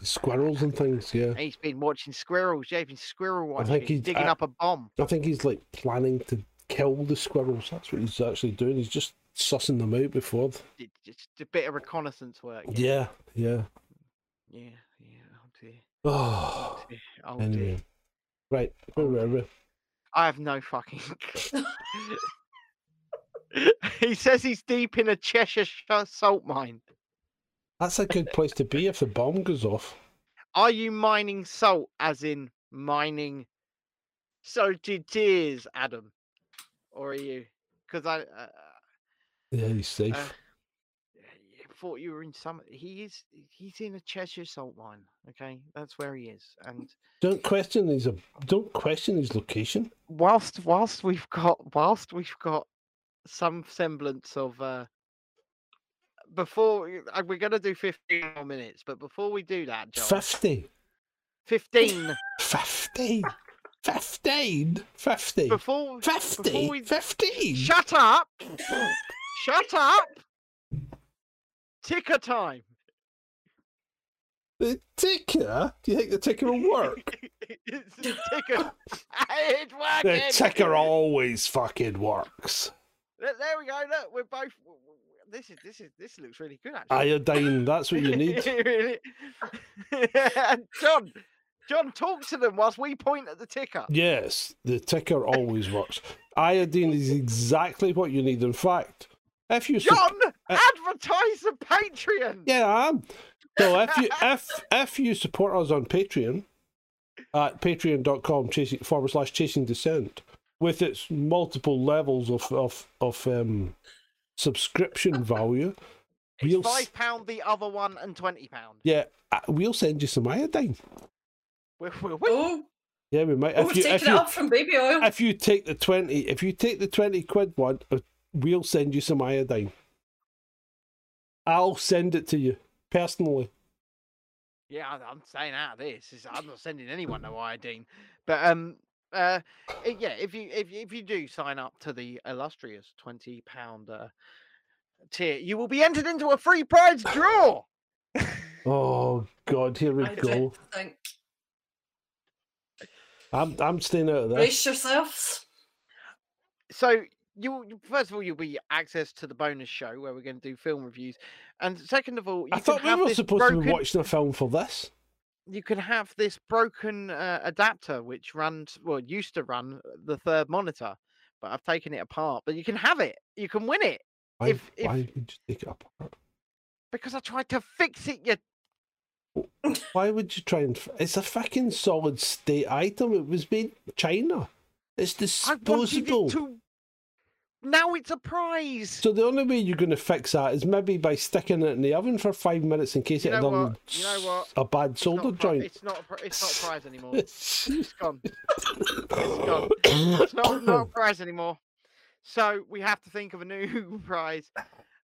Squirrels and things, yeah.
he's been watching squirrels. Yeah, he's been squirrel
I
watching.
think he's
digging
I-
up a bomb.
I think he's like planning to kill the squirrels. That's what he's actually doing. He's just sussing them out before. th-
It- It's a bit of reconnaissance work.
Yeah, yeah.
Yeah. Yeah. Oh dear.
Oh,
dear, Oh dear.
anyway. Right, where were we?
I have no fucking. clue. he says he's deep in a Cheshire sh- uh, salt mine.
That's a good place to be if the bomb goes off.
Are you mining salt, as in mining salted tears, Adam, or are you? Because I uh,
Yeah, he's safe.
Uh, thought you were in some. He is. He's in a Cheshire salt mine. Okay, that's where he is. And
Don't question his ab- don't question his location.
whilst whilst we've got whilst we've got some semblance of uh before we- uh, we're going to do 15 more minutes but before we do that John,
Fifty.
15
Fifteen. Fifteen. Fifty.
before
Fifty.
before we
Fifteen.
shut up shut up ticker time
The ticker? Do you think the ticker will work?
it's the ticker it's working
the ticker always fucking works.
there there we go look we're both w- w- w- this is this is this looks really good actually
Iodine, that's what you need.
Really? and John, John, talk to them whilst we point at the ticker.
Yes, the ticker always works. Iodine is exactly what you need. In fact, if you sup-
John, advertise the Patreon.
uh Yeah, I am. So if you if if you support us on Patreon at patreon.com chasing forward slash chasing descent with its multiple levels of of, of um subscription value, we'll s-
Five pound the other one and twenty pound.
yeah, uh, we'll send you some iodine.
Will will we?
Oh,
Yeah, we might
oh we've
if you
taken
if
it
you,
up from baby oil.
if you take the twenty if you take the twenty quid one, uh, we'll send you some iodine. I'll send it to you personally.
Yeah, I- I'm staying out of this. It's- I'm not sending anyone no iodine. But um, uh, i- yeah, if you if you- if you do sign up to the illustrious twenty pound uh, tier, you will be entered into a free prize draw.
Oh God, here we
I
go.
don't think.
I'm I'm staying out of this.
Brace yourselves.
so you first of all you'll be access to the bonus show where we're going to do film reviews and second of all you
I
can
thought we
have
were
this
supposed to be
broken-
watching a film for this.
you can have this broken uh, adapter which runs well used to run uh, the third monitor but i've taken it apart but you can have it you can win it
Why,
If- if-
why would you take it apart?
because i tried to fix it you
Why would you try and? f- It's a fucking solid state item. It was made in China. It's
i wanted
disposable.
it to now it's a prize
So the only way you're going to fix that is maybe by sticking it in the oven for five minutes in case
You
it had
know
done
what? You know what?
a bad
It's not
solder
a pri-
joint.
it's not a, pri- it's not a prize anymore it's gone it's gone it's not, not a prize anymore. So we have to think of a new prize.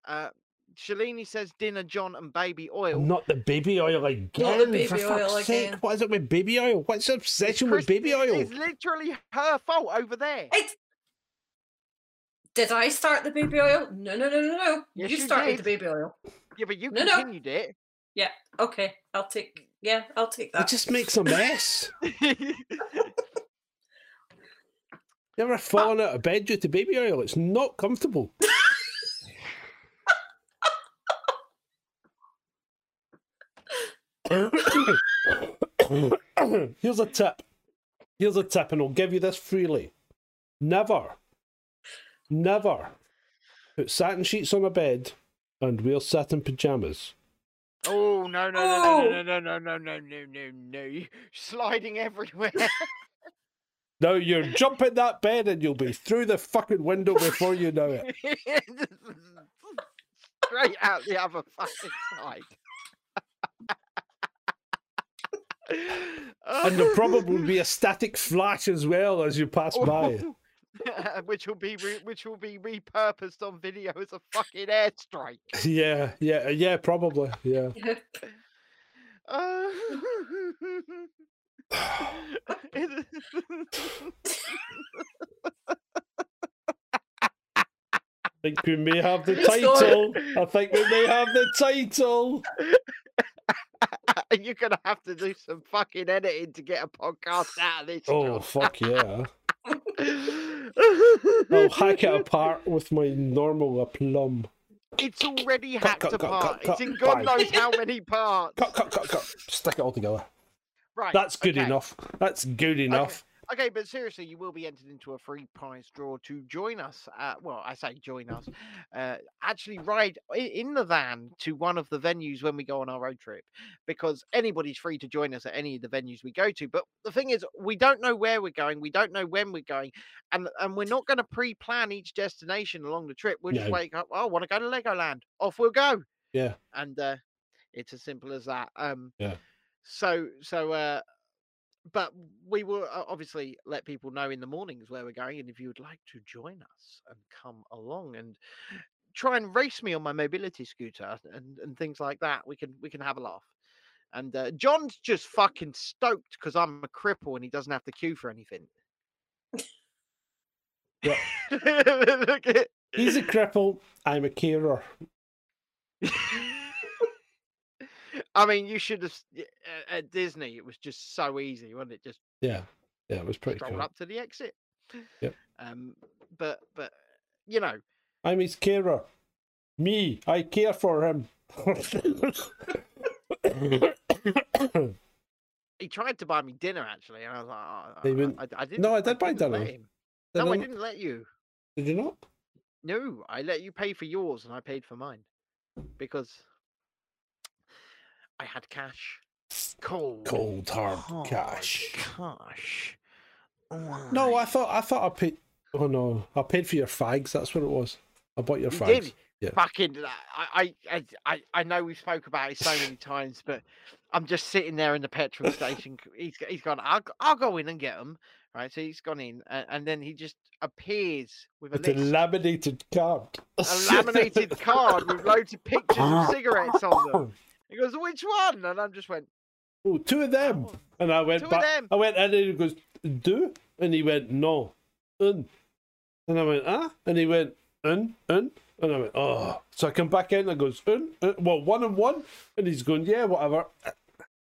Uh, Shalini says dinner, John, and baby oil.
Not the baby oil again. for
baby
fuck's
oil
sake.
again.
What is it with baby oil? What's the obsession
Chris-
with baby
it-
oil?
It's literally her fault over there.
Did I start the baby oil? No, no, no, no, no.
Yes,
you
you
started the
did.
baby oil.
Yeah, but you
No, no.
continued it.
Yeah. Okay. I'll take. Yeah, I'll take
It
that.
just makes a mess. You ever fallen out of bed due to baby oil? It's not comfortable. Here's a tip. Here's a tip, and I'll give you this freely. Never, never put satin sheets on a bed and wear satin pajamas.
Oh no no no no
Oh.
no no no no no no no no! Sliding everywhere.
Now you're jumping that bed and you'll be through the fucking window before you know it.
Straight out the other fucking side.
And there'll probably be a static flash as well as you pass by.
which will be re- which will be repurposed on video as a fucking airstrike.
Yeah, yeah, yeah, probably. Yeah.
Uh,
I think we may have the
It's not-
title. I think we may have the title.
and you're gonna have to do some fucking editing to get a podcast out of this.
Oh fuck yeah. I'll hack it apart with my normal aplomb.
It's already hacked
cut, cut,
apart.
cut,
it's
cut.
in God
Bye.
knows how many parts.
Cut, cut, cut, cut. Stick it all together.
Right.
That's good
okay.
enough. That's good enough.
Okay, but seriously, you will be entered into a free prize draw to join us. Uh, well, I say join us. Uh, actually, ride i- in the van to one of the venues when we go on our road trip, because anybody's free to join us at any of the venues we go to. But the thing is, we don't know where we're going, we don't know when we're going, and and we're not going to pre-plan each destination along the trip. We'll just
No.
wake up. Oh, I want to go to Legoland. Off we'll go
Yeah.
and uh, it's as simple as that. Um,
Yeah.
So so uh, but we will uh, obviously let people know in the mornings where we're going, and if you would like to join us and come along and try and race me on my mobility scooter and and things like that, we can we can have a laugh. And uh, John's just fucking stoked because I'm a cripple and he doesn't have to queue for anything.
Yeah.
Look at
He's a cripple. I'm a carer.
I mean, you should have s- y- a- at Disney. It was just so easy, wasn't it? Just
Yeah. Yeah, it was pretty
stroll
cool.
up to the exit.
Yep.
Um, but but you know,
I'm his carer. Me, I care for him. they
he tried to buy me dinner actually, and I was like, "Oh, I-
wouldn't.
I, I didn't.
no, I did buy
didn't let
dinner.
him.
They
No, I
don't-
didn't let you.
Did you not?
No, I let you pay for yours, and I paid for mine because I had cash. Cold.
Cold hard
hard
cash.
Cash. Oh,
No, I thought I thought I paid. Oh no, I paid for your fags. That's what it was. I bought your
You
fags.
did.
Yeah.
Fucking, uh, I, I- I, I, I know we spoke about it so many times, but I'm just sitting there in the petrol station. c- He's, g- he's gone. I'll, g- I'll go in and get them. Right, so he's gone in, and, and then he just appears with a,
It's a
list,
laminated card.
a laminated card with loads of pictures of cigarettes on them. He goes, "Which one?" And I just went,
Oh, two of them. And I went
Two of
back.
them.
I went in and he goes, Do? And he went, No. Un. And I went, Ah? And he went, Un, un. And I went, Oh. So I come back in and goes, Un, un. Well, one and one. And he's going, Yeah, whatever.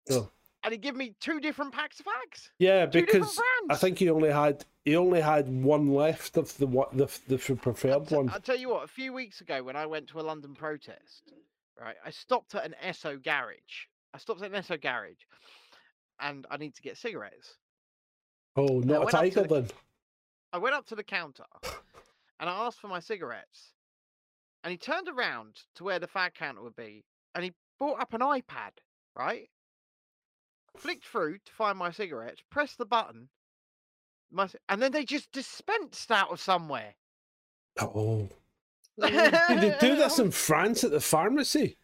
So,
and he gave me two different packs of fags.
yeah,
Two different
because I
brands.
think he only had he only had one left of the what the, the preferred one.
I'll tell you what, a few weeks ago when I went to a London protest, right, I stopped at an Esso garage. I stopped at an Esso garage and I need to get cigarettes.
Oh,
I
not a
went up to
tiger
the-
then.
I went up to the counter and I asked for my cigarettes. And he turned around to where the fag counter would be and he brought up an iPad, right? Flicked through to find my cigarettes, pressed the button, my, c- and then they just dispensed out of somewhere.
Oh. Did they do this in France at the pharmacy?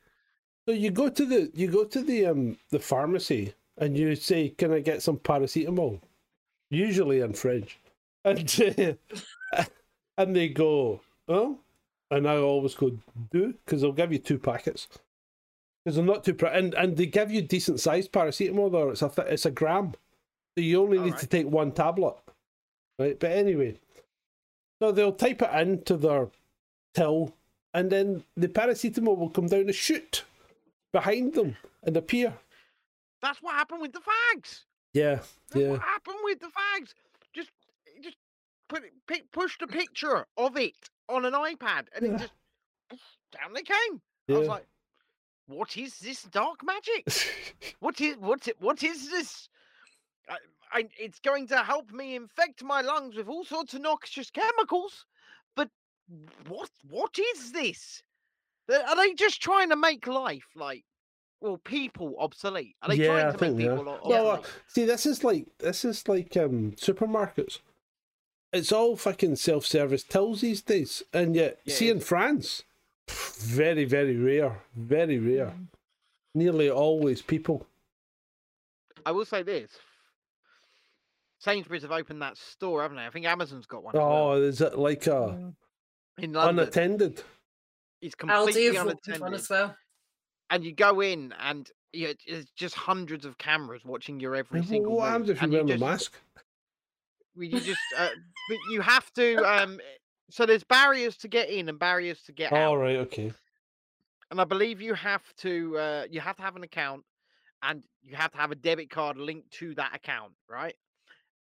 So you go to the you go to the um the pharmacy and you say, "Can I get some paracetamol?" Usually in French, and uh, and they go, "Oh," and I always go, "Do," because they'll give you two packets because they're not too pr- and and they give you decent sized paracetamol though. It's a th- it's a gram, so you only need to take one tablet, right? But anyway, so they'll type it into their till, and then the paracetamol will come down a chute behind them and appear.
That's what happened with the fags.
Yeah, yeah,
What happened with the fags? Just, eh, just put it, pick, push the picture of it on an iPad, and it just down they came. I was
Yeah.
like, "What is this dark magic? what is what? i- What is this? I, I, it's going to help me infect my lungs with all sorts of noxious chemicals, but what? What is this? Are they just trying to make life like?" well, people obsolete? Are they
yeah,
trying
I
to
think
make
they are.
people o-
Well, uh,
obsolete?
see, this is like this is like um supermarkets. It's all fucking self-service tills these days, and yet, see in France, pff, very very rare, very rare.
Mm.
Nearly always people.
I will say this. Sainsbury's have opened that store, haven't they? I think Amazon's got one. as well.
Oh, is it like a
In London.
unattended?
It's
Aldi
completely
have opened
unattended.
one as well.
And you go in and you know, it's just hundreds of cameras watching your every
Well,
single
What
move.
happens if you're
and you
wearing
just-
a mask?
Well, you just uh, but you have to um so there's barriers to get in and barriers to get out
All right, okay.
and i believe you have to uh you have to have an account and you have to have a debit card linked to that account right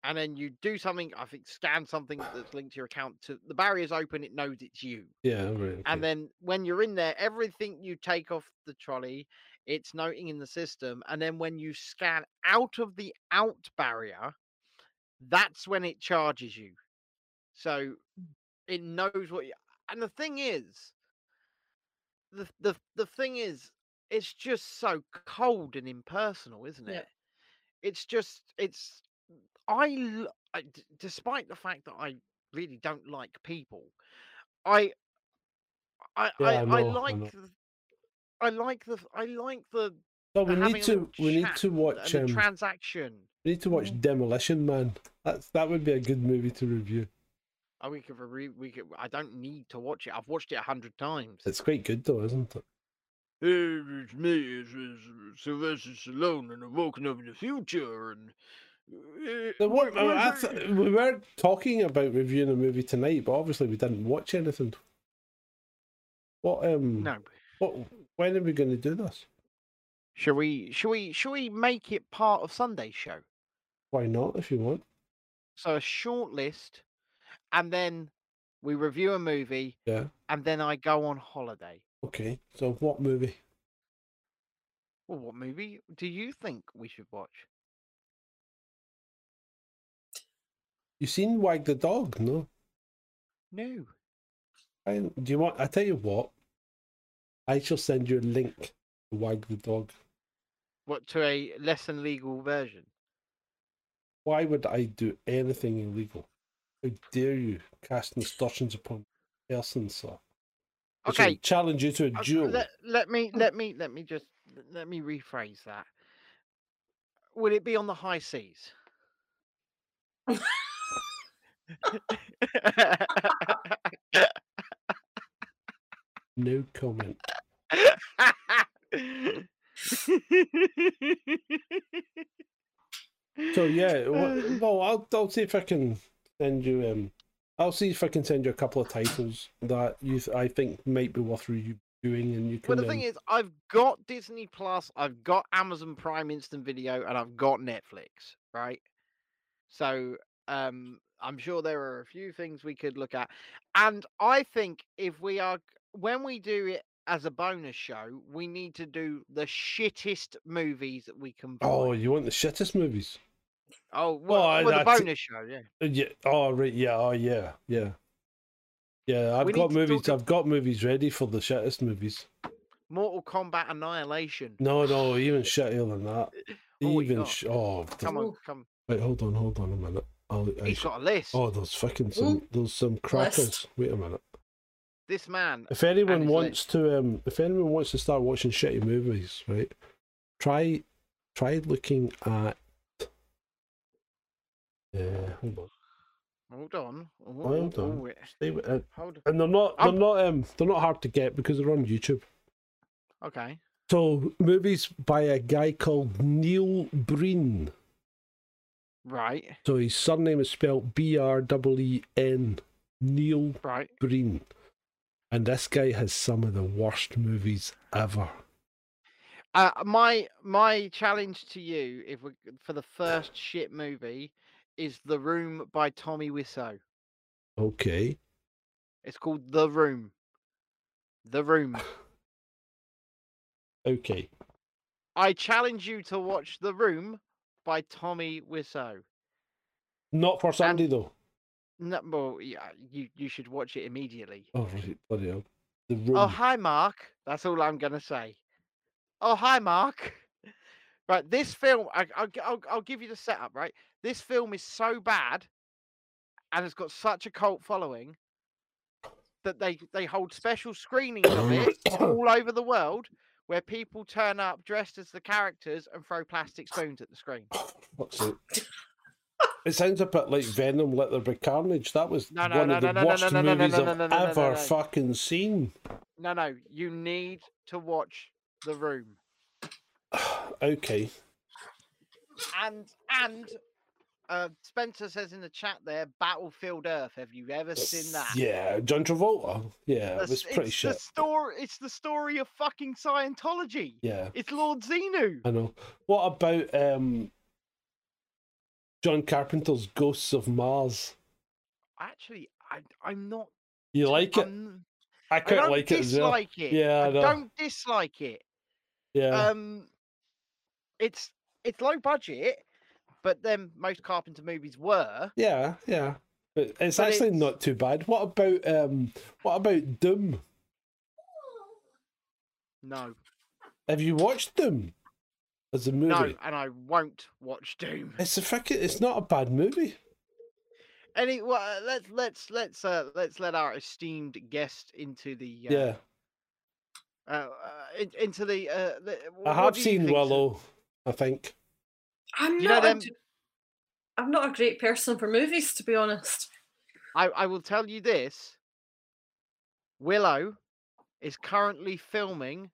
and then you do something i think scan something that's linked to your account to the barriers open it knows it's you
Yeah, all right.
and then when you're in there, everything you take off the trolley, it's noting in the system. And then when you scan out of the out barrier, that's when it charges you. So it knows what you. And the thing is, the the the thing is, it's just so cold and impersonal, isn't it?
Yeah.
It's just it's I, l- I d- despite the fact that I really don't like people, I I
Yeah,
I,
I
I
know, I
like
know.
the, I like the I like the
No,
the
we
having
need
a little
to we need
chat
to watch
and
um,
the Mm. transaction.
we need to watch Demolition Man. That's that would be a good movie to review.
Oh, we could re- we could, I don't need to watch it. I've watched it a hundred times.
It's quite good though, isn't it?
Hey, it's me, it's, it's Sylvester Stallone, and I'm walking up in the future, and uh,
The one,
Oh, uh,
I th- we were talking about reviewing a movie tonight, but obviously we didn't watch anything. What um?
No.
What? When are we going to do this?
Shall we? Shall we? Shall we make it part of Sunday's show?
Why not? If you want.
So a short list, and then we review a movie,
Yeah.
and then I go on holiday.
Okay. So what movie?
Well, what movie do you think we should watch?
You seen Wag the Dog? No.
No.
I, do you want? I tell you what. I shall send you a link to Wag the Dog.
What to a less than legal version?
Why would I do anything illegal? How dare you cast aspersions upon persons, sir? I shall
Okay.
Challenge you to a
Uh,
duel.
Let, let me let me let me just let me rephrase that. Would it be on the high seas?
No comment. So yeah, wha- well, I'll I'll see if I can send you um, I'll see if I can send you a couple of titles that you th- I think might be worth reviewing, and you can.
Well, the thing
um,
is, I've got Disney Plus, I've got Amazon Prime Instant Video, and I've got Netflix, right? So um, I'm sure there are a few things we could look at. And I think if we are, when we do it as a bonus show, we need to do the shittest movies that we can.
oh, you want the shittest movies?
Oh, well,
I-
well, the
that's-
bonus show, yeah.
Uh, Yeah. Oh right. Yeah. Oh yeah. Yeah. Yeah. I've
We need
got
to talk
movies. I've got movies ready for the shittest movies.
Mortal Kombat Annihilation.
No, no, even shittier than that.
Oh, what you
even
got?
sh- oh.
Come on, come.
Wait, hold on, hold on a minute. I'll, I
He's
sh-
got a list.
Oh, those fucking some, those some crackers. Wait a minute.
This man.
If anyone
his
wants to, um, if anyone wants to start watching shitty movies, right? Try, try looking at. Yeah, hold on.
Hold on. Oh, oh,
Hold
oh,
on.
wait.
Stay with it.
Hold
uh, And they're not, they're
I'm-
not, um, they're not hard to get because they're on YouTube.
Okay.
So movies by a guy called Neil Breen.
Right.
So his surname is spelled B R E E N. Neil
Right.
Breen. And this guy has some of the worst movies ever.
Uh, my my challenge to you, if we for the first shit movie, is The Room by Tommy Wiseau.
Okay.
It's called The Room. The Room.
Okay.
I challenge you to watch The Room by Tommy Wiseau.
Not for Sunday though.
No, well, yeah, you you should watch it immediately.
Oh, right, bloody hell. The room.
Oh, hi, Mark. That's all I'm gonna say. Oh, hi, Mark. Right, this film, I, I'll, gi- I'll, I'll give you the setup, right? This film is so bad and it's got such a cult following that they, they hold special screenings of it all over the world where people turn up dressed as the characters and throw plastic spoons at the screen.
What's it? It sounds a bit like Venom. Let there be carnage. That was
No, no,
one
no,
of
no,
the
no, no,
worst
no, no, no,
movies
no, no,
I've
no, no, no,
ever
no.
fucking seen.
No, no, you need to watch The Room.
Okay.
and and uh, Spencer says in the chat there, Battlefield Earth. Have you ever seen that?
Yeah, John Travolta. Yeah,
That's-
it was pretty
it's
shit.
The story, it's the story of fucking Scientology.
Yeah.
It's Lord Xenu.
I know. What about um John Carpenter's Ghosts of Mars?
Actually, I, I'm not.
You like it? I
I
quite
don't
like it as well.
dislike it.
Yeah, I,
I
know.
don't dislike it.
Yeah.
Um, it's it's low budget, but then most Carpenter movies were.
yeah, yeah. But it's
but
actually not too bad. What about um what about Doom?
No,
Have you watched Doom? As a movie?
no, and I won't watch Doom.
It's a frickin' it's not a bad movie.
Any well, uh, let's let's let's uh, let's let our esteemed guest into the uh,
Yeah.
uh, uh, in- into the. Uh, the
I
what
have
do you
seen
think's-
Willow, I think.
I'm
You know
not. a
them-
d- I'm not a great person for movies, to be honest.
I I will tell you this. Willow is currently filming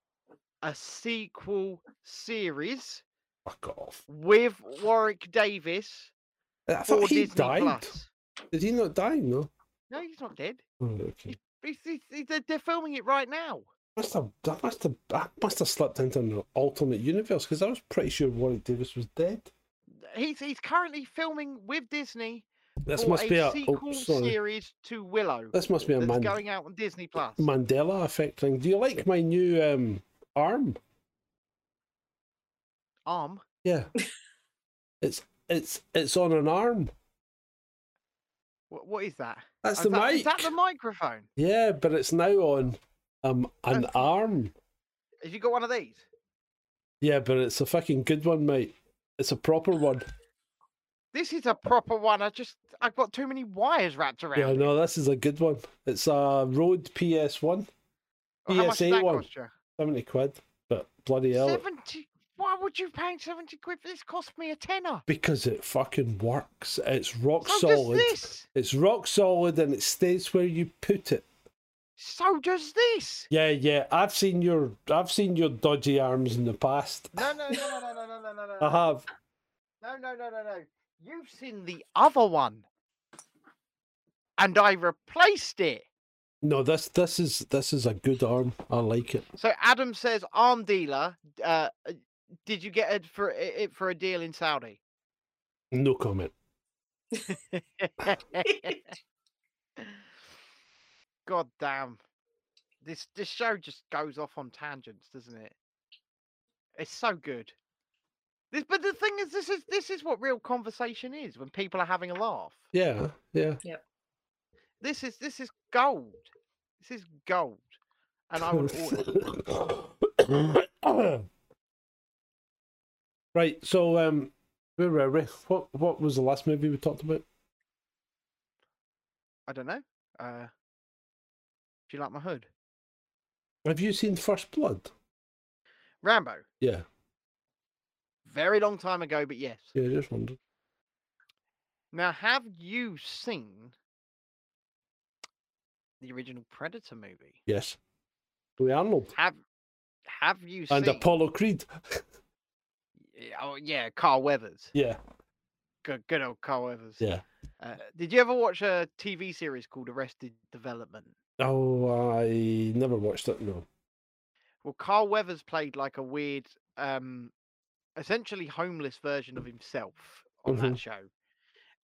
a sequel series
Fuck off.
with Warwick Davis
I
for
thought he
Disney
died.
Plus.
Did he not die? No.
No, he's not dead.
Oh, okay.
He's, he's, he's- they're, they're filming it right now.
Must have that must have that must have slipped into an alternate universe because I was pretty sure Warwick Davis was dead.
He's he's currently filming with Disney.
This
for
must
a
be a- oh,
sequel
sorry.
series to Willow.
This must be a
that's
man-
going out on Disney Plus.
Mandela effect thing. Do you like my new um arm?
Arm.
Yeah. it's it's it's on an arm.
What, what is that?
That's
Is
the
that- Is that
mic.
the microphone?
Yeah, but it's now on um an arm.
Have you got one of these?
Yeah, but it's a fucking good one, mate. It's a proper one.
This is a proper one. I just I've got too many wires wrapped around.
Yeah, no, this is a good one. It's a Rode PS one.
Oh, How much did
PSA
that
one.
cost you?
Seventy quid. But bloody hell.
Seventy. Why would you pay seventy quid for this? Cost me a tenner.
Because it fucking works. It's rock
So does
solid.
this.
It's rock solid and it stays where you put it.
So does this.
Yeah, yeah. I've seen your I've seen your dodgy arms in the past.
No, no, no, no, no, no, no, no, no, no.
I have.
No, no, no, no, no. You've seen the other one, and I replaced it.
No, this this is this is a good arm. I like it.
So Adam says, "Arm dealer, uh, uh, did you get it for it it for a deal in Saudi?"
No comment.
God damn, this this show just goes off on tangents, doesn't it? It's so good. This, but the thing is, this is this is what real conversation is when people are having a laugh.
Yeah, yeah.
This is this is gold. This is gold, and I would order.
right, so um where were we? What what was the last movie we talked about?
I don't know. Uh, do you like my hood,
Have you seen First Blood?
Rambo?
Yeah.
Very long time ago, but yes.
Yeah, I just wondered.
Now, have you seen the original Predator movie?
Yes. Louis Arnold.
Have Have you
And
seen?
Apollo Creed.
Yeah, Oh yeah, Carl Weathers.
Yeah,
Good, good old Carl Weathers.
yeah.
Uh, did you ever watch a TV series called Arrested Development?
Oh, I never watched it. No.
Well, Carl Weathers played like a weird, um, essentially homeless version of himself on
Mhm.
that show,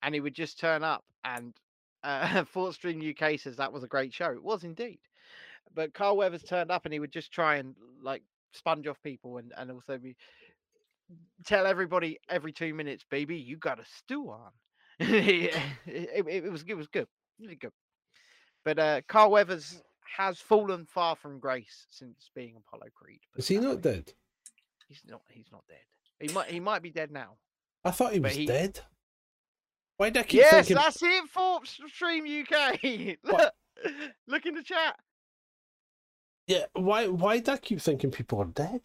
and he would just turn up. And uh, Fort Stream UK says that was a great show. It was indeed, but Carl Weathers turned up and he would just try and like sponge off people and and also be tell everybody every two minutes, baby, you got a stew on. it, it- it was it was good, really good. But uh, Carl Weathers has fallen far from grace since being Apollo Creed. put
Is
it
he
that
not
way.
dead?
He's not. He's not dead. He might. He might be dead now.
I thought he
But
was
he-
dead. Why did I keep
Yes,
thinking?
that's it, Forbes Stream UK. Look,
What?
look in the chat.
Yeah, why? Why did I keep thinking people are dead?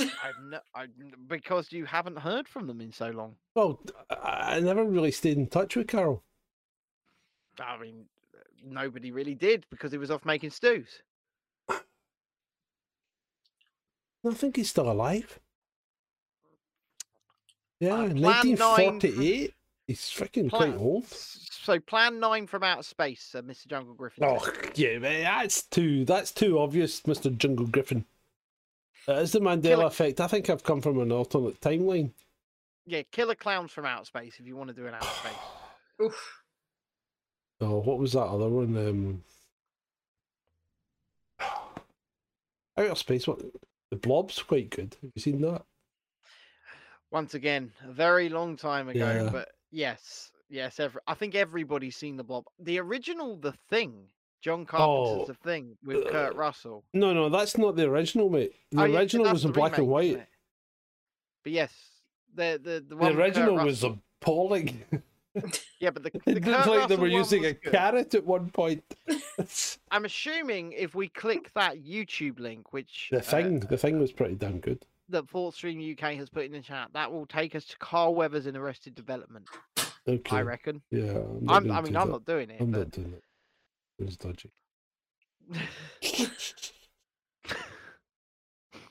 I've no, I, n- because you haven't heard from them in so long.
Well, I I never really stayed in touch with Carol.
I mean, uh, nobody really did because he was off making stews.
I think he's still alive. Yeah,
Plan
1948. He's freaking quite
Plan-
old.
So, Plan Nine from Outer Space, uh, Mr. Jungle Griffin.
Oh yeah, man, that's too that's too obvious, Mister Jungle Griffin. It is the Mandela effect. I think I've come from an alternate timeline.
Yeah, Killer Clowns from Outer Space. If you want to do an Outer Space,
Oof.
Oh, what was that other one? Um, outer space. What the Blob's quite good. Have you seen that?
once again, a very long time ago,
Yeah.
but yes, yes. Every, I think everybody's seen the blob. The original, The Thing, John Carpenter's
Oh,
The Thing with Kurt Russell.
No, no, that's not the original, mate. The
Oh, yeah,
original
that's
was in
the
black and
remake,
white.
isn't it? But yes, the the the, one with
The
Kurt
original was
Russell-
appalling.
yeah, but the, the
It
Kurt
looked like they
Russell
were
one
using
was
a
good.
carrot at one point.
I'm assuming if we click that YouTube link, which
The
uh,
thing, the thing was pretty damn good.
that Fourth Stream UK has put in the chat, that will take us to Carl Weathers in Arrested Development.
Okay.
I reckon.
Yeah. I'm, not
I'm, I
gonna do
mean, I'm
that.
not doing it,
I'm
but
not doing it. It was dodgy.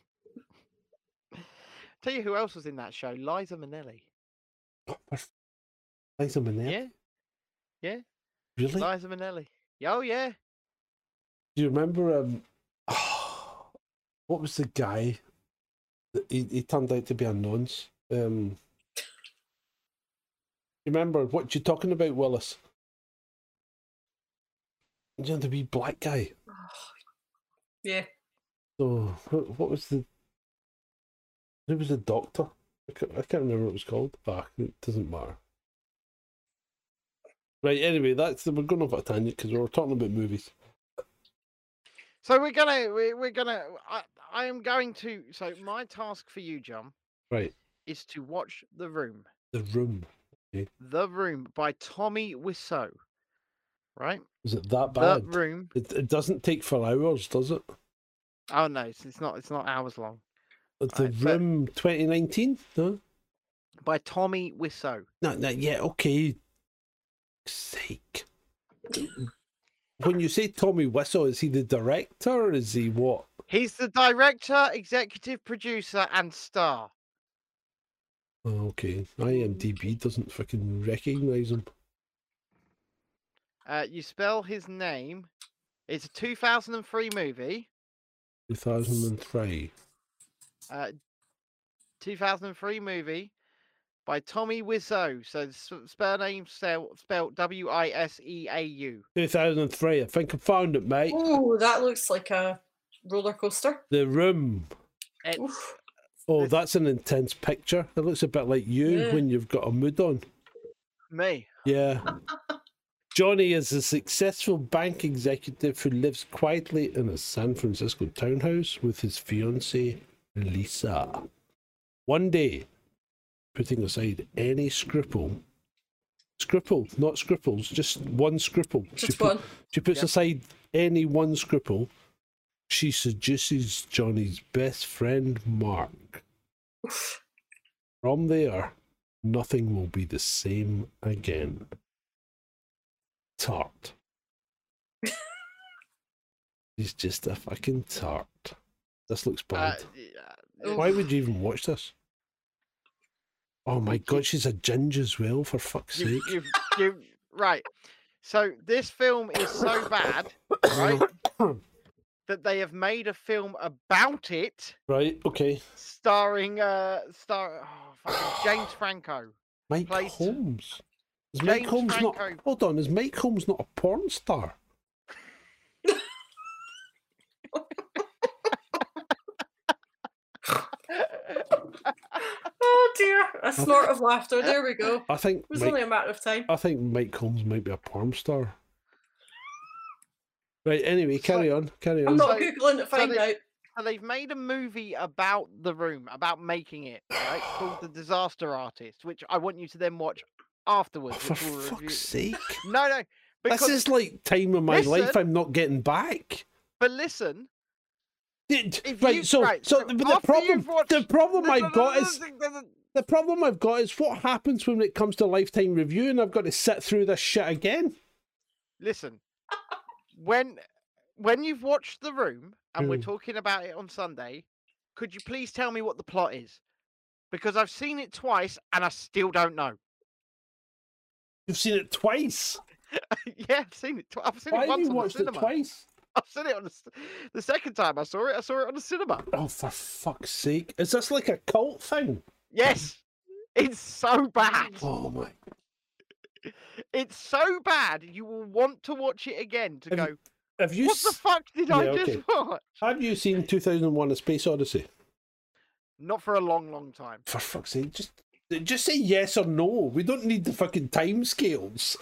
tell you who else was in that show? Liza Minnelli.
Oh, Liza Minnelli.
Yeah. Yeah.
Really?
Liza Minnelli. Yeah, Oh yeah.
Do you remember um what was the guy that he, he turned out to be a nonce? Um you remember what you're talking about, Willis? You know the wee black guy.
Yeah.
So what, what was the who was the doctor? I can't, I can't remember what it was called. Ah, it doesn't matter. Right, anyway, that's we're going off at a tangent because we were talking about movies.
So we're gonna we're, we're gonna I I am going to so my task for you, John,
Right.
is to watch The Room.
The Room.
The Room by Tommy Wiseau. Right?
Is it that
The
bad?
Room.
It, it doesn't take for hours, does it?
Oh no, it's, it's not it's not hours long.
The Room 2019? No?
By Tommy Wiseau.
No, no, yeah, okay. Sake. when you say Tommy Wiseau, is he the director? Or is he what?
He's the director, executive producer, and star.
Oh, okay. IMDb doesn't freaking recognize him.
Uh, you spell his name. It's a 2003 movie.
2003.
Uh, 2003 movie by Tommy Wiseau. So the s- surname spell- spelled W I S E A U.
2003. I think I found it, mate.
Oh, that looks like a roller coaster.
The Room.
It's
Oh, that's an intense picture. It looks a bit like you
Yeah.
when you've got a mood on.
me.
Yeah. Johnny is a successful bank executive who lives quietly in a San Francisco townhouse with his fiancée, Lisa. One day, putting aside any scruple, scruple, not scruples, just one scruple.
Just
put-
one.
she puts
Yep.
aside any one scruple. She seduces Johnny's best friend, Mark. From there, nothing will be the same again. Tart. He's just a fucking tart. This looks
Uh,
bad.
y- uh,
Why would you even watch this? Oh my god, she's a ginger as well, for fuck's
you,
sake.
you, you, right. So this film is so bad, right, that they have made a film about it,
Right, okay.
starring uh, star oh, fucking James Franco.
Mike
Plays-
Holmes. Is Mike
James
Holmes not
Franco.
hold on, is Mike Holmes not a porn star?
Oh dear, a snort of laughter. There we go.
I think
It was
Mike-
only a matter of time.
Oh,
I think Mike Holmes might be a porn star. Right, anyway, carry on. Carry on.
I'm not googling to find
they-
out.
So they've made a movie about the room, about making it, right? called The Disaster Artist, which I want you to then watch afterwards.
Oh, For
which we'll review.
fuck's sake.
No, no. Because,
this is like time of my life
Listen.
I'm not getting back.
but listen,
Did-
If
right,
you-
so
right,
so
so
the, but the
after
problem
you've watched-
the problem
No, no,
I've
no,
got
no,
is
no, no, no.
the problem I've got is what happens when it comes to lifetime review and I've got to sit through this shit again.
listen. When when you've watched The Room and we're
Mm.
talking about it on Sunday, could you please tell me what the plot is? Because I've seen it twice and I still don't know.
You've seen it twice.
yeah, I've seen it. Tw- I've seen
Why
it
have
once on
you
the
watched it
cinema.
twice?
I've seen it on the, s- the second time I saw it. I saw it on the cinema.
Oh for fuck's sake. Is this like a cult thing?
Yes, it's so bad.
Oh my
It's so bad. You will want to watch it again to
Have
go.
you- have you
what the
s-
fuck did I
Yeah,
just
okay.
watch?
Have you seen 2001 A Space Odyssey?
Not for a long, long time.
For fuck's sake, just just say yes or no. We don't need the fucking time scales.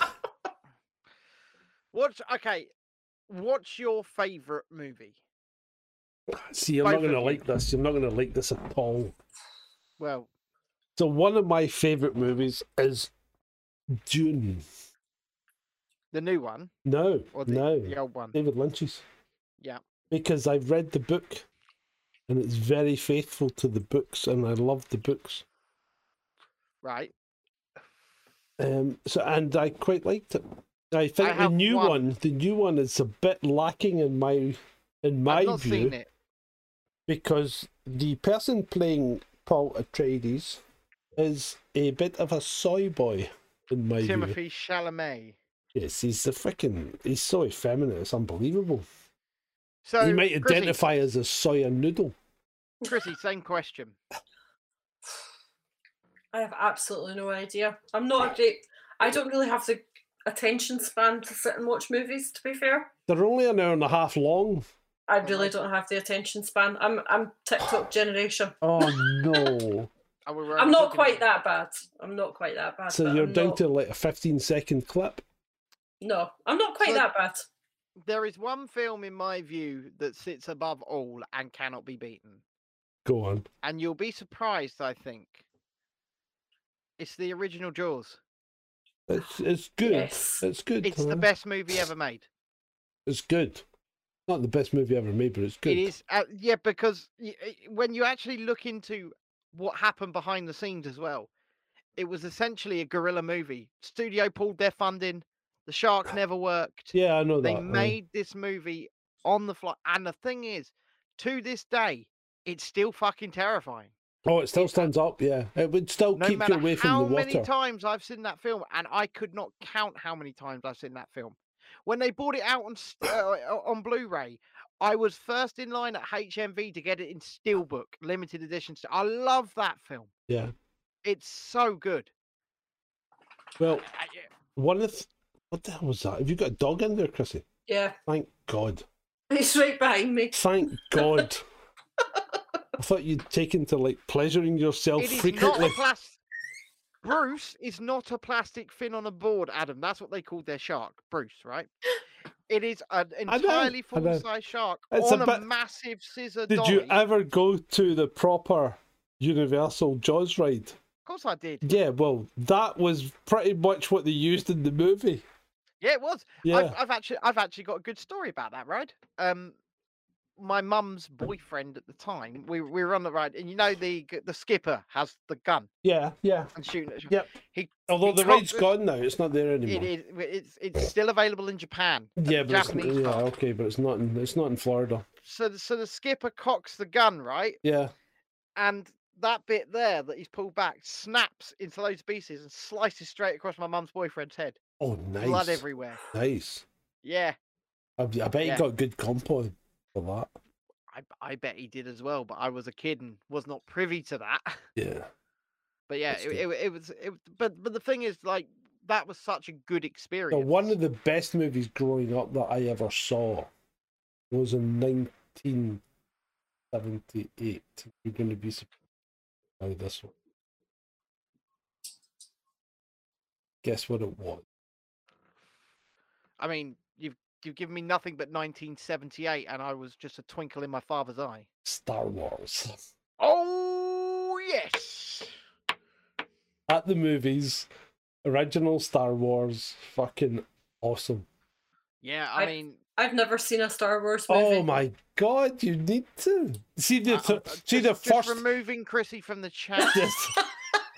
What's okay? What's your favorite movie?
See, you're not
Both
going to
of
like this. You're not going to like this at all.
Well,
So one of my favorite movies is Dune.
the new one
No,
or the,
no,
the old one?
David Lynch's
Yeah.
because I've read the book, and it's very faithful to the books, and I love the books.
Right.
Um, so and I quite liked it. I think the
have
new
one.
one. the new one, is a bit lacking in my in my
I've not
view.
seen it.
because the person playing Paul Atreides is a bit of a soy boy in my view.
Timothy Chalamet.
Yes, he's the freaking he's so effeminate, it's unbelievable.
So
he might
Chrissy,
identify as a soya noodle.
Chrissy, same question.
I have absolutely no idea. I'm not a great. I don't really have the attention span to sit and watch movies. To be fair,
They're only an hour and a half long.
I really don't have the attention span. I'm I'm TikTok generation.
Oh no.
Are we
I'm not quite that bad. I'm not quite that bad.
so
but
you're
I'm
down
not-
to like a fifteen second clip.
No, I'm not quite
So-
that bad.
There is one film in my view that sits above all and cannot be beaten,
Go on.
and you'll be surprised. I think it's the original Jaws.
It's it's good.
Yes.
It's good.
It's the
huh?
best movie ever made.
It's good. Not the best movie ever made, but it's good.
It is, uh, yeah, because y- i- when you actually look into what happened behind the scenes as well, it was essentially a guerrilla movie. Studio pulled their funding. The shark never worked.
Yeah, I know
they
that. aye.
made this movie on the fly, and the thing is, to this day, it's still fucking terrifying.
Oh, it still stands up, yeah. It would still
No
keep you
matter
away from
how
the water.
many times I've seen that film, and I could not count how many times I've seen that film. When they bought it out on s- uh, uh, on Blu-ray, I was first in line at HMV to get it in steelbook, limited edition. st- I love that film.
Yeah.
It's so good.
Well,
I- I-
one of th- what the hell was that? Have you got a dog in there, Chrissy?
Yeah,
Thank God.
it's right behind me.
Thank God. I thought you'd taken to like pleasuring yourself
It is not
Oh, frequently.
a plastic. Bruce is not a plastic fin on a board, Adam. That's what they called their shark, Bruce. Right? It is an
know,
entirely
I know.
full-size shark
It's a
on a,
bit-
massive scissor.
Did
dolly.
you uh ever go to the proper Universal Jaws ride?
Of course, I did.
Yeah, well, that was pretty much what they used in the movie.
Yeah, it was.
Yeah.
I've, I've actually I've actually got a good story about that ride. Um, my mum's boyfriend at the time, we we were on the ride, and you know the g- the skipper has the gun
Yeah, yeah.
and shooting. At you.
Yep.
He
Although
he
the
cocked
ride's
us-
gone now, it's not there anymore.
It is. It's it's still available in Japan. at
yeah,
the
but it's,
Japanese
yeah, oh.
pub.
okay, but it's not in it's not in Florida.
So the, so the skipper cocks the gun right,
Yeah.
and that bit there that he's pulled back snaps into loads of pieces and slices straight across my mum's boyfriend's head.
Oh, nice.
Blood everywhere.
Nice.
Yeah.
I, I bet
Yeah.
he got good compo for that.
I, I bet he did as well, but I was a kid and was not privy to that.
Yeah.
But yeah,
That's
it,
good.
it, it was. It, was- but but the thing is, like that was such a good experience.
So one of the best movies growing up that I ever saw was in 1978. You're going to be surprised by this one. Guess what it was?
I mean, you've you've given me nothing but 1978, and I was just a twinkle in my father's eye.
Star Wars.
Oh yes.
At the movies, original Star Wars, fucking awesome.
Yeah, I
I've-
mean,
I've never seen a Star Wars movie.
Oh my god, you need to see the th- see the
Uh, just
first
removing Chrissy from the chat.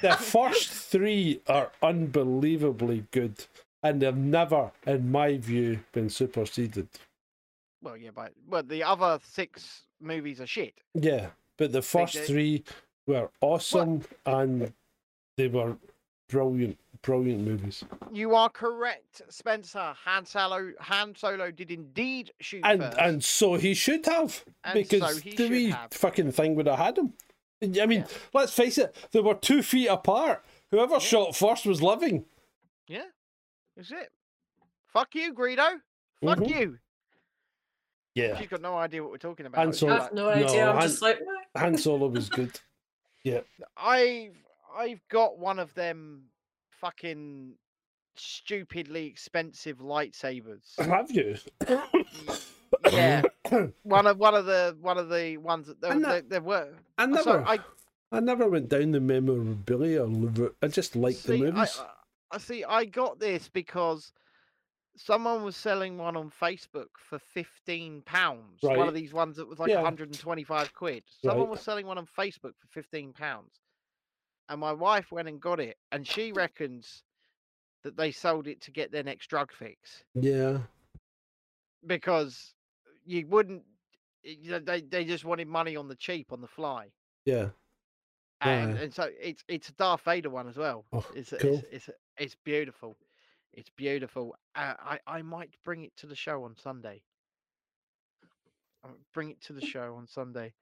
the first three are unbelievably good, and they've never, in my view, been superseded.
well, yeah, but but the other six movies are shit.
Yeah, but the first
they-
three were awesome, and they were brilliant, brilliant movies.
You are correct, Spencer. Han Solo, Han Solo did indeed shoot
and
first.
and so he should have
And
because
so he
the
should
wee
have.
fucking thing would have had him. I mean, let's face it, they were two feet apart. Whoever shot first was living.
Yeah, that's it. Fuck you, Greedo. Fuck
Mhm.
you.
Yeah,
She's got no idea what we're talking about.
Han
She's
Solo.
like,
Han,
like,
Han Solo was good. Yeah,
I've I've got one of them fucking stupidly expensive lightsabers.
have you?
yeah, one of one of the one of the ones that there,
And that-
there, there were.
I
so
never,
I
I, never went down the memorabilia route. I just liked the
See, I,
movies.
I, I see. I got this because someone was selling one on Facebook for fifteen pounds. One
Right.
of these ones that was like
Yeah.
one hundred and twenty-five quid. Someone
Right.
was selling one on Facebook for fifteen pounds, and my wife went and got it, and she reckons that they sold it to get their next drug fix
yeah,
because you wouldn't. eh, you know, They they just wanted money on the cheap on the fly.
yeah.
and,
Aye.
and so it's it's a Darth Vader one as well.
Oh,
it's,
cool.
it's it's it's beautiful, it's beautiful. Uh, I I might bring it to the show on Sunday. I might bring it
Hmm.
to the show on Sunday,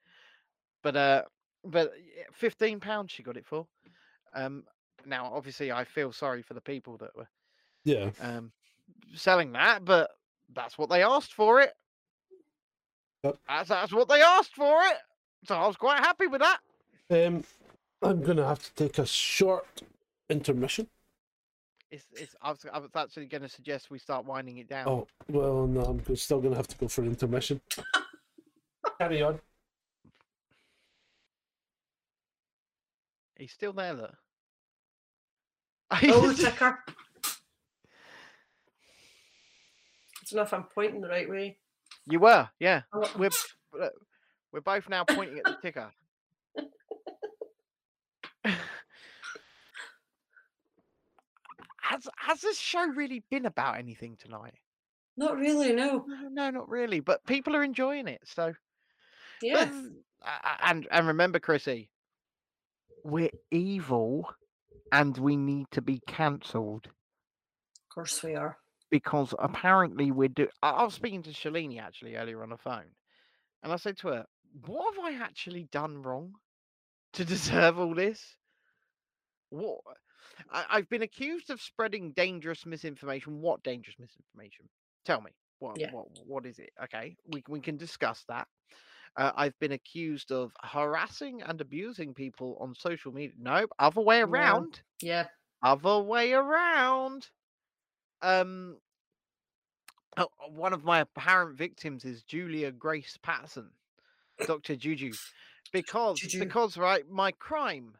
but uh, but yeah, fifteen pounds she got it for. Um, now obviously I feel sorry for the people that were
Yeah,
um selling that, but that's what they asked for it.
Yep.
That's that's what they asked for it. So I was quite happy with that.
um, I'm gonna have to take a short intermission.
It's, it's, I, was, I was actually going to suggest we start winding it down.
Oh well, no, I'm go- still gonna have to go for an intermission. Carry on.
He's still there, look.
Oh, ticker. I don't know if I'm pointing the right way.
you were, yeah.
Oh.
We're, uh, we're both now pointing at the ticker. has, has this show really been about anything tonight?
Not really, no.
No, no, not really. But people are enjoying it, so.
Yeah.
A- a- and and remember, Chrissy, we're evil, and we need to be cancelled.
Of course we are.
because apparently we're do. I I was speaking to Shalini actually earlier on the phone, and I said to her, "What have I actually done wrong to deserve all this? What I- I've been accused of spreading dangerous misinformation. What dangerous misinformation? Tell me. What
Yeah.
what what is it? Okay, we we can discuss that." Uh, I've been accused of harassing and abusing people on social media. Nope, other way around
Yeah.
other way around. Um, oh, oh, one of my apparent victims is Julia Grace Patterson, Doctor Juju, because
Juju.
because right, my crime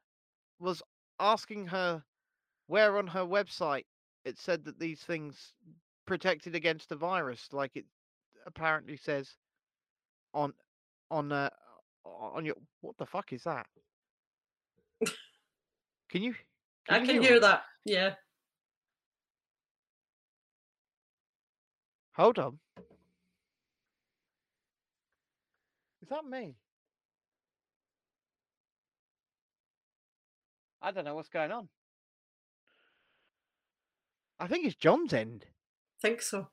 was asking her where on her website it said that these things protected against the virus, like it apparently says on on uh, on your what the fuck is that? Can you?
I
you
can
all
hear
that?
that. Yeah.
Hold on. Is that me? I don't know what's going on. I think it's John's end.
think so.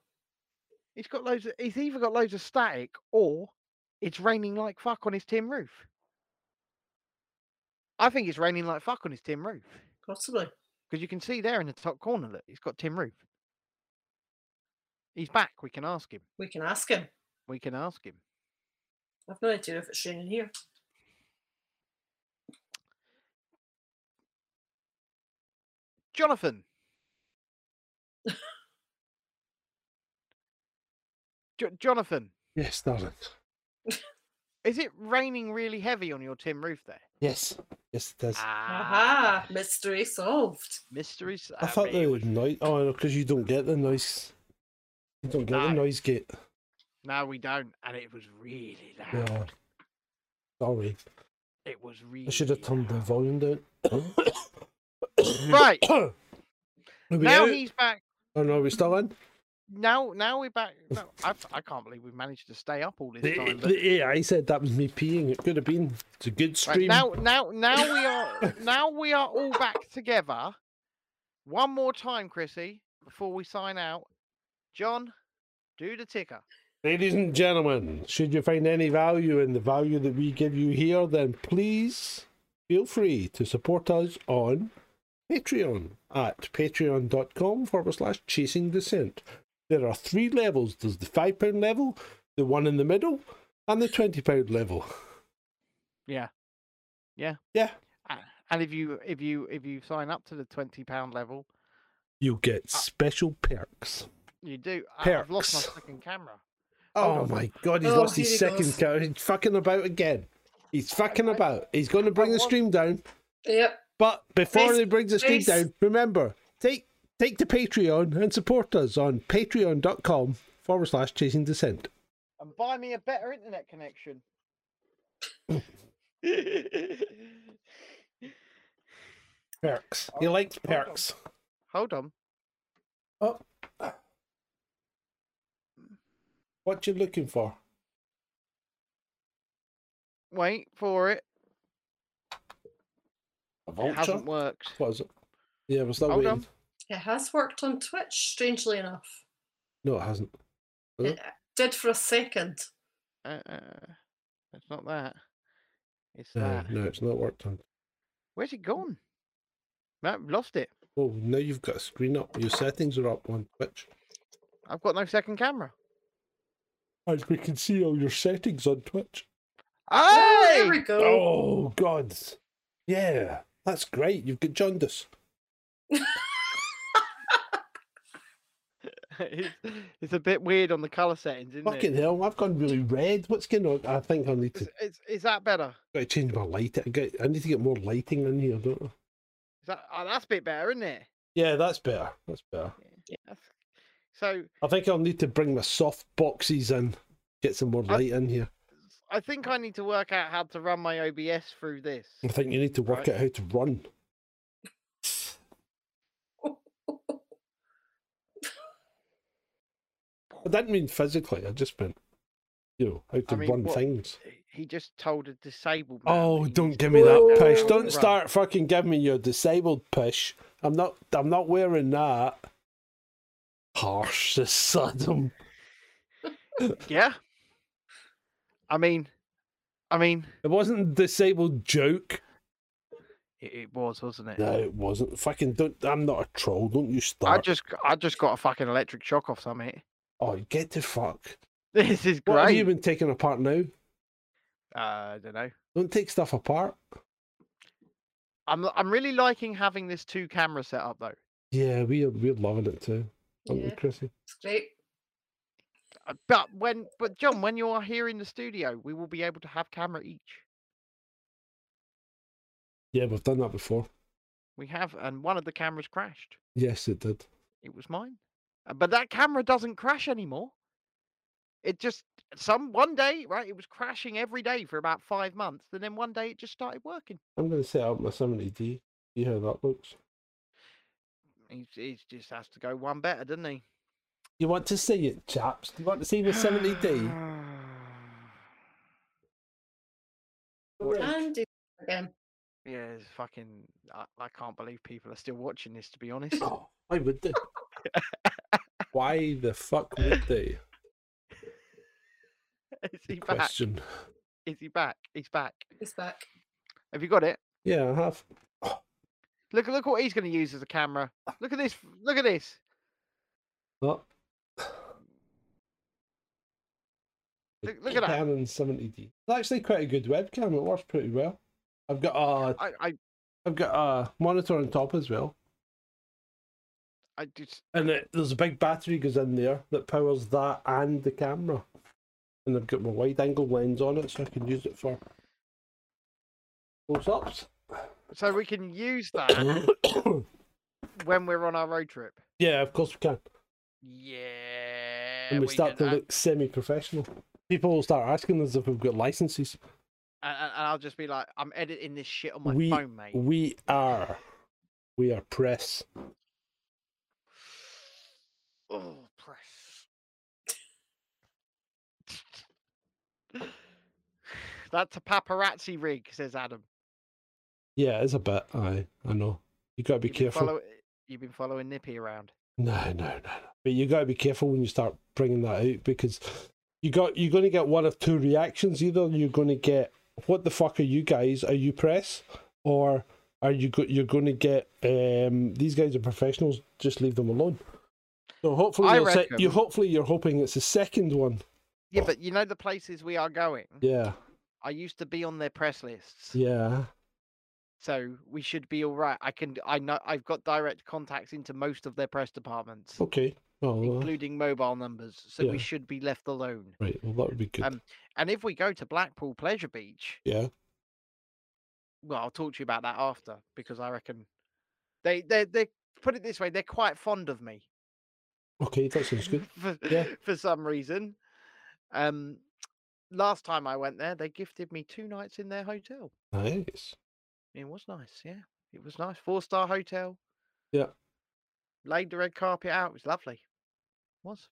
He's got loads of, he's either got loads of static or it's raining like fuck on his tin roof. I think it's raining like fuck on his tin roof.
Possibly.
Because you can see there in the top corner that he's got tin roof. He's back. We can ask him.
We can ask him.
We can ask him.
I've no idea if it's raining here.
Jonathan. Jo- Jonathan,
Yes, darling.
is it raining really heavy on your tin roof there?
Yes. Yes, it does.
Ah,
Aha, mystery solved.
Mystery. s-
I
uh,
thought
really-
they were noise. Oh, no, because you don't get the noise. You don't get the noise gate.
No, we don't. And it was really loud.
Yeah. Sorry.
It was
I
really.
should have turned the volume down.
Right.
Are we
now
out?
he's back.
Oh no, we're still in.
Now, now we're back. No, I, I can't believe we've managed to stay up all this
The,
time. but-
the AI said that was me peeing. It could have been. It's a good
Right,
stream.
now, now, now we are now we are all back together. One more time, Chrissy, before we sign out. John, do the ticker.
Ladies and gentlemen, should you find any value in the value that we give you here, then please feel free to support us on Patreon at patreon.com forward slash chasing descent. There are three levels there's the £5 level, the one in the middle, and the £20 level.
Yeah, yeah,
yeah.
And if you if you if you sign up to the twenty pound level,
You'll get special perks.
you do. I- I've lost my
Perks.
second camera.
Oh my god, he's
Oh,
lost
here
his
he
second
goes.
count. He's fucking about again. He's fucking about. He's going to bring the stream down.
Yep.
But before
Face-
he brings the stream
face.
down, remember, take take to Patreon and support us on patreon.com forward slash chasing descent.
And buy me a better internet connection.
Perks. He likes perks.
Hold on.
Oh. What you looking for?
Wait for it.
A
It hasn't worked.
What is it? Yeah, we're still
Hold
waiting.
on.
It has worked on Twitch, strangely enough.
No, it hasn't. Has
It
it?
did for a second.
Uh, uh, it's not that. It's
No,
that.
Uh, no, it's not worked on.
Where's it gone? No, I've lost it.
Oh, now you've got a screen up. Your settings are up on Twitch.
I've got no second camera.
As we can see all your settings on Twitch.
Oh,
there we go.
Oh, God. Yeah, that's great. You've got jaundice.
it's, it's a bit weird on the color settings, isn't
Fucking
it?
hell, I've gone really red. What's going on? I think I need to
Is, is, is that better?
gotta change my light. I, got, I need to get more lighting in here, don't I?
Is that oh, that's a bit better, isn't it?
Yeah, that's better. That's better.
That's- so
I think I'll need to bring my soft boxes in, get some more light in here.
I think I need to work out how to run my OBS through this.
I think you need to work
Right.
out how to run. I didn't mean physically, I just meant, you know, how to
I mean,
run
what-
things.
He just told a disabled man.
Oh,
that he
don't
needs
give
to
me that
learn how
push.
to
Don't
run.
start fucking giving me your disabled push. I'm not I'm not wearing that. Harsh the Sodom.
Yeah. I mean, I mean,
It wasn't a disabled joke.
it, it was, wasn't it?
No, it wasn't. Fucking don't I'm not a troll. Don't you
I
start.
just, I just got a fucking electric shock off something.
Oh, get the fuck.
This is
What have you
great.
been taking apart now?
Uh, I don't know.
Don't take stuff apart.
I'm, I'm really liking having this two camera setup though.
Yeah, we are we're loving it too. Aren't we,
Yeah.
Chrissy?
It's great.
Uh, But when, but John, when you are here in the studio, we will be able to have camera each.
Yeah, we've done that before.
We have, and one of the cameras crashed.
Yes, it did.
It was mine. Uh, But that camera doesn't crash anymore. It just some one day, right? It was crashing every day for about five months, and then one day it just started working.
I'm gonna set up my 70D. See how that looks.
He, he just has to go one better, doesn't he?
You want to see it, chaps? You want to see the 70D?
And he's again.
Yeah, it's fucking. I, I can't believe people are still watching this. To be honest,
Oh, why would they? why the fuck would they?
is he back?
Question.
Is he back? He's back.
He's back.
Have you got it?
Yeah, I have.
Look! Look what he's going to use as a camera.
Uh.
Look at this! Look at this!
What?
Look, look at that!
Canon 70D. It's actually quite a good webcam. It works pretty well. I've got a
I, I
I've got a monitor on top as well.
I just
And it, there's a big battery goes in there that powers that and the camera. And I've got my wide angle lens on it so I can use it for close ups.
so we can use that when we're on our road trip.
yeah, of course we can.
Yeah.
and we,
we
start
can-
to
I-
look semi professional. People will start asking us if we've got licenses.
And, and and I'll just be like, I'm editing this shit on my
We,
phone, mate.
we are. We are press.
Oh, press. That's a paparazzi rig, says Adam.
Yeah, it's a bit. I I know. You gotta be
You've been
careful.
follow- You've been following Nippy around.
No, no, no, no. But you got to be careful when you start bringing that out because you got you're going to get one of two reactions. Either you're going to get what the fuck are you guys? Are you press or are you go- you're going to get um, these guys are professionals? Just leave them alone. So hopefully
I
you'll se-
reckon-
you hopefully you're hoping it's the second one.
Yeah, but you know the places we are going.
Yeah,
I used to be on their press lists,
yeah.
so we should be all right. I can, I know, I've got direct contacts into most of their press departments,
Okay. Well, uh,
including mobile numbers. So
Oh. Yeah.
we should be left alone.
right. Well, that would be good.
Um, and if we go to Blackpool Pleasure Beach,
yeah.
well, I'll talk to you about that after because I reckon they they they put it this way, they're quite fond of me
Okay, that sounds good.
for,
Yeah.
for some reason. Um, last time I went there, they gifted me two nights in their hotel.
Nice.
It was nice, yeah, it was nice. Four star hotel,
Yeah.
laid the red carpet out. It was lovely. was.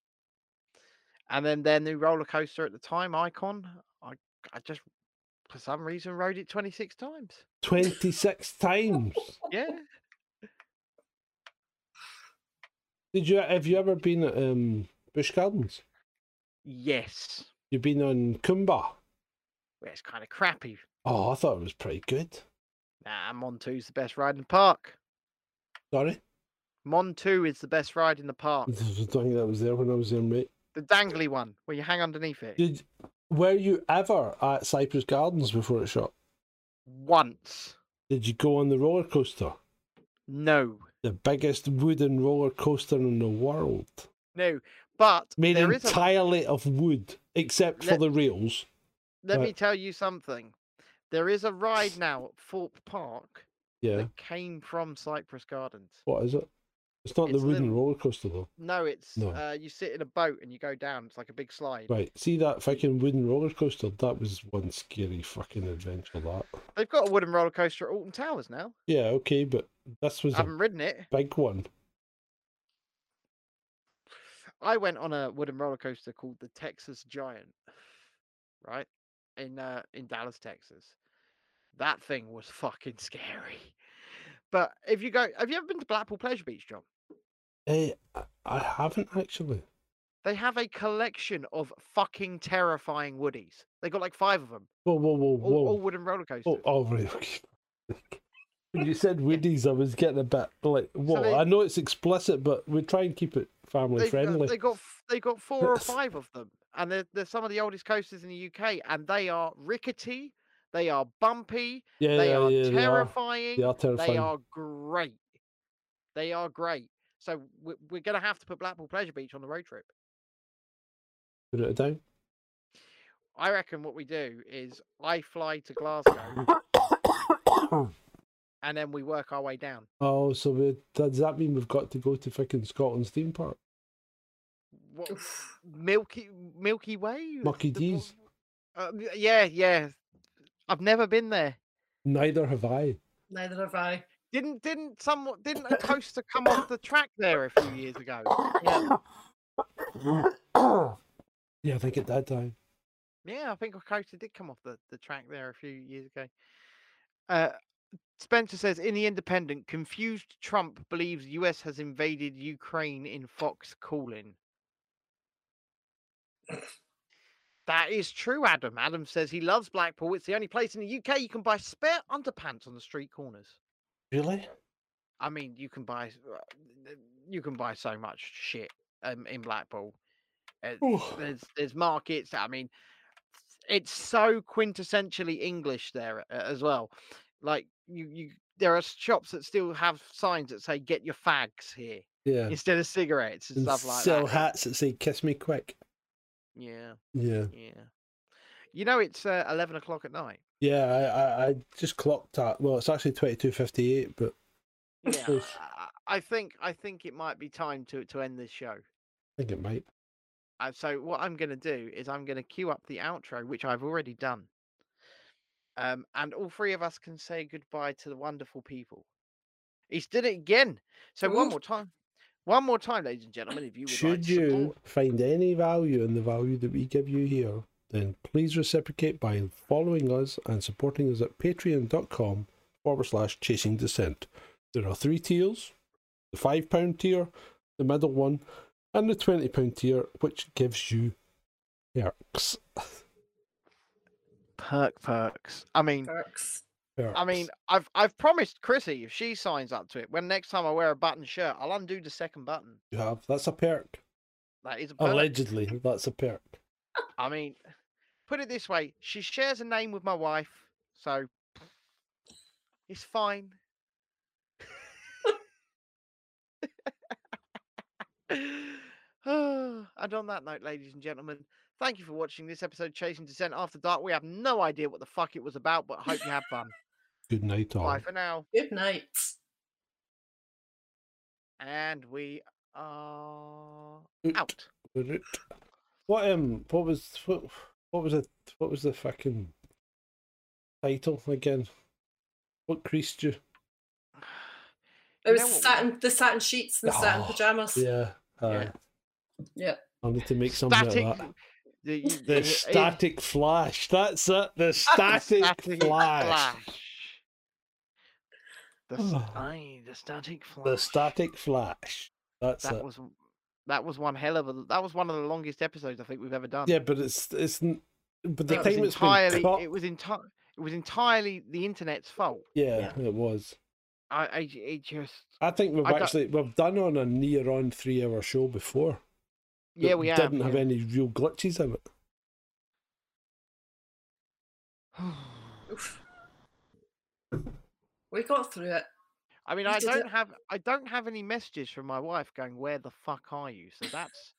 And then their new roller coaster at the time, Icon, I I just for some reason rode it twenty six times.
Twenty six times.
Yeah.
Did you have you ever been at um, Bush Gardens?
Yes.
You've been on Kumba.
Well, it's kind of crappy.
Oh, I thought it was pretty good.
Nah, Mon 2 is the best ride in the park.
Sorry,
Mon 2 is the best ride in the park.
I don't think that was there when I was there, mate.
The dangly one where you hang underneath it.
Did were you ever at Cypress Gardens before it shut?
Once.
Did you go on the roller coaster,
No.
the biggest wooden roller coaster in the world,
No. But
made
there is a
entirely of wood except for
Let-
the rails?
let
Right.
me tell you something. There is a ride now at Thorpe Park
Yeah.
that came from Cypress Gardens.
What is it? It's not
It's
the
a
wooden
little-
roller coaster though.
No, it's
No.
uh, you sit in a boat and you go down. It's like a big slide.
Right. See that fucking wooden roller coaster? That was one scary fucking adventure. That.
They've got a wooden roller coaster at Alton Towers now.
Yeah. Okay, but this was
I
a
haven't ridden it.
big one.
I went on a wooden roller coaster called the Texas Giant, right in uh, in Dallas, Texas. That thing was fucking scary. But if you go, have you ever been to Blackpool Pleasure Beach, John?
Eh, I I haven't actually.
They have a collection of fucking terrifying woodies. They got like five of them,
Whoa, whoa, whoa,
all,
whoa.
all wooden roller coasters.
Oh, oh, right. Okay. when you said Woody's, I was getting a bit like, whoa,
they-
I know it's explicit, but we try and keep it family
They've got-
friendly.
they got f- they got four or five of them, and they're, they're some of the oldest coasters in the UK, and they are rickety, they are bumpy,
yeah,
they
yeah,
are
yeah, they are.
terrifying.
They are
They
terrifying.
are great. They are great. So we're, we're going to have to put Blackpool Pleasure Beach on the road trip.
Put it down.
I reckon what we do is I fly to Glasgow and then we work our way down.
Oh, so we, does that mean we've got to go to fucking Scotland's theme park?
What, Milky Milky Way?
Mucky
The- what-
D's.
Uh, y- yeah, yeah. I've never been there.
Neither have I.
Neither have I.
Didn't didn't someone didn't a coaster come off the track there a few years ago?
Yeah, I think it did down.
Yeah, I think a coaster did come off the, the track there a few years ago. Uh, Spencer says in the Independent, confused Trump believes US has invaded Ukraine in Fox calling. That is true, Adam. Adam says he loves Blackpool. It's the only place in the UK you can buy spare underpants on the street corners.
Really?
I mean, you can buy s- uh, th- you can buy so much shit um, in Blackpool. Uh,
Oof.
there's there's markets. I mean, it's so quintessentially English there uh, as well. Like you you there are shops that still have signs that say "Get your fags here."
Yeah.
instead of cigarettes and,
And
stuff like
sell
that.
hats that say "Kiss me quick."
Yeah,
Yeah.
yeah. You know, it's uh, eleven o'clock at night.
Yeah, I, I, I just clocked that. Well, it's actually twenty two fifty eight, but
Yeah,
Oof.
I- I think I think it might be time to to end this show.
I think it might.
Uh, so what I'm going to do is I'm going to queue up the outro, which I've already done. Um, and all three of us can say goodbye to the wonderful people. He's did it again. So one
Ooh.
more time. One more time, ladies and gentlemen, if you would like
Should
to
you
support-
find any value in the value that we give you here, then please reciprocate by following us and supporting us at patreon.com forward slash chasing descent. There are three tiers the £5 tier, the middle one, and the £20 tier, which gives you perks.
Perk perks. I mean,
Perks.
I mean, I've I've promised Chrissy if she signs up to it, when next time I wear a button shirt, I'll undo the second button.
You have. That's a perk.
That is a perk.
Allegedly, that's a perk.
I mean, put it this way: she shares a name with my wife, so it's fine. and on that note, ladies and gentlemen, thank you for watching this episode of Chasing Descent After Dark. We have no idea what the fuck it was about, but hope you had fun.
Good night, all.
Bye for now.
Good night.
And we are
Mm.
out.
What um? What was what? What was the what was the fucking title again? What creased you?
It was
know what we-
satin, the satin sheets and the satin
Oh,
pajamas.
Yeah, uh, aye.
Yeah.
I need to make something out of
Static.
that.
The, you-
The
it- it-
static flash. That's it. The
The
static, flash.
flash. The, s- aye, the static flash.
The static flash. That's
that
it.
was that was one hell of a that was one of the longest episodes I think we've ever done.
Yeah, but it's it's. n- But the
it was
time
entirely
it's been cut.
it was entire it was entirely the internet's fault.
yeah, it was.
I, I it just
I think we've
I don't-
actually we've done on a near on three hour show before.
yeah
that
we have,
didn't have
yeah.
any real glitches in it.
We got through it.
I mean
We
I
did it.
don't have I don't have any messages from my wife going where the fuck are you so that's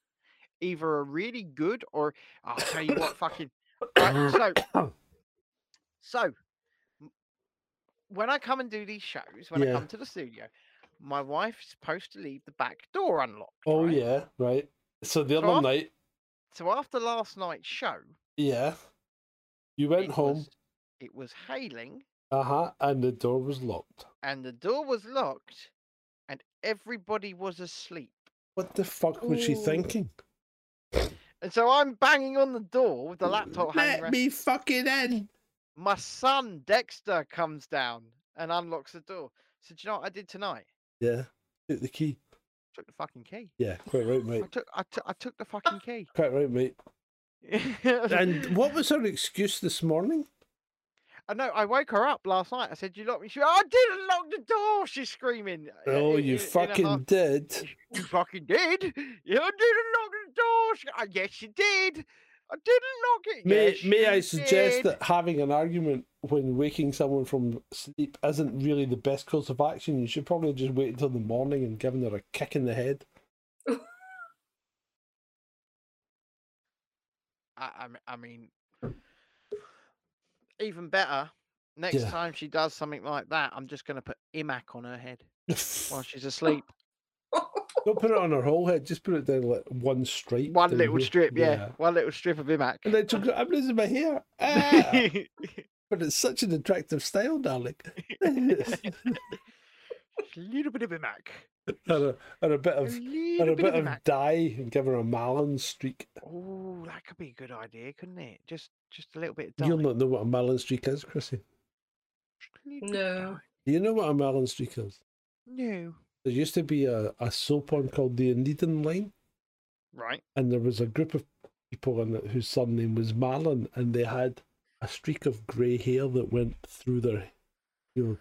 either a really good or I'll tell you what fucking right, so So, m- when I come and do these shows, when I
Yeah.
come to the studio, my wife's supposed to leave the back door unlocked.
Oh
right?
yeah, right. So the other
Huh?
night,
So after last night's show,
yeah, you went
It
home,
was- it was hailing
uh huh, and the door was locked.
and the door was locked and everybody was asleep.
What the fuck was she
Oh.
Ooh.
thinking?
And so I'm banging on the door with the laptop hanging around.
me fucking in.
My son, Dexter, comes down and unlocks the door. So, do you know what I did tonight?
Yeah, took the key.
took the fucking key.
Yeah, quite right, mate.
I took, I took, I took the fucking key.
Quite right, mate. Ah! And what was her excuse this morning?
I know. I woke her up last night. I said, "You locked me." She, "I didn't lock the door." She's screaming. uh,
Oh,
in- in- in
you
a
fucking
half-
did.
You fucking did. You didn't lock the door. She, "Uh, yes, you did. I didn't lock it.
May
"Yes,
May I
you
suggest
did."
that having an argument when waking someone from sleep isn't really the best course of action. You should probably just wait until the morning and giving her a kick in the head.
I, I m- I mean, even better. Next
Yeah.
time she does something like that, I'm just going to put imac on her head while she's
Oh,
asleep.
Don't put it on her whole head. Just put it down like one stripe.
One
down
little
here.
strip, yeah. One little strip of imac.
And then she'll go, I'm losing my hair. Ah, but it's such an attractive style, darling. and,
little bit of imac.
a, and a bit
A
of and
little
a
bit
bit
of
of
imac.
dye and give her a Malin streak.
Oh, that could be a good idea, couldn't it? Just just a little bit of dye.
You'll not know what a Malin streak is, Chrissy.
Little bit of
No.
dye.
Do you know what a Malin streak is?
No.
There used to be a, a soap on called the Anedon Line,
Right.
and there was a group of people in it whose surname was Marlin, and they had a streak of grey hair that went through their, you know,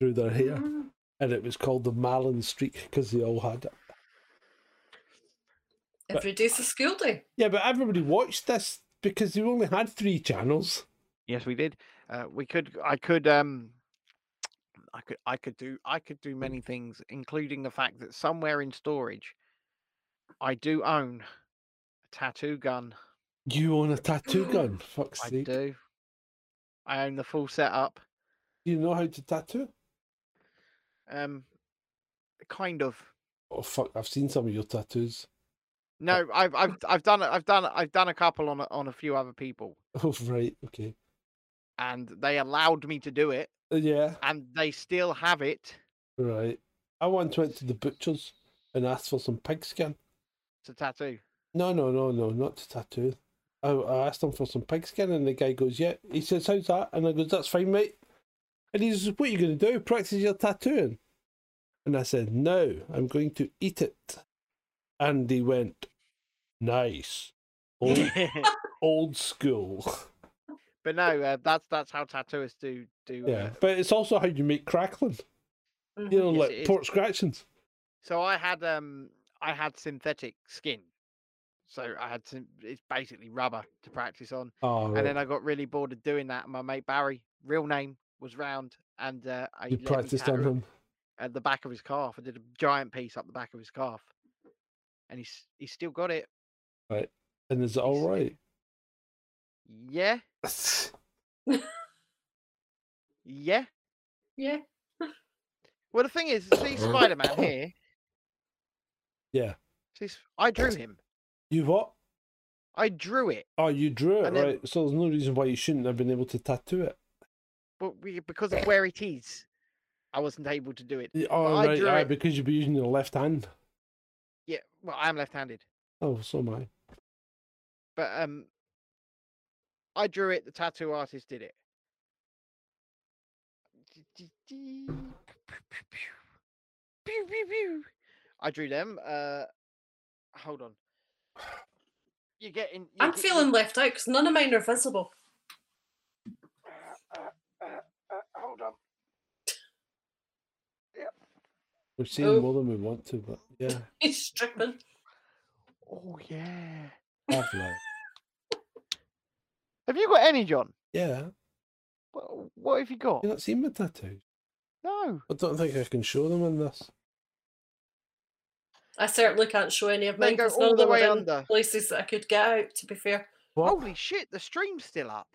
through their hair,
Mm.
and it was called the Marlin streak because they all had it.
Every day's a school day.
Yeah, but everybody watched this because they only had three channels.
Yes, we did. Uh, we could. I could. Um, I could I could do I could do many things, including the fact that somewhere in storage, I do own a tattoo gun.
You own a tattoo gun? Fuck's
I
sake.
do. I own the full setup.
Do you know how to tattoo?
Um, kind of.
Oh fuck! I've seen some of your tattoos.
No, I've I've I've done a- I've done a- I've done a couple on a, on a few other people,
Oh right, okay.
and they allowed me to do it,
Uh, Yeah,
and they still have it.
right. I once went to the butcher's and asked for some pig skin.
to tattoo.
No, no, no, no, not to tattoo. I, I asked him for some pig skin, and the guy goes, "Yeah." He says, "How's that?" And I goes, "That's fine, mate." And he says, "What are you going to do? Practice your tattooing?" And I said, "No, I'm going to eat it." And he went, "Nice, old, old school."
But no, uh, that's that's how tattooists do do.
Yeah,
Uh,
but it's also how you make crackling.
Mm-hmm.
You know,
Yes, it
like
is.
pork scratchings.
so I had um I had synthetic skin, so I had some. It's basically rubber to practice on,
Oh,
and then I got really bored of doing that. And my mate Barry, real name, was round, and uh, I
you
let me
practiced on
tattoo it
him.
at the back of his calf. I did a giant piece up the back of his calf, and he's he's still got it.
Right. And is it all right?
Yeah,
Uh,
yeah.
Yeah.
Well, the thing is, see Spider Man here.
yeah.
See, s- I drew him.
You what?
I drew it.
Oh, you drew it,
And then-
right? So there's no reason why you shouldn't have been able to tattoo it.
but we, because of where it is, I wasn't able to do it.
Y-
But
Oh,
I
right,
drew
aye,
it.
because you'd be using your left hand.
Yeah, well, I'm left-handed,
Oh, so am I.
but um, I drew it. The tattoo artist did it. Pew, pew, pew. I drew them. Uh, hold on. You're getting. you're
I'm
get-
feeling left out because none of mine are visible.
Hold on.
We've seen
Oh.
more than we want to, but yeah,
He's stripping.
Oh yeah.
lovely.
Have you got any, John?
yeah.
What, what have you got?
You not seen my tattoos?
No.
I don't think I can show them in this.
I certainly can't show any of
They
mine
go
because none
all
of
the
them
way
are in
under.
places that I could get out. To be fair,
What?
Holy shit! The stream's still up.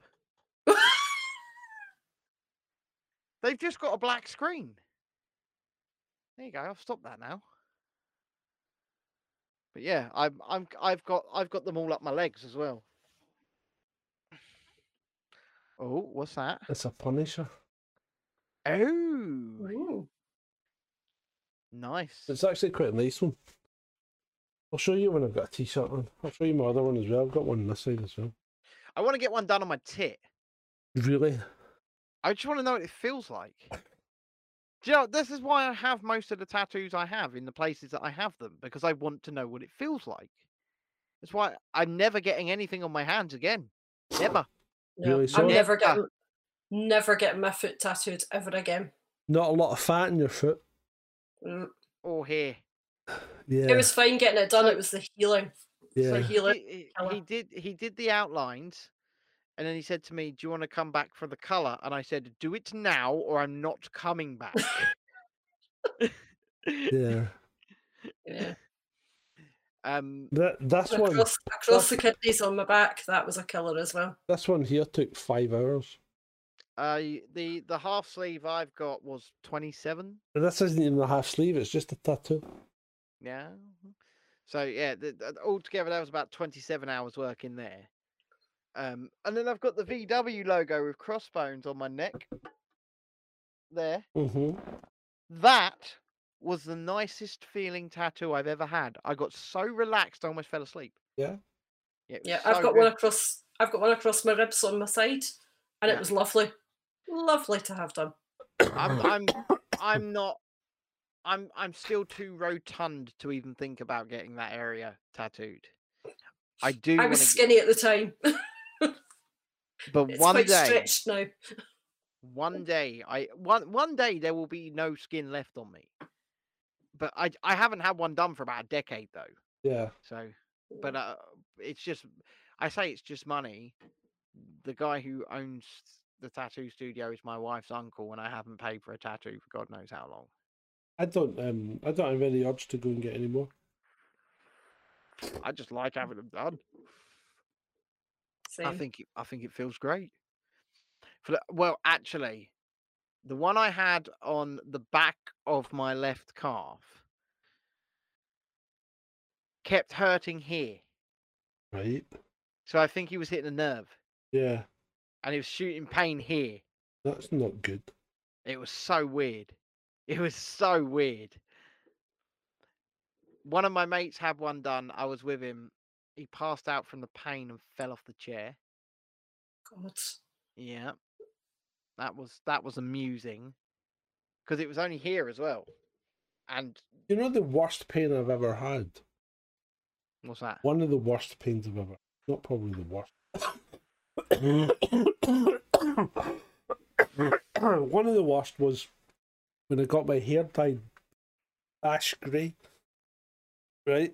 They've just got a black screen. There you go. I've stopped that now. But yeah, I'm I'm I've got I've got them all up my legs as well. Oh, what's that?
It's a Punisher.
Oh,
Ooh.
nice.
It's actually quite a nice one. I'll show you when I've got a t-shirt on. I'll show you my other one as well. I've got one on this side as well.
I want to get one done on my tit.
Really?
I just want to know what it feels like. Do you know, this is why I have most of the tattoos I have in the places that I have them because I want to know what it feels like. That's why I'm never getting anything on my hands again. Never.
no,
Really
I'm
sorry.
never
Yeah.
getting, never getting my foot tattooed ever again.
Not a lot of fat in your foot.
Mm.
Or here.
Yeah.
It was fine getting it done.
So-
it was the healing.
yeah.
So healer.
he,
colour.
he did he did the outlines and then he said to me do you want to come back for the color and i said do it now or i'm not coming back
yeah.
Yeah.
um
That that's
And
one.
Across, across the kidneys on my back, that was a killer as well.
This one here took five hours.
uh the the half sleeve i've got was 27
And this isn't even a half sleeve. It's just a tattoo.
yeah so yeah th- th- altogether that was about 27 hours work in there um and then i've got the vw logo with crossbones on my neck there
hmm
That was the nicest feeling tattoo I've ever had. I got so relaxed, I almost fell asleep.
Yeah.
Yeah, it was
Yeah,
so
I've got one
good.
across. I've got one across my ribs on my side, and
Yeah.
it was lovely, lovely to have done.
I'm, I'm, I'm not. I'm, I'm still too rotund to even think about getting that area tattooed. I do.
I
wanna
was
get-
skinny at the time.
but
it's
one
quite
day,
stretched now.
one day, I one one day there will be no skin left on me. But I, I haven't had one done for about a decade though.
Yeah.
So, but uh, it's just, I say it's just money. The guy who owns the tattoo studio is my wife's uncle, and I haven't paid for a tattoo for God knows how long.
I don't um I don't have any urge to go and get any more.
I just like having them done. I
Same.
think it, I think it feels great. For the- well, actually, the one I had on the back of my left calf kept hurting here,
Right?
so I think he was hitting a nerve,
Yeah.
and he was shooting pain here.
That's not good.
It was so weird. It was so weird. One of my mates had one done. I was with him. He passed out from the pain and fell off the chair.
God.
Yeah. That was that was amusing. Because it was only here as well. And
You know the worst pain I've ever had?
what's that?
One of the worst pains I've ever not probably the worst. One of the worst was when I got my hair dyed ash grey. Right?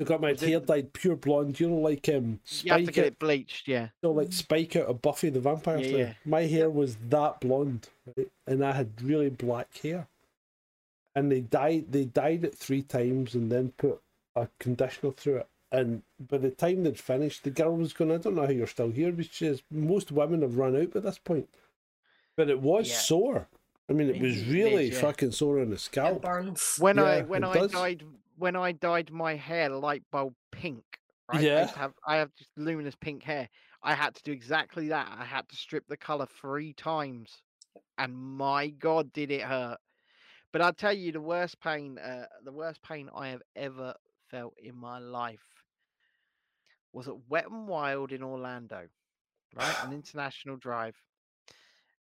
I got my
Was it-
hair dyed pure blonde, you know, like um
You have to
Spike
get
it-
it bleached, yeah.
So like Spike out of Buffy the Vampire
Yeah,
Slayer.
yeah.
My hair was that blonde, right? and I had really black hair. And they dyed they dyed it three times and then put a conditioner through it. And by the time they'd finished, the girl was going, "I don't know how you're still here," but she says, "Most women have run out by this point." But it was
Yeah.
sore. I mean, it was
It is,
really
yeah.
fucking sore on the scalp.
Burns.
When I
Yeah,
when
it
I
does.
dyed when I dyed my hair light bulb pink, right? I
Yeah.
used to have I have just luminous pink hair. I had to do exactly that. I had to strip the colour three times. And my god did it hurt. But I'll tell you the worst pain, uh, the worst pain I have ever felt in my life was at Wet and Wild in Orlando, right? An international drive.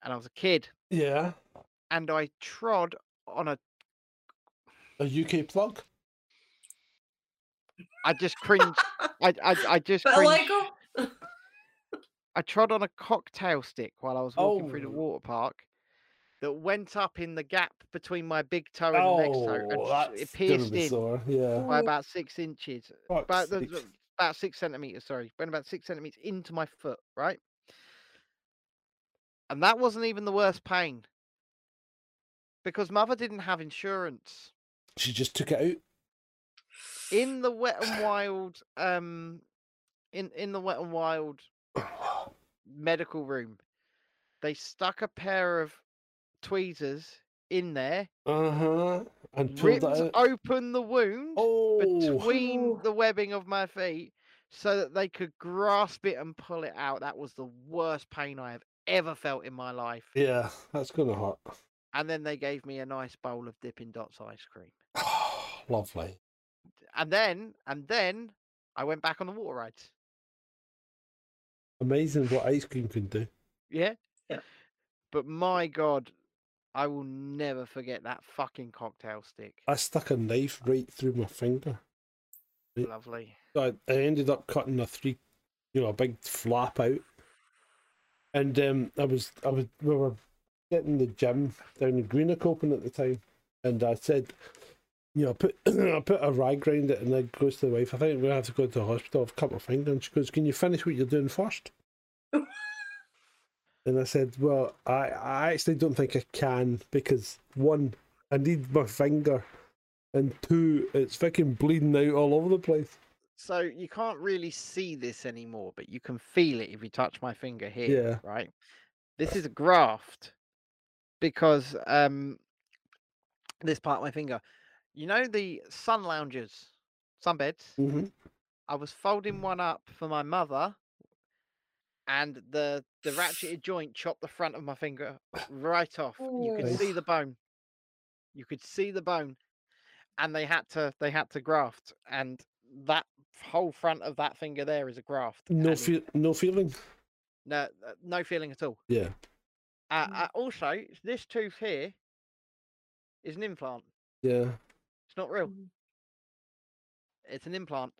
And I was a kid
Yeah,
and I trod on a
a UK plug.
I just cringed. I, I I just
But
cringed.
Lego.
I trod on a cocktail stick while I was walking through the
Oh.
water park that went up in the gap between my big toe and the next toe and
Oh,
s- it
that's gonna
pierced
be
in
sore. Yeah.
by about six inches.
Fuck's
about the,
sake.
the- about six centimeters. Sorry, went about six centimeters into my foot, right? And that wasn't even the worst pain because mother didn't have insurance
She just took it out.
in the wet and wild. Um, in in the wet and wild medical room, they stuck a pair of tweezers in there,
Uh huh. And pulled
ripped
it out.
open the wound.
Oh,
between
Oh.
the webbing of my feet so that they could grasp it and pull it out. That was the worst pain I have ever felt in my life.
yeah, that's gonna hurt.
And then they gave me a nice bowl of Dippin' Dots ice cream.
Lovely.
And then, and then I went back on the water rides.
Amazing what ice cream can do.
Yeah?
Yeah.
But my God, I will never forget that fucking cocktail stick.
I stuck a knife right through my finger. it-
Lovely.
So I, I ended up cutting a three, you know, a big flap out. And um, I was, I was, we were getting the gym down in Greenockopin at the time, and I said, you know, I put, I put a rag round it, and I goes to the wife, I think I'm gonna have to go to the hospital. I've cut my finger, and she goes, "Can you finish what you're doing first? and I said, well, I, I actually don't think I can because one, I need my finger, and two, it's fucking bleeding out all over the place.
So you can't really see this anymore, but you can feel it if you touch my finger
Yeah.
here, right? This is a graft because um this part of my finger. You know the sun loungers, sunbeds?
Mm-hmm.
I was folding
Mm.
one up for my mother and the the ratcheted joint chopped the front of my finger right off. You could
Ooh.
see the bone. You could see the bone. And they had to they had to graft. And that whole front of that finger there is a graft.
No
and
feel, no feeling.
no uh, no feeling at all.
Yeah. Mm.
Uh, uh, also, this tooth here is an implant.
Yeah.
It's not real. It's an implant.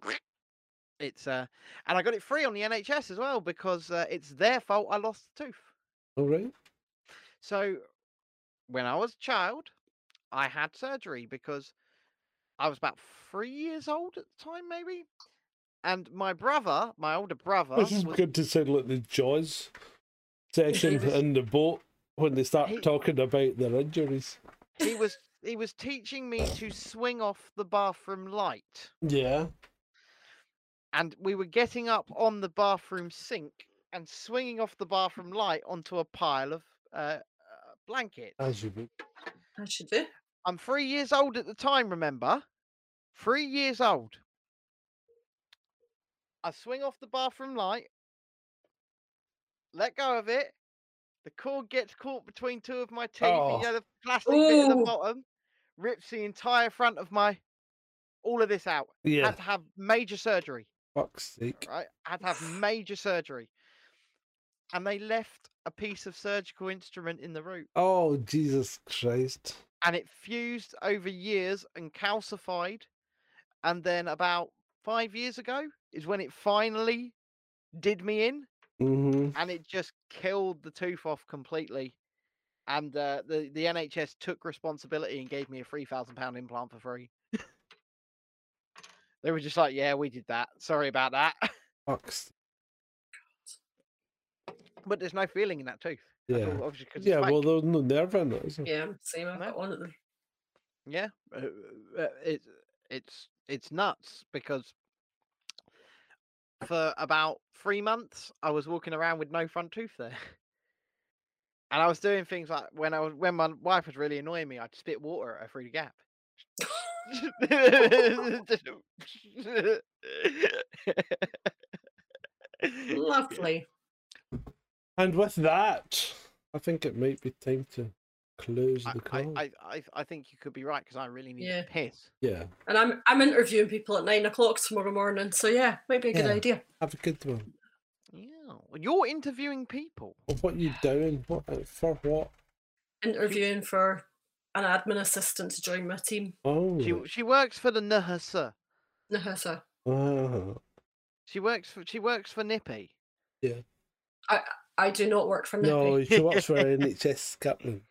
It's uh, and I got it free on the NHS as well because uh, it's their fault I lost the tooth.
All right.
So when I was a child, I had surgery because I was about three years old at the time, maybe. And my brother, my older brother,
this is
was
good to sound like the Jaws. section in the boat when they start talking about their injuries.
He was he was teaching me to swing off the bathroom light,
Yeah.
and we were getting up on the bathroom sink and swinging off the bathroom light onto a pile of uh, uh, blankets.
As you would.
I should do.
I'm three years old at the time, remember? Three years old. I swing off the bathroom light, let go of it. The cord gets caught between two of my teeth. and,
Oh.
You know, the plastic bit at the
Ooh.
bottom rips the entire front of my. All of this out.
Yeah.
Had to have major surgery.
Fuck's sake.
Right? Had to have major surgery. And they left a piece of surgical instrument in the root
Oh Jesus Christ.
and it fused over years and calcified. And then about five years ago is when it finally did me in,
Mm-hmm.
and it just killed the tooth off completely. And uh, the the NHS took responsibility and gave me a three thousand pound implant for free. they were just like, "Yeah, we did that. Sorry about that."
Fuck's
but there's no feeling in that tooth. at
yeah.
all, obviously 'cause it's
Yeah,
fake.
well there's no nerve in it, is there?
Yeah, same. I've got one of them.
Yeah, uh, uh, it's it's it's nuts because for about three months I was walking around with no front tooth there, and I was doing things like when I was when my wife was really annoying me, I'd spit water at her through the gap.
Lovely.
And with that, I think it might be time to close the
I,
call.
I, I, I think you could be right because I really need
Yeah.
to piss.
yeah.
And I'm I'm interviewing people at nine o'clock tomorrow morning. So yeah, might be a good
Yeah.
idea.
Have a good one.
Yeah, you're interviewing people.
Well, What you doing? What for what?
Interviewing for an admin assistant to join my team.
Oh
She she works for the Nahasa.
No, so
ah,
She works for she works for Nippy.
yeah.
I I do not work for
No,
Nippy.
you should watch for NHS Scotland.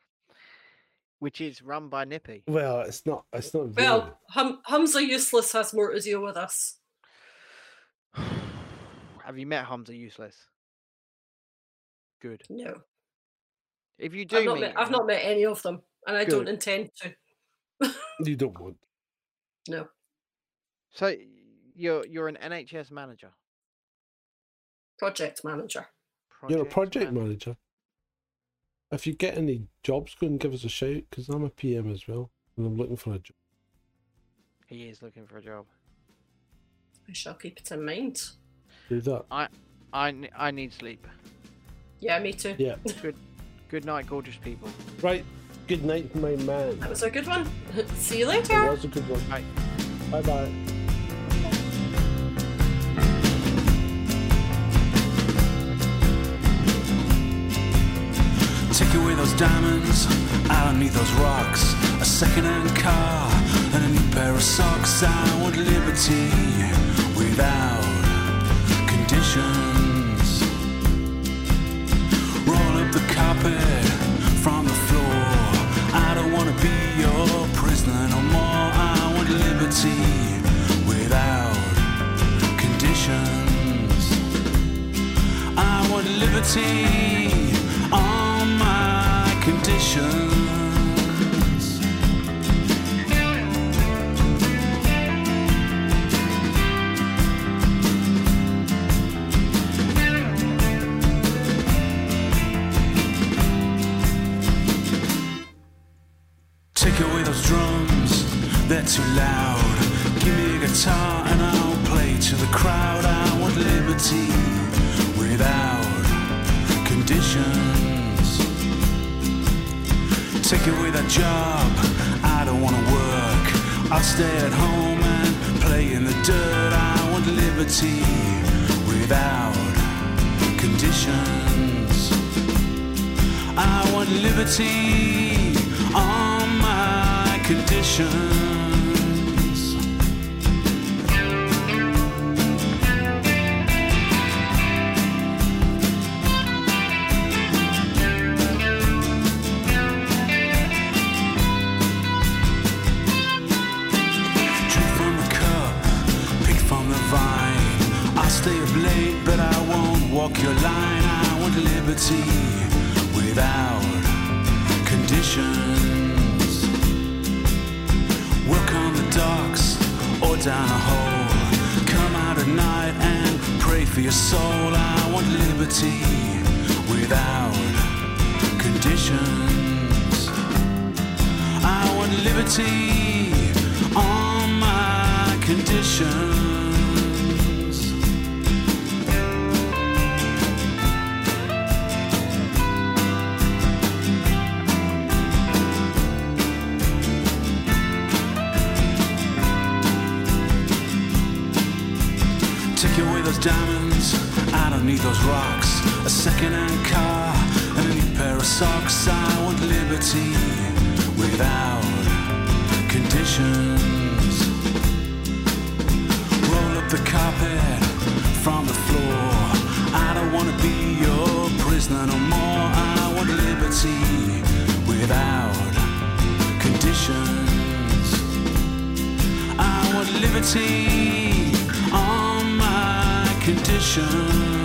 Which is run by Nippy.
Well, it's not it's not really.
Well, hum, Humza Useless has more to deal with us.
Have you met Hamza Useless? Good.
No,
If you do,
I've not,
meet
met, I've
him-
not met any of them, and I
Good.
don't intend to.
You don't want.
No,
So you're you're an NHS manager.
project manager.
You're a project manager. If you get any jobs, go and give us a shout because I'm a PM as well and I'm looking for a job.
He is looking for a job.
I shall keep it in mind.
Do that.
I I n- I need sleep.
Yeah, me too.
Yeah.
Good good night, gorgeous people.
Right. Good night, my man.
That was a good one. See you
It
later.
was a good one. Bye bye.
Take away those diamonds, I don't need those rocks. A second-hand car and a new pair of socks. I want liberty without conditions. Roll up the carpet from the floor. I don't wanna be your prisoner no more. I want liberty without conditions. I want liberty on my conditions. Take away those drums, they're too loud. Give me a guitar and I'll play to the crowd. I want liberty without conditions. Take away that job, I don't wanna work. I'll stay at home and play in the dirt. I want liberty without conditions. I want liberty on my conditions. Drink from the cup, pick from the vine. I'll stay up late, but I won't walk your line. I want liberty. liberty without conditions. Work on the docks or down a hole. Come out at night and pray for your soul. I want liberty without conditions. I want liberty on my conditions. Take away those diamonds, I don't need those rocks. A second-hand car and a new pair of socks. I want liberty without conditions. Roll up the carpet from the floor. I don't wanna be your prisoner no more. I want liberty without conditions. I want liberty on my condition.